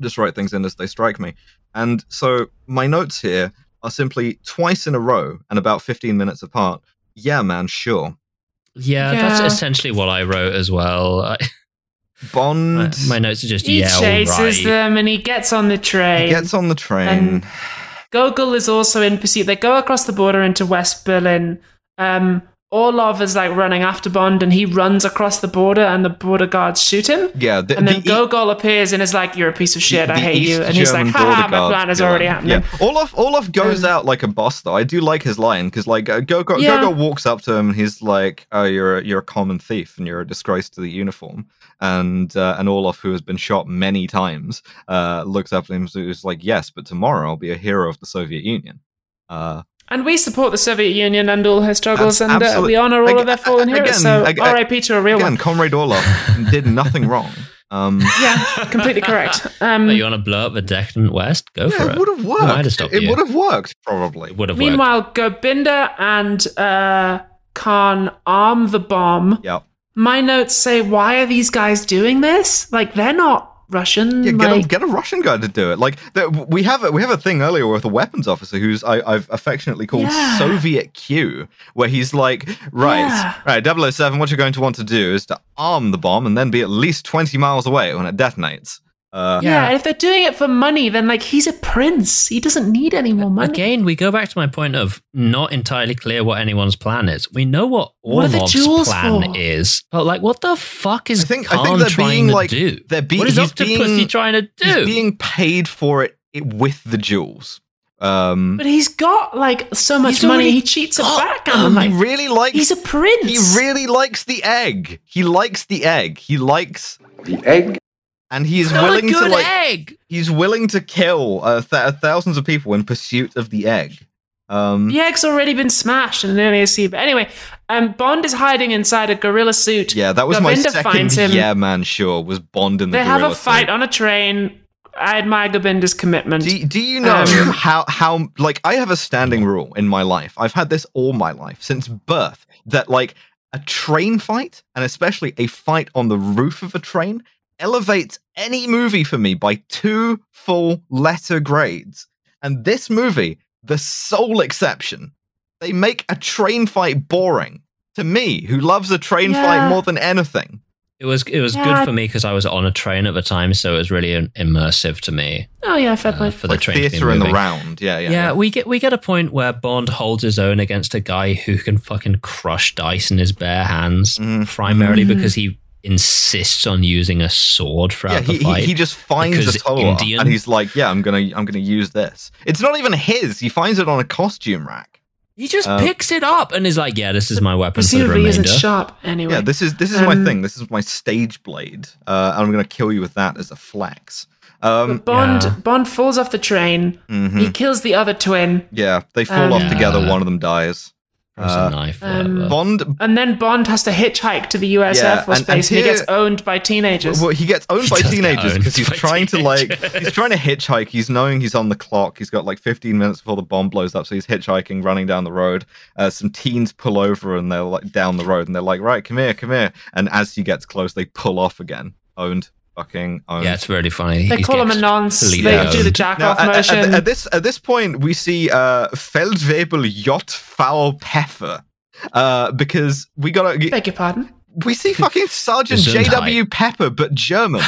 S3: just write things in as they strike me. And so my notes here are simply twice in a row and about 15 minutes apart. Yeah, man, sure.
S1: Yeah, that's
S2: Yeah.
S1: essentially what I wrote as well. I,
S3: Bond
S1: my notes are just
S2: He
S1: yeah, all
S2: chases
S1: right.
S2: them and he gets on the train.
S3: gets on the train.
S2: Gogol is also in pursuit. They go across the border into West Berlin. Um, Orlov is like running after Bond and he runs across the border and the border guards shoot him.
S3: yeah, the,
S2: And
S3: the
S2: then
S3: E-
S2: Gogol appears and is like, You're a piece of shit. I
S3: the E-
S2: hate
S3: East
S2: you. And he's like,
S3: German
S2: Haha,
S3: border
S2: my
S3: guard
S2: plan is
S3: villain.
S2: already happening.
S3: Yeah. Olaf Olaf goes out like a boss though. I do like his line because like uh, Gogo
S2: Yeah.
S3: Gogo walks up to him. and He's like, "Oh, you're a, you're a common thief and you're a disgrace to the uniform." And uh, and Olaf, who has been shot many times, uh, looks up at him and is like, "Yes, but tomorrow I'll be a hero of the Soviet Union." Uh,
S2: And we support the Soviet Union and all her struggles,
S3: Abs-
S2: and uh,
S3: absolute-
S2: we honor all
S3: Ag-
S2: of their fallen
S3: again,
S2: heroes. So
S3: ag-
S2: R.I.P. to a real
S3: again,
S2: one.
S3: Comrade Orlov did nothing wrong. Um,
S2: Yeah, completely correct. Um,
S1: But you want to blow up the decadent West? Go for
S3: yeah,
S1: it.
S3: it would have
S1: Who am I to
S3: worked.
S1: stop
S3: It
S1: you?
S3: would have worked probably.
S1: Would have worked.
S2: meanwhile, Gobinda and uh, Khan arm the bomb.
S3: Yeah.
S2: My notes say, why are these guys doing this? Like, they're not Russian.
S3: Yeah, get, a,
S2: like,
S3: get a Russian guy to do it. Like the, we have a, we have a thing earlier with a weapons officer who's I, I've affectionately called
S2: Yeah.
S3: Soviet Q, where he's like, right,
S2: Yeah.
S3: right, 007, What you're going to want to do is to arm the bomb and then be at least twenty miles away when it detonates. Uh,
S2: yeah. and if they're doing it for money, then like he's a prince. He doesn't need any more money.
S1: Again, we go back to my point of not entirely clear what anyone's plan is. We know what
S2: What are the
S1: Orlov's
S2: jewels
S1: plan
S2: for?
S1: is, but like, what the fuck is
S3: I think- I
S1: Khan
S3: think they're
S1: trying
S3: being,
S1: to
S3: like-
S1: do?
S3: they're being-
S1: what is
S3: he's
S1: Octopussy
S3: being-
S1: trying to do?
S3: he's being paid for it, it with the jewels. Um,
S2: But he's got like so much
S1: He's
S2: money,
S1: already
S2: he cheats it
S1: got
S2: back. And I'm
S3: he
S2: like,
S3: really likes.
S2: he's a prince.
S3: he really likes the egg. He likes the egg. He likes,
S8: The egg
S3: and he's
S1: Not
S3: willing
S1: a good
S3: to like.
S1: egg.
S3: he's willing to kill uh, th- thousands of people in pursuit of the egg. Um,
S2: The egg's already been smashed in an earlier scene. But anyway, um, Bond is hiding inside a gorilla suit.
S3: yeah, that was my
S2: Govinda
S3: second.
S2: finds him.
S3: Yeah, man, sure was Bond in the.
S2: they have a
S3: gorilla
S2: fight
S3: suit.
S2: on a train. I admire Gobinda's commitment.
S3: Do, do you know
S2: Um,
S3: how how like I have a standing rule in my life. I've had this all my life since birth that like a train fight and especially a fight on the roof of a train elevates any movie for me by two full letter grades. And this movie, the sole exception, they make a train fight boring to me who loves a train
S2: Yeah.
S3: fight more than anything.
S1: It was it was
S2: Yeah.
S1: good for me because I was on a train at the time, so it was really im- immersive to me
S2: oh, yeah, fair
S1: uh,
S2: point.
S1: for the
S3: Like
S1: train to be
S3: theater in the
S1: moving.
S3: round. Yeah, yeah.
S1: Yeah, we get we get a point where Bond holds his own against a guy who can fucking crush dice in his bare hands,
S3: Mhm.
S1: primarily
S2: Mhm.
S1: because he insists on using a sword throughout
S3: yeah, he,
S1: the fight.
S3: He, he just finds
S1: because
S3: a tower
S1: Indian.
S3: and he's like, "Yeah, I'm gonna, I'm gonna use this." It's not even his. He finds it on a costume rack.
S1: He just
S3: Uh,
S1: picks it up and is like, "Yeah, this is my weapon for the
S2: Presumably he
S1: remainder."
S2: isn't sharp anyway.
S3: Yeah, this is this is my
S2: Um,
S3: thing. This is my stage blade. Uh, and I'm gonna kill you with that as a flex. Um,
S2: But Bond
S1: Yeah.
S2: Bond falls off the train.
S3: mhm.
S2: He kills the other twin,
S3: Yeah, they fall
S2: Um,
S3: off together.
S1: Yeah.
S3: One of them dies.
S1: Throws a
S3: Uh,
S1: knife.
S2: um,
S1: whatever.
S3: Bond.
S2: and then Bond has to hitchhike to the U.S.
S3: Yeah,
S2: Air Force
S3: and- and
S2: Base, and,
S3: here-
S2: he gets owned by teenagers.
S3: Well, he gets owned
S1: He
S3: by
S1: does get
S3: teenagers
S1: owned
S3: because he's
S1: by
S3: trying to like
S1: teenagers.
S3: he's trying to hitchhike. He's knowing he's on the clock. He's got like 15 minutes before the bomb blows up, so he's hitchhiking, running down the road. Uh, some teens pull over and they're like down the road and they're like, "Right, come here, come here." And as he gets close, they pull off again. Owned, fucking owned.
S1: yeah, it's really funny.
S2: they
S1: He
S2: call him a
S1: gets
S2: nonce. They
S1: completely
S2: do the
S1: owned.
S2: jack
S3: Now,
S2: off
S3: at, at-
S2: motion.
S3: at this at this point, we see uh, Feldwebel Jot Foul Pfeffer E uh, because we got to
S2: Beg your pardon.
S3: we see fucking Sergeant
S1: Gesundheit.
S3: J.W. Pepper, but German.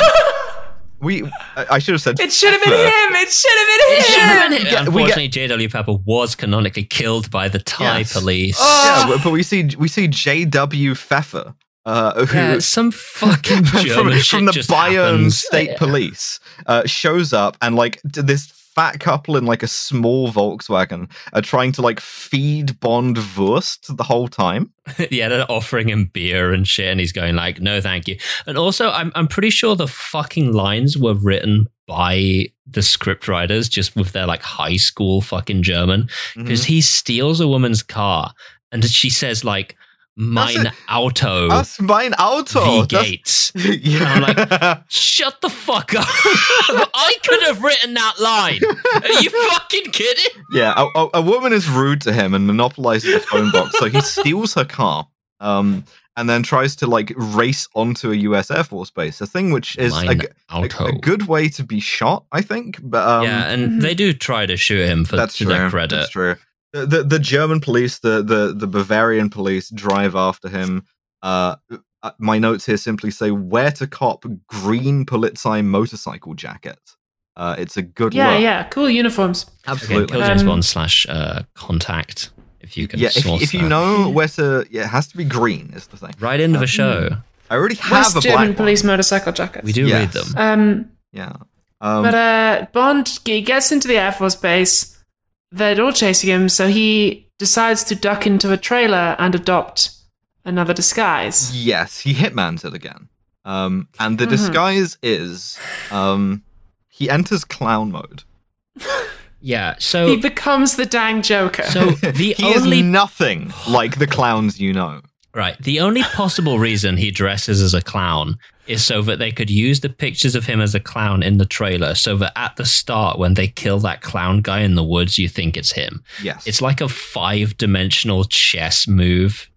S3: we, I, I should have said.
S2: It should have been
S3: Pepper.
S2: him. It should have been him.
S1: Yeah,
S3: get- we
S1: Unfortunately, J.W. Pepper was canonically killed by the Thai
S3: Yes.
S1: police.
S2: Oh,
S3: Yeah, but we see we see J.W. Pfeffer, uh, who
S1: Yeah, some fucking
S3: from,
S1: German shit
S3: from the
S1: just
S3: Bayern
S1: happens.
S3: State Police uh, shows up and like d- this fat couple in like a small Volkswagen are trying to like feed Bond Wurst the whole time.
S1: yeah, they're offering him beer and shit, and he's going like, "No, thank you." And also, I'm I'm pretty sure the fucking lines were written by the script writers just with their like high school fucking German
S3: Mm-hmm.
S1: because he steals a woman's car and she says like, "Mein
S3: it.
S1: Auto,
S3: That's mein Auto.
S1: the
S3: Das-
S1: Gates."
S3: yeah.
S1: I'm Shut the fuck up! I could have written that line. Are you fucking kidding?
S3: yeah, a, a, a woman is rude to him and monopolizes the phone box, so he steals her car, um, and then tries to like race onto a U.S. Air Force base, a thing which is a,
S1: Mein
S3: g- a-
S1: Auto.
S3: a good way to be shot, I think. But um,
S1: yeah, and they do try to shoot him for
S3: that's
S1: to
S3: true.
S1: their credit.
S3: That's true. The, the the German police, the the the Bavarian police drive after him. Uh, uh, my notes here simply say where to cop green Polizei motorcycle jacket. Uh, it's a good
S2: Yeah,
S3: look.
S2: yeah, cool uniforms.
S1: Again,
S3: absolutely.
S1: Kill James
S2: Um,
S1: Bond slash uh, contact. If you can
S3: yeah, if,
S1: source
S3: if you
S1: that.
S3: know Um, where to, yeah, it has to be green. Is the thing.
S1: right into the show,
S3: I already have
S2: West
S3: a
S2: German
S3: black
S2: police motorcycle jackets.
S1: we do
S3: Yes.
S1: read them.
S2: Um,
S3: One. Yeah. Um,
S2: but uh, Bond he gets into the Air Force base. They're all chasing him, so he decides to duck into a trailer and adopt another disguise.
S3: Yes, he hitmans it again. Um, and the
S2: Mm-hmm.
S3: disguise is um, he enters clown mode.
S1: Yeah. So
S2: He becomes the dang Joker.
S1: so the
S3: he
S1: only
S3: is nothing like the clowns you know.
S1: Right. The only possible reason he dresses as a clown is so that they could use the pictures of him as a clown in the trailer so that at the start, when they kill that clown guy in the woods, you think it's him.
S3: Yes.
S1: It's like a five dimensional chess move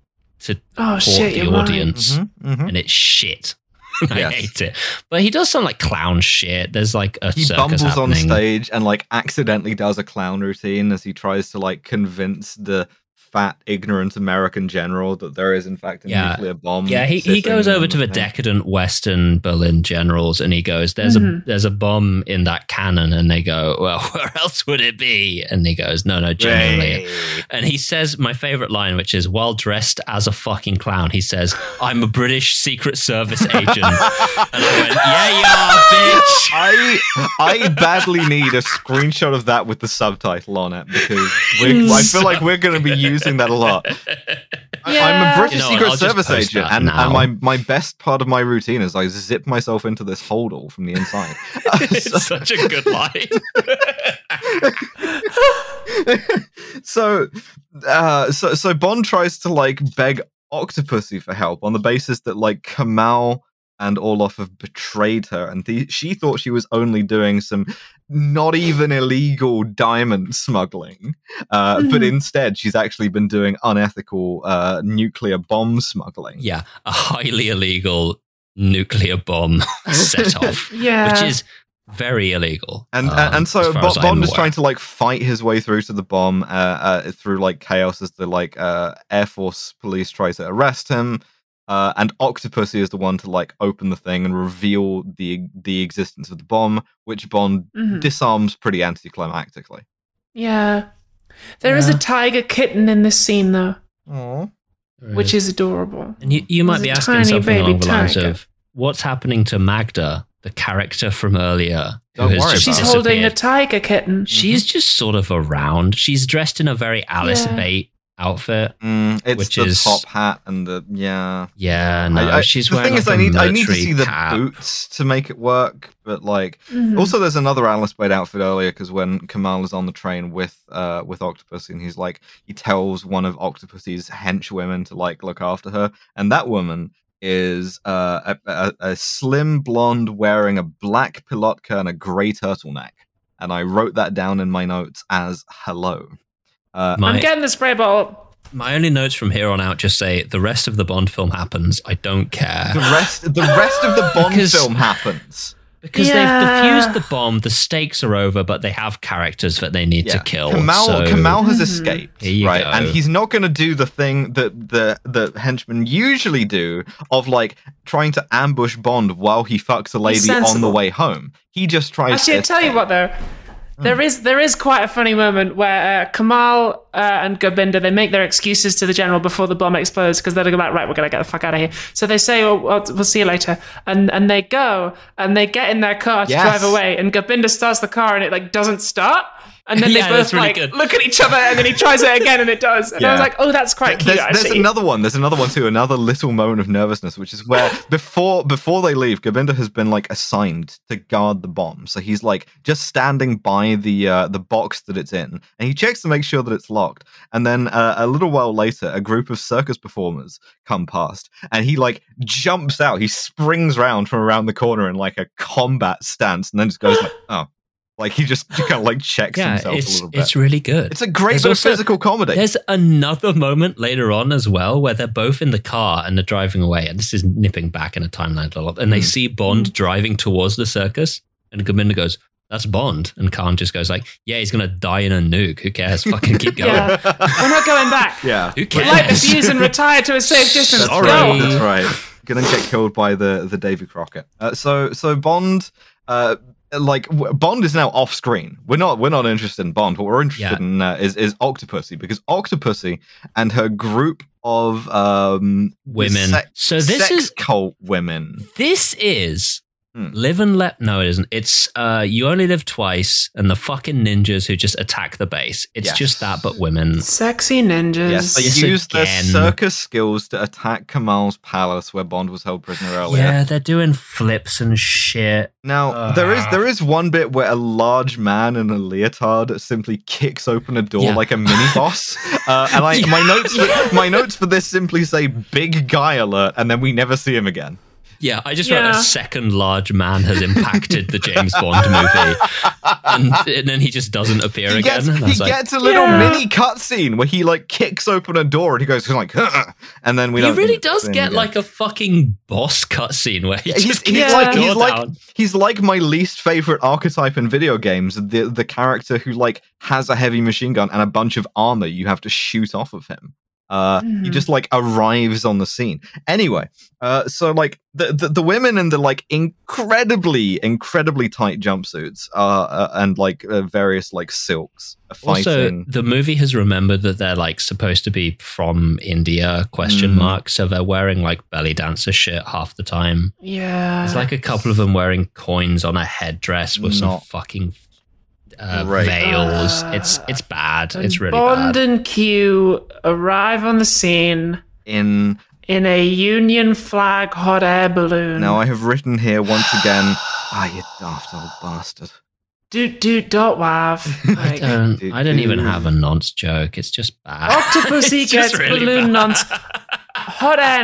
S1: to
S2: oh
S1: court
S2: shit,
S1: the
S2: you're right.
S1: audience,
S3: Mhm, mhm.
S1: and it's shit. I
S3: Yes.
S1: hate it. But he does sound like clown shit. There's like a
S3: He
S1: circus
S3: bumbles on
S1: happening.
S3: stage and like accidentally does a clown routine as he tries to like convince the fat, ignorant American general that there is in fact a
S1: Yeah.
S3: nuclear bomb.
S1: Yeah, he, he
S3: sitting
S1: goes over
S3: in
S1: to the
S3: thing.
S1: decadent Western Berlin generals and he goes, There's a there's a bomb in that cannon and they go, Well, where else would it be? And he goes, No, no, generally.
S3: Hey.
S1: And he says my favorite line, which is while dressed as a fucking clown, he says, I'm a British Secret Service agent. and I went, Yeah, you are, bitch.
S3: I I badly need a screenshot of that with the subtitle on it because we're, I feel like we're going to be using that a lot. I- I'm
S2: Yeah.
S3: a British
S1: You know what,
S3: Secret
S1: I'll just
S3: Service
S1: post
S3: agent,
S1: that
S3: and,
S1: now.
S3: and my, my best part of my routine is I zip myself into this hold all from the inside. so,
S1: It's such a good line.
S3: so, uh, so so Bond tries to like beg Octopussy for help on the basis that like Kamal and Orloff have betrayed her, and the, she thought she was only doing some not even illegal diamond smuggling, uh, but instead she's actually been doing unethical uh, nuclear bomb smuggling.
S1: yeah, a highly illegal nuclear bomb set off.
S2: Yeah.
S1: which is very illegal.
S3: And
S1: um,
S3: and, and so
S1: as far
S3: Bo-
S1: as uh, I'm
S3: Bond is
S1: aware.
S3: trying to like fight his way through to the bomb uh, uh, through like chaos as the like uh, Air Force police tries to arrest him. Uh, and Octopussy is the one to like open the thing and reveal the the existence of the bomb, which Bond
S2: Mhm.
S3: disarms pretty anticlimactically.
S2: Yeah. there is
S1: Yeah.
S2: a tiger kitten in this scene, though, which is adorable.
S1: and you, you might be
S2: There's a
S1: asking
S2: tiny
S1: something
S2: baby
S1: along the lines
S2: tiger.
S1: of what's happening to Magda, the character from earlier. who
S3: Don't
S1: has
S3: worry
S1: just
S3: about
S2: She's
S3: it.
S1: disappeared?
S2: holding a tiger kitten.
S1: She's just sort of around. She's dressed in a very Alice
S2: Yeah.
S1: Bate outfit.
S3: Mm, it's
S1: Which
S3: the
S1: is-
S3: top hat and the yeah.
S1: Yeah, no,
S3: I- I-
S1: she's
S3: the
S1: wearing
S3: thing is,
S1: like
S3: I
S1: a
S3: need I need to
S1: military
S3: see the
S1: cap.
S3: boots to make it work. But like,
S2: Mhm.
S3: also there's another Alice Blade outfit earlier because when Kamal is on the train with uh with Octopus and he's like he tells one of Octopus's henchwomen to like look after her, and that woman is uh, a, a, a slim blonde wearing a black pilotka and a grey turtleneck, and I wrote that down in my notes as hello. Uh,
S1: My-
S2: I'm getting the spray bottle.
S1: My only notes from here on out just say the rest of the Bond film happens. I don't care.
S3: the rest the rest of the Bond
S1: Because-
S3: film happens.
S1: Because
S2: Yeah.
S1: they've defused the bomb, the stakes are over, but they have characters that they need to kill.
S3: Kamal,
S1: so-
S3: Kamal has
S2: Mhm.
S3: escaped,
S1: Here you
S3: right?
S1: go.
S3: And he's not going to do the thing that the the henchmen usually do of like trying to ambush Bond while he fucks a lady on the
S2: sensible.
S3: way home. He just tries.
S2: Actually,
S3: to
S2: I tell you
S3: escape.
S2: what though, there
S3: Hmm.
S2: is there is quite a funny moment where uh, Kamal uh, and Gobinda they make their excuses to the general before the bomb explodes because they're like, right, we're gonna get the fuck out of here. So they say, oh, well, we'll see you later, and and they go and they get in their car to
S3: Yes.
S2: drive away, and Gobinda starts the car and it like doesn't start. And then they
S1: Yeah,
S2: both
S1: that's really
S2: like
S1: good.
S2: look at each other, and then he tries it again, and it does. And I was
S3: Yeah.
S2: like, "Oh, that's quite cute."
S3: There's,
S2: actually,
S3: there's another one. There's another one too. Another little moment of nervousness, which is where before before they leave, Gobinda has been like assigned to guard the bomb. So he's like just standing by the uh, the box that it's in, and he checks to make sure that it's locked. And then uh, a little while later, a group of circus performers come past, and he like jumps out. He springs round from around the corner in like a combat stance, and then just goes like, oh, like he just kind of like checks
S1: yeah,
S3: himself a
S1: it's
S3: little bit.
S1: it's really good.
S3: It's a great
S1: There's
S3: bit of
S1: also-
S3: physical comedy.
S1: There's another moment later on as well where they're both in the car and they're driving away, and this is
S3: Hmm.
S2: Hmm.
S1: nipping back in a timeline a lot. And they see Bond driving towards the circus, and Gominda goes, That's Bond. And Khan just goes like, yeah, he's going to die in a nuke. Who cares? Fucking keep going.
S2: Yeah. We're not going back.
S3: Yeah.
S1: Who
S2: Light the
S1: cares?
S2: fuse and retire to a safe distance.
S3: That's
S1: Sorry.
S3: right.
S2: Go.
S3: That's right. Gonna get killed by the the Davy Crockett. Uh, so so Bond, uh, like w- Bond is now off screen. We're not we're not interested in Bond. What we're interested
S1: Yeah.
S3: in uh, is is Octopussy because Octopussy and her group of um
S1: Women.
S3: sex,
S1: so this
S3: sex
S1: is
S3: cult women.
S1: This is
S3: Hmm.
S1: Live and Let No, it isn't. It's uh, You Only Live Twice and the fucking ninjas who just attack the base. It's
S3: Yes.
S1: just that, but women.
S2: Sexy ninjas.
S3: Yes, they
S1: Yes,
S3: use their
S1: again.
S3: circus skills to attack Kamal's palace where Bond was held prisoner earlier.
S1: Yeah, they're doing flips and shit.
S3: Now there is there is one bit where a large man in a leotard simply kicks open a door
S1: Yeah.
S3: like a mini boss, uh, and I, my notes for, my notes for this simply say "big guy alert," and then we never see him again.
S1: Yeah, I just
S2: Yeah.
S1: wrote a second large man has impacted the James Bond movie. And, and then he just doesn't appear
S3: He
S1: again.
S3: gets,
S1: And I
S3: he
S1: was like,
S3: gets a little
S2: Yeah.
S3: mini cutscene where he like kicks open a door and he goes like, "Huh," and then we
S1: he
S3: don't
S1: really does
S3: see him
S1: get
S3: again.
S1: like a fucking boss cutscene where he
S3: Yeah, he's,
S1: just
S3: he's
S1: kicks
S3: like
S1: the door
S3: he's like
S1: down.
S3: he's like my least favorite archetype in video games the the character who like has a heavy machine gun and a bunch of armor you have to shoot off of him uh he
S2: Mhm.
S3: just like arrives on the scene anyway uh so like the the, the women in the like incredibly incredibly tight jumpsuits uh, uh and like uh, various like silks are
S1: Also,
S3: fighting
S1: the movie has remembered that they're like supposed to be from India? Question
S3: Mm.
S1: mark. So they're wearing like belly dancer shit half the time.
S2: Yeah.
S1: There's like a couple of them wearing coins on a headdress with some
S3: Not
S1: fucking uh,
S3: great. Ah.
S1: veils. it's it's bad.
S2: And
S1: It's really
S2: Bond
S1: bad.
S2: and Q arrive on the scene
S3: in
S2: in a Union flag hot air balloon.
S3: now i have written here once again ah you daft old bastard
S2: Doot doot dot wav.
S1: I
S2: Like,
S1: don't. I don't even have a nonce joke. It's just bad.
S2: Octopussy
S1: It's just
S2: gets
S1: really bad.
S2: balloon nonce. Hot air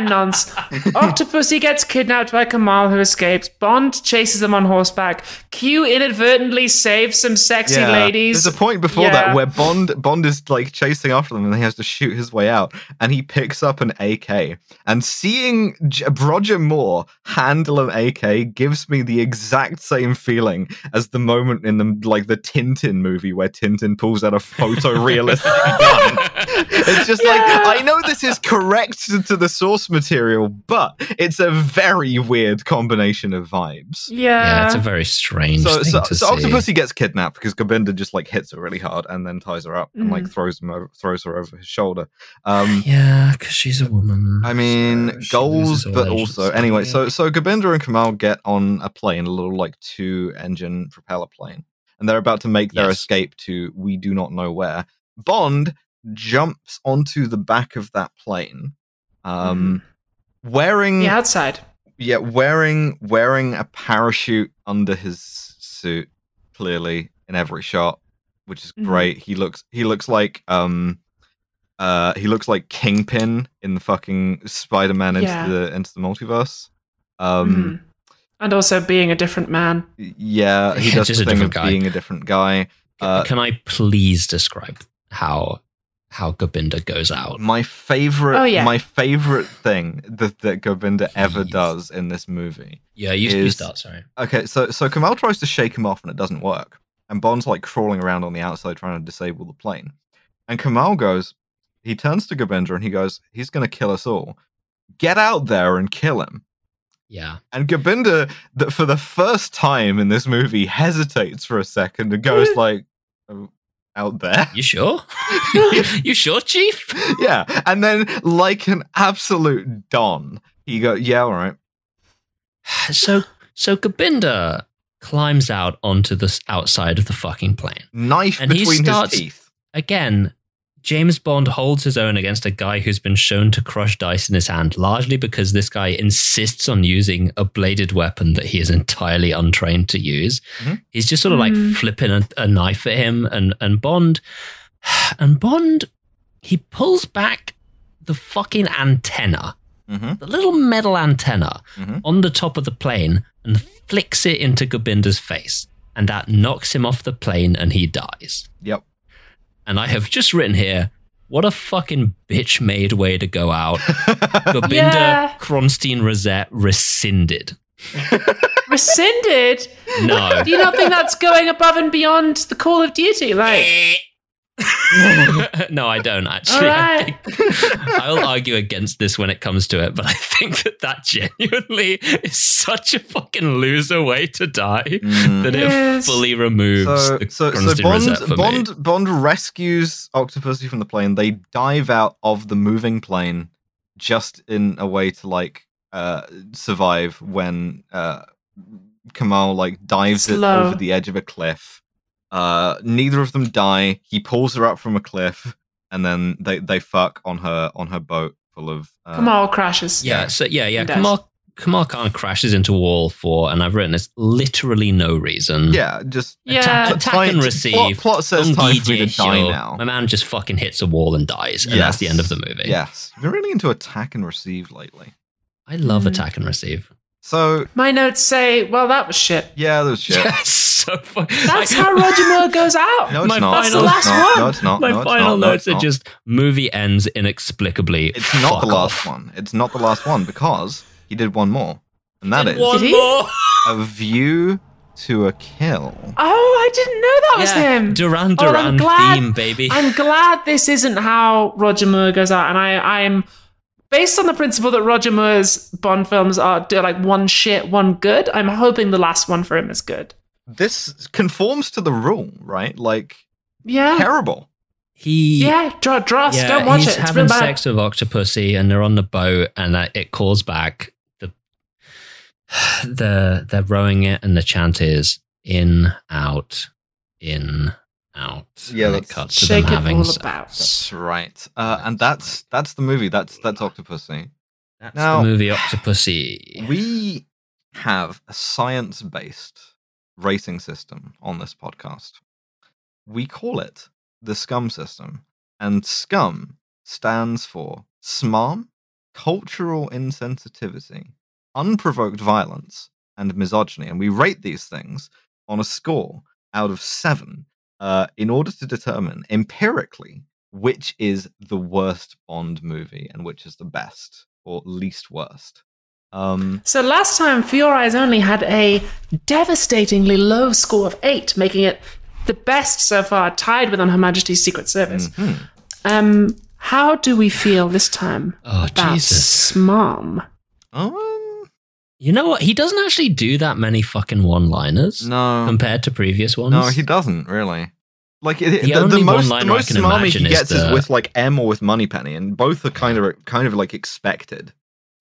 S2: nonce. Octopussy gets kidnapped by Kamal, who escapes. Bond chases them on horseback. Q inadvertently saves some sexy ladies.
S3: There's a point before
S2: Yeah.
S3: that where Bond Bond is like chasing after them and he has to shoot his way out and he picks up an AK. And seeing J- Roger Moore handle an AK gives me the exact same feeling as the moment in the like the Tintin movie where Tintin pulls out a photorealistic gun. It's just like I know this is correct to- to the source material, but it's a very weird combination of vibes
S2: yeah.
S1: yeah, it's a very strange
S3: so,
S1: thing
S3: so,
S1: to
S3: so
S1: see.
S3: Octopussy gets kidnapped because Gobinda just like hits her really hard and then ties her up and like throws him over, throws her over his shoulder. Um,
S1: yeah, because she's a woman.
S3: I mean,
S1: So she
S3: goals,
S1: loses all
S3: but
S1: agency.
S3: also anyway. So so Gobinda and Kamal get on a plane, a little like two engine propeller plane, and they're about to make their
S1: Yes.
S3: escape to we do not know where. Bond jumps onto the back of that plane, um,
S1: Mm-hmm.
S3: wearing
S2: The outside.
S3: yeah, wearing wearing a parachute under his suit, clearly in every shot, which is
S2: Mhm.
S3: great. He looks he looks like um uh he looks like Kingpin in the fucking Spider Man into
S2: Yeah.
S3: the into the multiverse. Um
S2: Mhm. And also being a different man.
S3: yeah, he
S1: Yeah,
S3: does
S1: just a
S3: the thing of
S1: different guy.
S3: being a different guy. Uh,
S1: Can I please describe how how Gobinda goes out?
S3: my favorite
S2: Oh, yeah.
S3: my favorite thing that, that Govinda ever
S1: Please.
S3: does in this movie
S1: Yeah, you, you
S3: Is-
S1: start. Sorry.
S3: Okay, so so Kamal tries to shake him off and it doesn't work. And Bond's like crawling around on the outside trying to disable the plane. And Kamal goes, he turns to Govinda and he goes, he's going to kill us all. Get out there and kill him.
S1: Yeah,
S3: And Govinda, th- for the first time in this movie, hesitates for a second and goes like, "Oh, out there?
S1: you sure? you sure, Chief?
S3: yeah. And then, like an absolute don, he goes, yeah, all right.
S1: So so Gobinda climbs out onto the s- outside of the fucking plane.
S3: Knife
S1: And he
S3: between
S1: starts-
S3: his teeth.
S1: Again, James Bond holds his own against a guy who's been shown to crush dice in his hand, largely because this guy insists on using a bladed weapon that he is entirely untrained to use.
S3: Mhm.
S1: He's just sort of like
S2: Mhm.
S1: flipping a, a knife at him, and and Bond, and Bond, he pulls back the fucking antenna,
S3: hmm
S1: the little metal antenna
S3: Mhm.
S1: on the top of the plane, and flicks it into Gobinda's face, and that knocks him off the plane, and he dies
S3: Yep.
S1: and I have just written here, what a fucking bitch made way to go out. Gobinda
S2: Yeah.
S1: Kronstein Rosette rescinded.
S2: rescinded.
S1: No.
S2: Do you not think that's going above and beyond the call of duty? Like,
S1: no, I don't actually.
S2: all right,
S1: I'll argue against this when it comes to it, but I think that that genuinely is such a fucking loser way to die
S3: Mm.
S1: that it
S2: Yes.
S1: fully removes
S3: So,
S1: the
S3: so, so
S1: Cranston reset for
S3: Bond,
S1: me.
S3: Bond, Bond rescues Octopussy from the plane. They dive out of the moving plane just in a way to like uh, survive when uh, Kamal like dives it
S2: Slow.
S3: over the edge of a cliff. Uh, neither of them die. He pulls her up from a cliff, and then they, they fuck on her on her boat full of. Uh,
S2: Kamal crashes.
S1: Yeah, so yeah, yeah.
S2: He does.
S1: Kamal, Kamal Khan crashes into wall four, and I've written it's literally no reason.
S3: Yeah, just
S2: Yeah.
S1: Attack,
S2: Uh,
S1: attack
S3: time-
S1: and receive.
S3: Plot, plot says time for me
S1: Ongijie
S3: to die
S1: Shio.
S3: now.
S1: My man just fucking hits a wall and dies, and that's the
S3: Yes.
S1: end of the movie.
S3: Yes, been really into attack and receive lately.
S1: I love
S2: Mm.
S1: attack and receive.
S3: So
S2: My notes say, well, that was shit.
S3: yeah, that was shit.
S1: That's so fun.
S2: That's how Roger Moore goes out.
S3: No, it's
S1: My
S3: not.
S1: final- That's the
S3: no, it's
S2: last
S3: not.
S2: one.
S3: No, it's not.
S1: My
S3: no, it's
S1: final
S3: not. No,
S1: notes
S3: it's
S1: are
S3: not.
S1: just movie ends inexplicably.
S3: It's
S1: Fuck
S3: not the last
S1: off.
S3: one. It's not the last one because he did one more, and that is
S2: Did he?
S1: more.
S3: a view to a kill.
S2: Oh, I didn't know that was
S1: Yeah,
S2: him.
S1: Duran
S2: Oh, I'm
S1: Duran
S2: glad-
S1: theme, baby.
S2: I'm glad this isn't how Roger Moore goes out, and I, I'm based on the principle that Roger Moore's Bond films are do like one shit, one good. I'm hoping the last one for him is good.
S3: This conforms to the rule, right? Like
S2: Yeah,
S3: terrible.
S1: he
S2: yeah. Draw, draw.
S1: yeah,
S2: don't watch
S1: he's
S2: it. It's
S1: having
S2: real bad.
S1: sex with Octopussy, and they're on the boat, and uh, it calls back the the they're rowing it, and the chant is in out in out.
S3: Yeah,
S1: and it
S3: that's-
S1: cuts to them
S2: Shake it
S1: having
S2: all
S1: sex.
S2: about.
S3: That's right. Uh, and that's that's the movie. That's that's Octopussy.
S1: That's
S3: Now-
S1: the movie Octopussy.
S3: We have a science-based rating system on this podcast. We call it the Scum System, and Scum stands for SMARM, cultural insensitivity, unprovoked violence, and misogyny. And we rate these things on a score out of seven uh, in order to determine empirically which is the worst Bond movie and which is the best or least worst. Um,
S2: So last time, Your Eyes only had a devastatingly low score of eight, making it the best so far, tied with On Her Majesty's Secret Service.
S3: mm-hmm.
S2: Um, how do we feel this time
S1: Hmm. Oh,
S2: about
S1: Jesus.
S2: Smarm?
S3: um,
S1: You know what? He doesn't actually do that many fucking one-liners
S3: no,
S1: compared to previous ones.
S3: no, he doesn't really. Like it,
S1: The
S3: the, the
S1: only one
S3: most, the
S1: liner I
S3: most
S1: can
S3: smarmy
S1: imagine
S3: he
S1: is
S3: gets is,
S1: the-
S3: with like M or with Moneypenny, and both are kind of kind of like expected.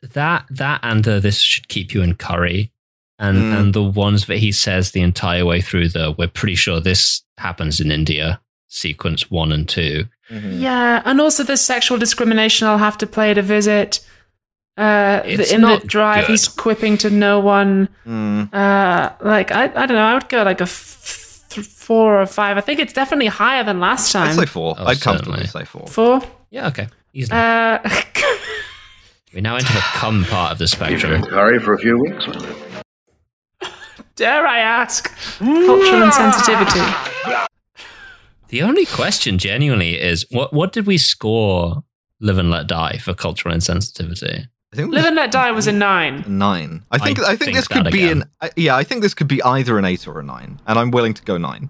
S1: that that and the this should keep you in curry and
S3: Mm.
S1: and the ones that he says the entire way through the we're pretty sure this happens in india sequence one and two
S2: Yeah, and also the sexual discrimination. I'll have to play it a visit. Uh,
S1: It's
S2: the, in the
S1: not
S2: drive,
S1: good.
S2: he's quipping to no one.
S3: Mm.
S2: Uh, like I, I don't know. I would go like a f- th- four or five. I think it's definitely higher than last
S3: I'd
S2: time.
S3: say four.
S1: Oh,
S3: I'd comfortably
S1: certainly.
S3: say four.
S2: four.
S1: yeah okay easily
S2: Uh,
S1: we now enter the cum part of the spectrum
S8: Hurry for a few weeks.
S2: dare I ask?
S3: Mm.
S2: Cultural insensitivity.
S1: the only question genuinely is what what did we score live and let die for cultural insensitivity
S3: I think it was
S2: Live and Let Die was a nine.
S3: nine. I
S1: I
S3: think I, think,
S1: think
S3: this could
S1: that
S3: be
S1: again.
S3: an I- yeah. I think this could be either an eight or a nine, and I'm willing to go nine.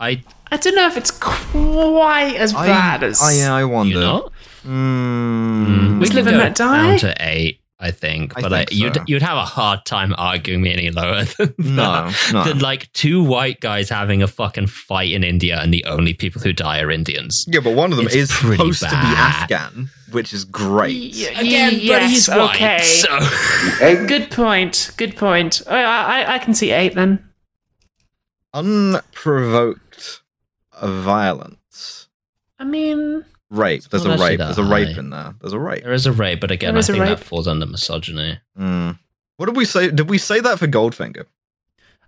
S1: i
S2: I don't know if it's quite as bad
S3: I,
S2: as.
S3: I, I wonder.
S1: you know
S3: Mm.
S1: we can
S2: Live
S1: go
S2: and Let Die?
S1: down to eight i think
S3: I
S1: but
S3: think
S1: I, you'd,
S3: so.
S1: you'd have a hard time arguing me any lower than that.
S3: No, no.
S1: than like two white guys having a fucking fight in India, and the only people who die are Indians.
S3: yeah, but one of them
S1: It's
S3: is
S1: pretty
S3: supposed
S1: bad.
S3: to be Afghan, which is great.
S2: Y-
S1: Again, but
S2: yes,
S1: he's white,
S2: okay.
S1: so
S2: Good point. Good point. I, I, I can see eight then.
S3: Unprovoked violence.
S2: I mean,
S3: Rape. There's
S1: not
S3: a
S1: actually
S3: rape.
S1: that
S3: There's a rape
S1: high.
S3: in there. There's a rape.
S1: there is a rape, but again,
S2: There
S1: I
S2: is a
S1: think that
S2: rape.
S1: falls under misogyny.
S3: Mm. What did we say? Did we say that for Goldfinger?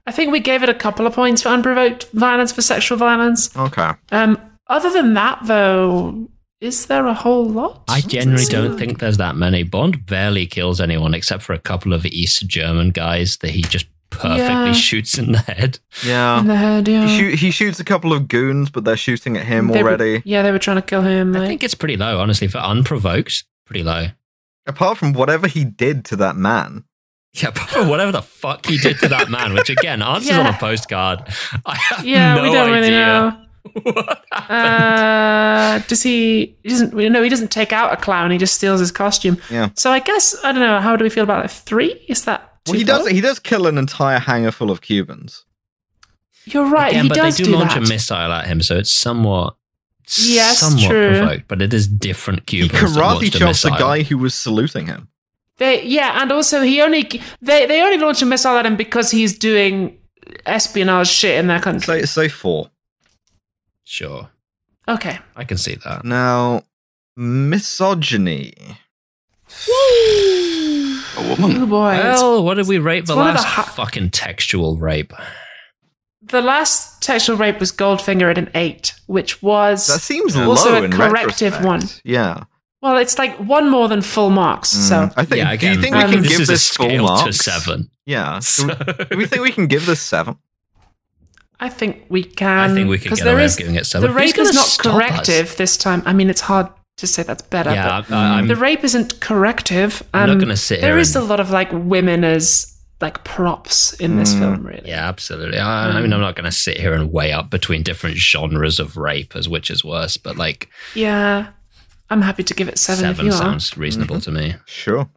S2: I think we gave it a couple of points for unprovoked violence for sexual violence.
S3: Okay.
S2: Um, other than that, though, is there a whole lot?
S1: I generally don't think there's that many. Bond barely kills anyone except for a couple of East German guys that he just perfectly
S2: Yeah.
S1: shoots in the head.
S2: In
S3: Yeah.
S2: the head, yeah.
S3: He, shoot, he shoots a couple of goons, but they're shooting at him
S2: Mm. They were-
S3: already.
S2: yeah, they were trying to kill him.
S1: I
S2: like-
S1: think it's pretty low, honestly, for unprovoked. Pretty low.
S3: Apart from whatever he did to that man,
S1: Yeah, but for whatever the fuck he did to that man, which again, answers
S2: Yeah.
S1: on a postcard. I have
S2: Yeah,
S1: no
S2: we don't
S1: idea.
S2: really know.
S1: What
S2: Uh, does he? He doesn't. we- No, he doesn't take out a clown. He just steals his costume.
S3: Yeah.
S2: So I guess I don't know. How do we feel about it? Three? Is that?
S3: Well, he
S2: too
S3: does.
S2: low?
S3: He does kill an entire hangar full of Cubans.
S2: You're right.
S1: Again,
S2: he
S1: but
S2: does
S1: they do, launch
S2: that.
S1: a missile at him, so it's somewhat,
S2: Yes,
S1: somewhat
S2: true.
S1: provoked. But it is different
S3: He
S1: Cubans. that
S3: karate
S1: launched a
S3: chops the
S1: missile.
S3: guy who was saluting him.
S2: They yeah, and also he only they they only launch a missile at him because he's doing espionage shit in their country.
S3: Say, say four.
S1: Sure,
S2: Okay.
S1: I can see that.
S3: Now, misogyny.
S8: A woman.
S2: Oh boy. It's-
S1: Well, what did we rate the
S2: one of the
S1: last
S2: hi-
S1: fucking textual rape?
S2: the last textual rape was Goldfinger at an eight, which was
S3: That seems
S2: Also
S3: low
S2: a
S3: in
S2: corrective
S3: retrospect.
S2: one.
S3: Yeah.
S2: well, it's like one more than full marks. So
S3: Mm. I think.
S1: yeah, again,
S3: do you think
S2: um,
S3: we can
S1: this
S3: give
S1: is
S3: this
S1: a
S3: full
S1: scale to
S3: marks?
S1: seven.
S3: Yeah. Do
S1: So-
S3: we, do we think we can give this seven?
S2: I think we can.
S1: I think we can
S2: 'cause
S1: get
S2: there
S1: away
S2: is-
S1: with giving it seven.
S2: the
S1: Who's
S2: rape
S1: gonna
S2: is not
S1: stop us?
S2: corrective this time. I mean, it's hard to say that's better.
S1: Yeah,
S2: but
S1: I, I, I'm
S2: the rape isn't corrective. Um,
S1: I'm not gonna sit
S2: There
S1: here
S2: is
S1: and-
S2: a lot of like women as like props in this
S3: Mm.
S2: film, really.
S1: Yeah, absolutely. I, I mean, I'm not going to sit here and weigh up between different genres of rape as which is worse, but like
S2: Yeah. I'm happy to give it seven,
S1: seven,
S2: if you Mm-hmm.
S1: sounds reasonable to me.
S3: Sure.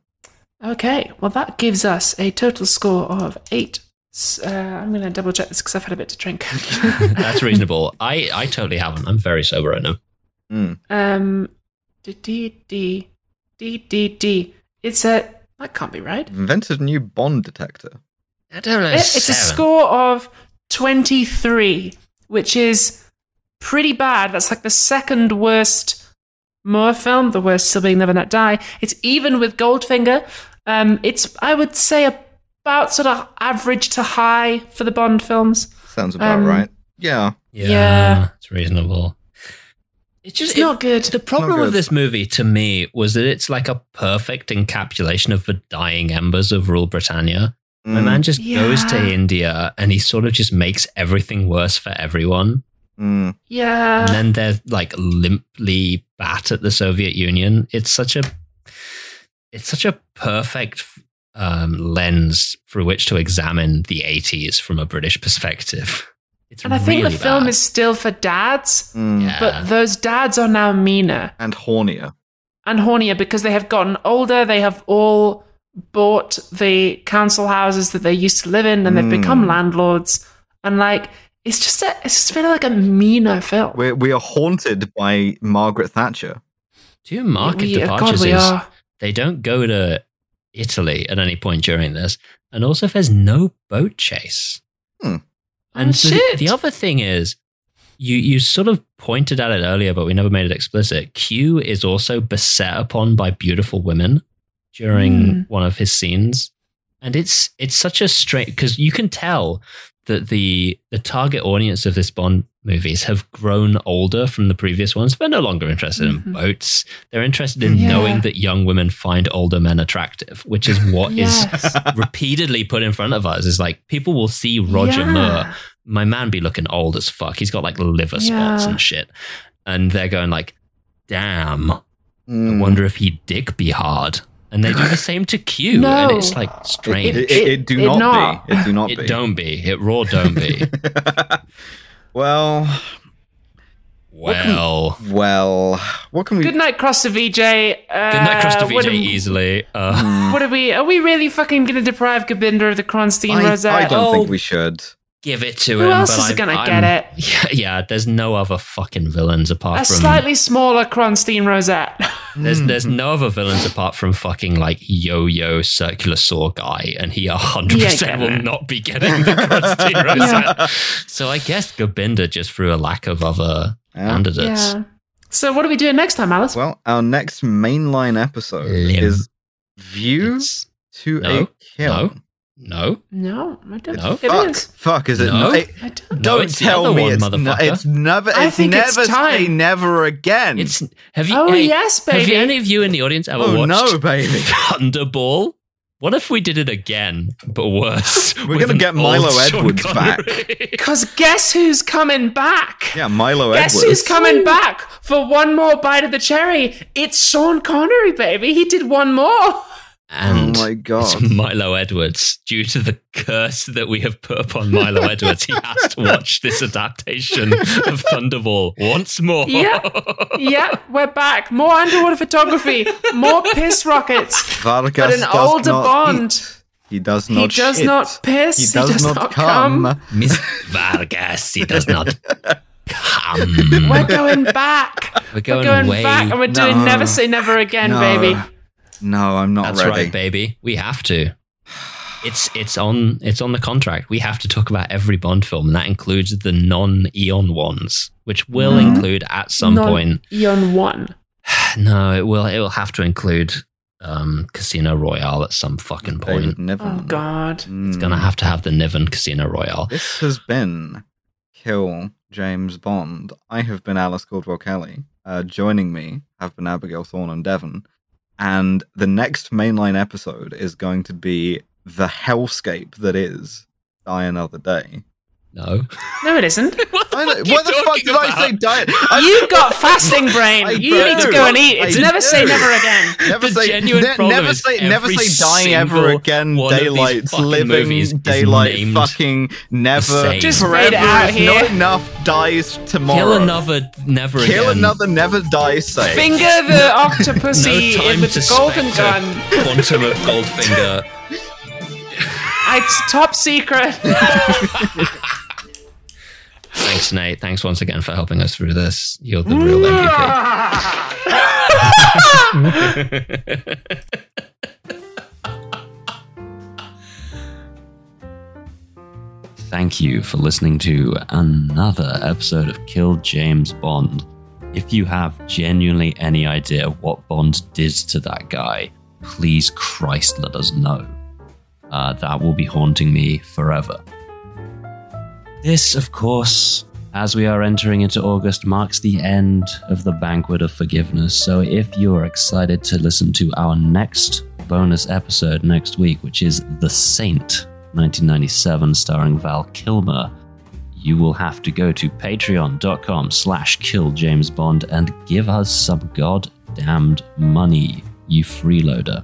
S2: are. Okay. Well, that gives us a total score of eight. S- Uh, I'm going to double check this because I've had a bit to drink.
S1: That's reasonable. I, I totally haven't. I'm very sober right now.
S3: Hmm.
S2: um, D D D D D D. It's a. That can't be right.
S3: Invented a new Bond detector.
S1: I don't know.
S2: It- Uh, it's a
S1: seven.
S2: score of 23, which is pretty bad. That's like the second worst Moore film, the worst still being Never Not Die. It's even with Goldfinger. Um, it's, I would say, about sort of average to high for the Bond films.
S3: Sounds about
S2: Um,
S3: right. Yeah.
S1: Yeah,
S2: Yeah.
S1: it's reasonable. It's just
S2: It's not good.
S1: The problem
S3: not
S1: with
S3: good.
S1: this movie to me was that it's like a perfect encapsulation of the dying embers of rule Britannia. My
S3: Mm,
S1: man just goes to
S2: Yeah.
S1: India and he sort of just makes everything worse for everyone.
S3: mm.
S2: Yeah.
S1: and then they're like limply bat at the Soviet Union. It's such a it's such a perfect um, lens through which to examine the eighties from a British perspective. It's
S2: and I think
S1: really
S2: the film
S1: bad.
S2: is still for dads,
S3: Mm.
S1: yeah.
S2: but those dads are now meaner.
S3: And hornier.
S2: and hornier because they have gotten older. They have all bought the council houses that they used to live in, and they've
S3: Mm.
S2: become landlords. And like, it's just a, it's just been like a meaner film.
S3: We're, we are haunted by Margaret Thatcher.
S1: two market
S2: We- uh, God,
S1: departures
S2: we
S1: is
S2: are.
S1: they don't go to Italy at any point during this, and also there's no boat chase.
S3: Hmm.
S1: And
S2: Oh,
S1: so the-
S2: shit.
S1: the other thing is, you you sort of pointed at it earlier, but we never made it explicit. Q is also beset upon by beautiful women during
S2: Hmm.
S1: one of his scenes, and it's it's such a straight because you can tell that the the target audience of this Bond movies have grown older from the previous ones. They're no longer interested
S2: Mhm.
S1: in boats. They're interested in
S2: Yeah.
S1: knowing that young women find older men attractive, which is what is
S2: Yes.
S1: repeatedly put in front of us. Is like people will see Roger
S2: Yeah.
S1: Moore, my man, be looking old as fuck. He's got like liver spots
S2: Yeah.
S1: and shit, and they're going like, "Damn, I
S3: Mm.
S1: wonder if he'd dick be hard." And they do the same to Q, and
S2: No.
S1: it's like
S3: It,
S1: strange.
S3: it,
S1: It,
S3: it, it do
S2: It
S3: not,
S2: not.
S3: be. It do not be.
S1: don't be. It raw don't be.
S3: well,
S1: well,
S3: well, what can we?
S2: Good night, Cross to VJ. Uh,
S1: good night, Cross to
S2: What,
S1: VJ
S2: am- Hmm.
S1: easily. Uh,
S2: what are we? Are we really fucking gonna deprive Gobinder of the Kronstein
S3: I,
S2: Rosette?
S3: I don't think
S2: Oh,
S3: we should.
S1: give it to
S2: Who
S1: him.
S2: else
S1: but
S2: is
S1: I'm-
S2: gonna
S1: I'm-
S2: get it?
S1: Yeah, yeah, there's no other fucking villains apart
S2: A
S1: from
S2: slightly smaller Kronstein Rosette.
S1: there's there's
S3: Mm-hmm.
S1: no other villains apart from fucking like yo-yo circular saw guy, and he hundred percent
S2: getting
S1: will
S2: it.
S1: not be getting the Constantine Rosette. So I guess Gobinder just through a lack of other
S3: Yeah.
S1: candidates.
S2: yeah. So what are we doing next time, Alice?
S3: Well, our next mainline episode
S1: Lim.
S3: is View
S1: It's-
S3: to a
S1: No,
S3: Kill.
S1: no, no,
S2: no, I don't
S1: No.
S2: think it is.
S3: Fuck, fuck, is it?
S1: No.
S3: it-
S2: I don't.
S1: no,
S3: don't
S1: it's the
S3: tell
S1: other
S3: me
S1: one,
S3: it's,
S1: motherfucker.
S3: not, it's never. It's
S2: I think it's
S3: never say
S2: time.
S3: never again.
S1: it's have you?
S2: Oh
S1: hey,
S2: yes,
S1: have
S2: baby.
S1: you- any of you in the audience ever
S3: oh
S1: watched
S3: no, baby.
S1: Thunderball? What if we did it again, but worse?
S3: We're
S1: with
S3: gonna
S1: an
S3: get
S1: old
S3: Milo
S1: Sean
S3: Edwards back.
S1: Connery?
S2: Because guess who's coming back?
S3: Yeah, Milo
S2: guess
S3: Edwards.
S2: who's coming back for one more bite of the cherry? It's Sean Connery, baby. He did one more.
S1: And
S3: oh my
S1: it's
S3: god.
S1: Milo Edwards. Due to the curse that we have put upon Milo Edwards, he has to watch this adaptation of Thunderball once more.
S2: Yeah. yeah, we're back. More underwater photography. More piss rockets.
S3: Vargas
S2: But an
S3: does
S2: older
S3: not
S2: Bond.
S3: eat. He does not
S2: He does
S3: shit.
S2: not piss.
S3: He does, not, come.
S2: come.
S1: Miss Vargas, he does not come.
S2: We're going back.
S1: We're going,
S2: we're going
S1: away.
S2: back, and we're doing
S3: No.
S2: Never Say Never Again,
S3: No.
S2: baby.
S3: No, I'm not
S1: That's
S3: ready.
S1: right, baby. We have to. It's it's on it's on the contract. We have to talk about every Bond film, and that includes the non-Eon ones, which will include at some
S2: Mm-hmm. Non-
S1: point.
S2: Eon one.
S1: No, it will it will have to include um, Casino Royale at some fucking
S3: They would
S1: point.
S3: never
S2: Oh
S3: know. Hmm.
S2: God.
S1: It's gonna have to have the Niven Casino Royale.
S3: This has been Kill James Bond. I have been Alice Caldwell Kelly. Uh, joining me have been Abigail Thorne and Devon. And the next mainline episode is going to be the hellscape that is Die Another Day.
S1: No,
S2: No, it isn't.
S3: I know-
S1: fuck you
S3: what the fuck
S1: talking
S3: did I say? Die.
S2: You've got fasting brain.
S3: I
S2: you
S3: do.
S2: need to go and eat.
S3: I
S2: It's never say
S3: do.
S2: never again.
S3: Never
S1: The
S3: say,
S1: genuine
S3: ne-
S1: problem
S3: never
S1: is
S3: say, never
S1: every
S3: say, dying ever
S1: single
S3: again.
S1: one of these
S3: Daylight,
S1: fucking movies is
S3: living daylight,
S1: named
S3: fucking never.
S1: same. Just
S2: fade
S3: forever
S2: out
S3: is
S2: here.
S3: Not enough dies tomorrow.
S1: kill another, never
S3: Kill
S1: again.
S3: another, never die. Say
S2: Finger the octopussy
S1: No time
S2: with
S1: to
S2: the golden
S1: spectre.
S2: gun.
S1: Quantum of Goldfinger.
S2: It's top secret.
S1: Thanks, Nate. Thanks once again for helping us through this. You're the real MVP. Thank you for listening to another episode of Kill James Bond. If you have genuinely any idea what Bond did to that guy, please, Christ, let us know. Uh, that will be haunting me forever. This, of course, as we are entering into August, marks the end of the Banquet of Forgiveness. So if you're excited to listen to our next bonus episode next week, which is The Saint 1997, starring Val Kilmer, you will have to go to patreon.com slash killjamesbond and give us some goddamned money, you freeloader.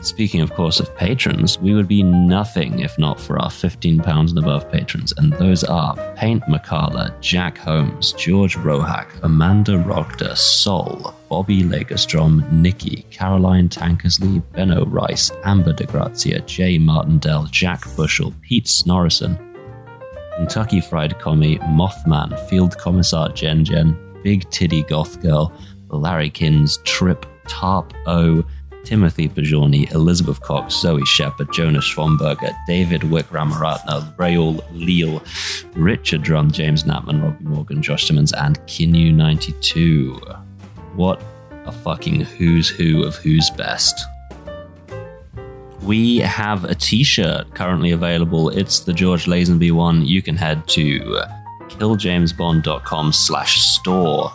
S1: Speaking, of course, of patrons, we would be nothing if not for our £15 and above patrons, and those are Paint McCalla, Jack Holmes, George Rohack, Amanda Rogda, Sol, Bobby Lagerstrom, Nikki, Caroline Tankersley, Benno Rice, Amber DeGrazia, Jay Martindale, Jack Bushell, Pete Snorrison, Kentucky Fried Commie, Mothman, Field Commissar Gen Gen, Big Titty Goth Girl, Larrykins, Trip, Tarp O, Timothy Bajorni, Elizabeth Cox, Zoe Shepard, Jonas Schwamberger, David Wick Ramaratna, Raoul Leal, Richard Drum, James Knappman, Robbie Morgan, Josh Simmons, and Kinu92. What a fucking who's who of who's best. We have a t-shirt currently available. It's the George Lazenby one. You can head to uh, killjamesbond.com slash store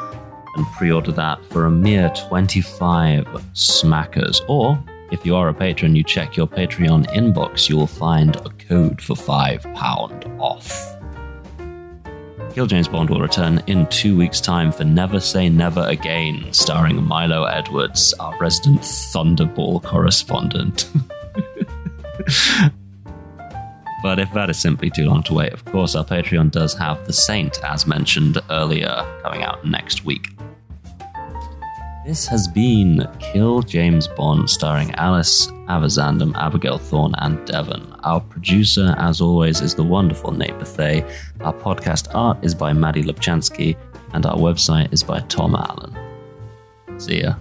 S1: and pre-order that for a mere 25 smackers. Or if you are a patron, you check your Patreon inbox, you will find a code for £5 off. Kill James Bond will return in two weeks' time for Never Say Never Again, starring Milo Edwards, our resident Thunderball correspondent. but if that is simply too long to wait, of course, our Patreon does have The Saint, as mentioned earlier, coming out next week. This has been Kill James Bond, starring Alice Avazandam, Abigail Thorne, and Devon. Our producer, as always, is the wonderful Nate Bethay. Our podcast art is by Maddie Lubchansky, and our website is by Tom Allen. See ya.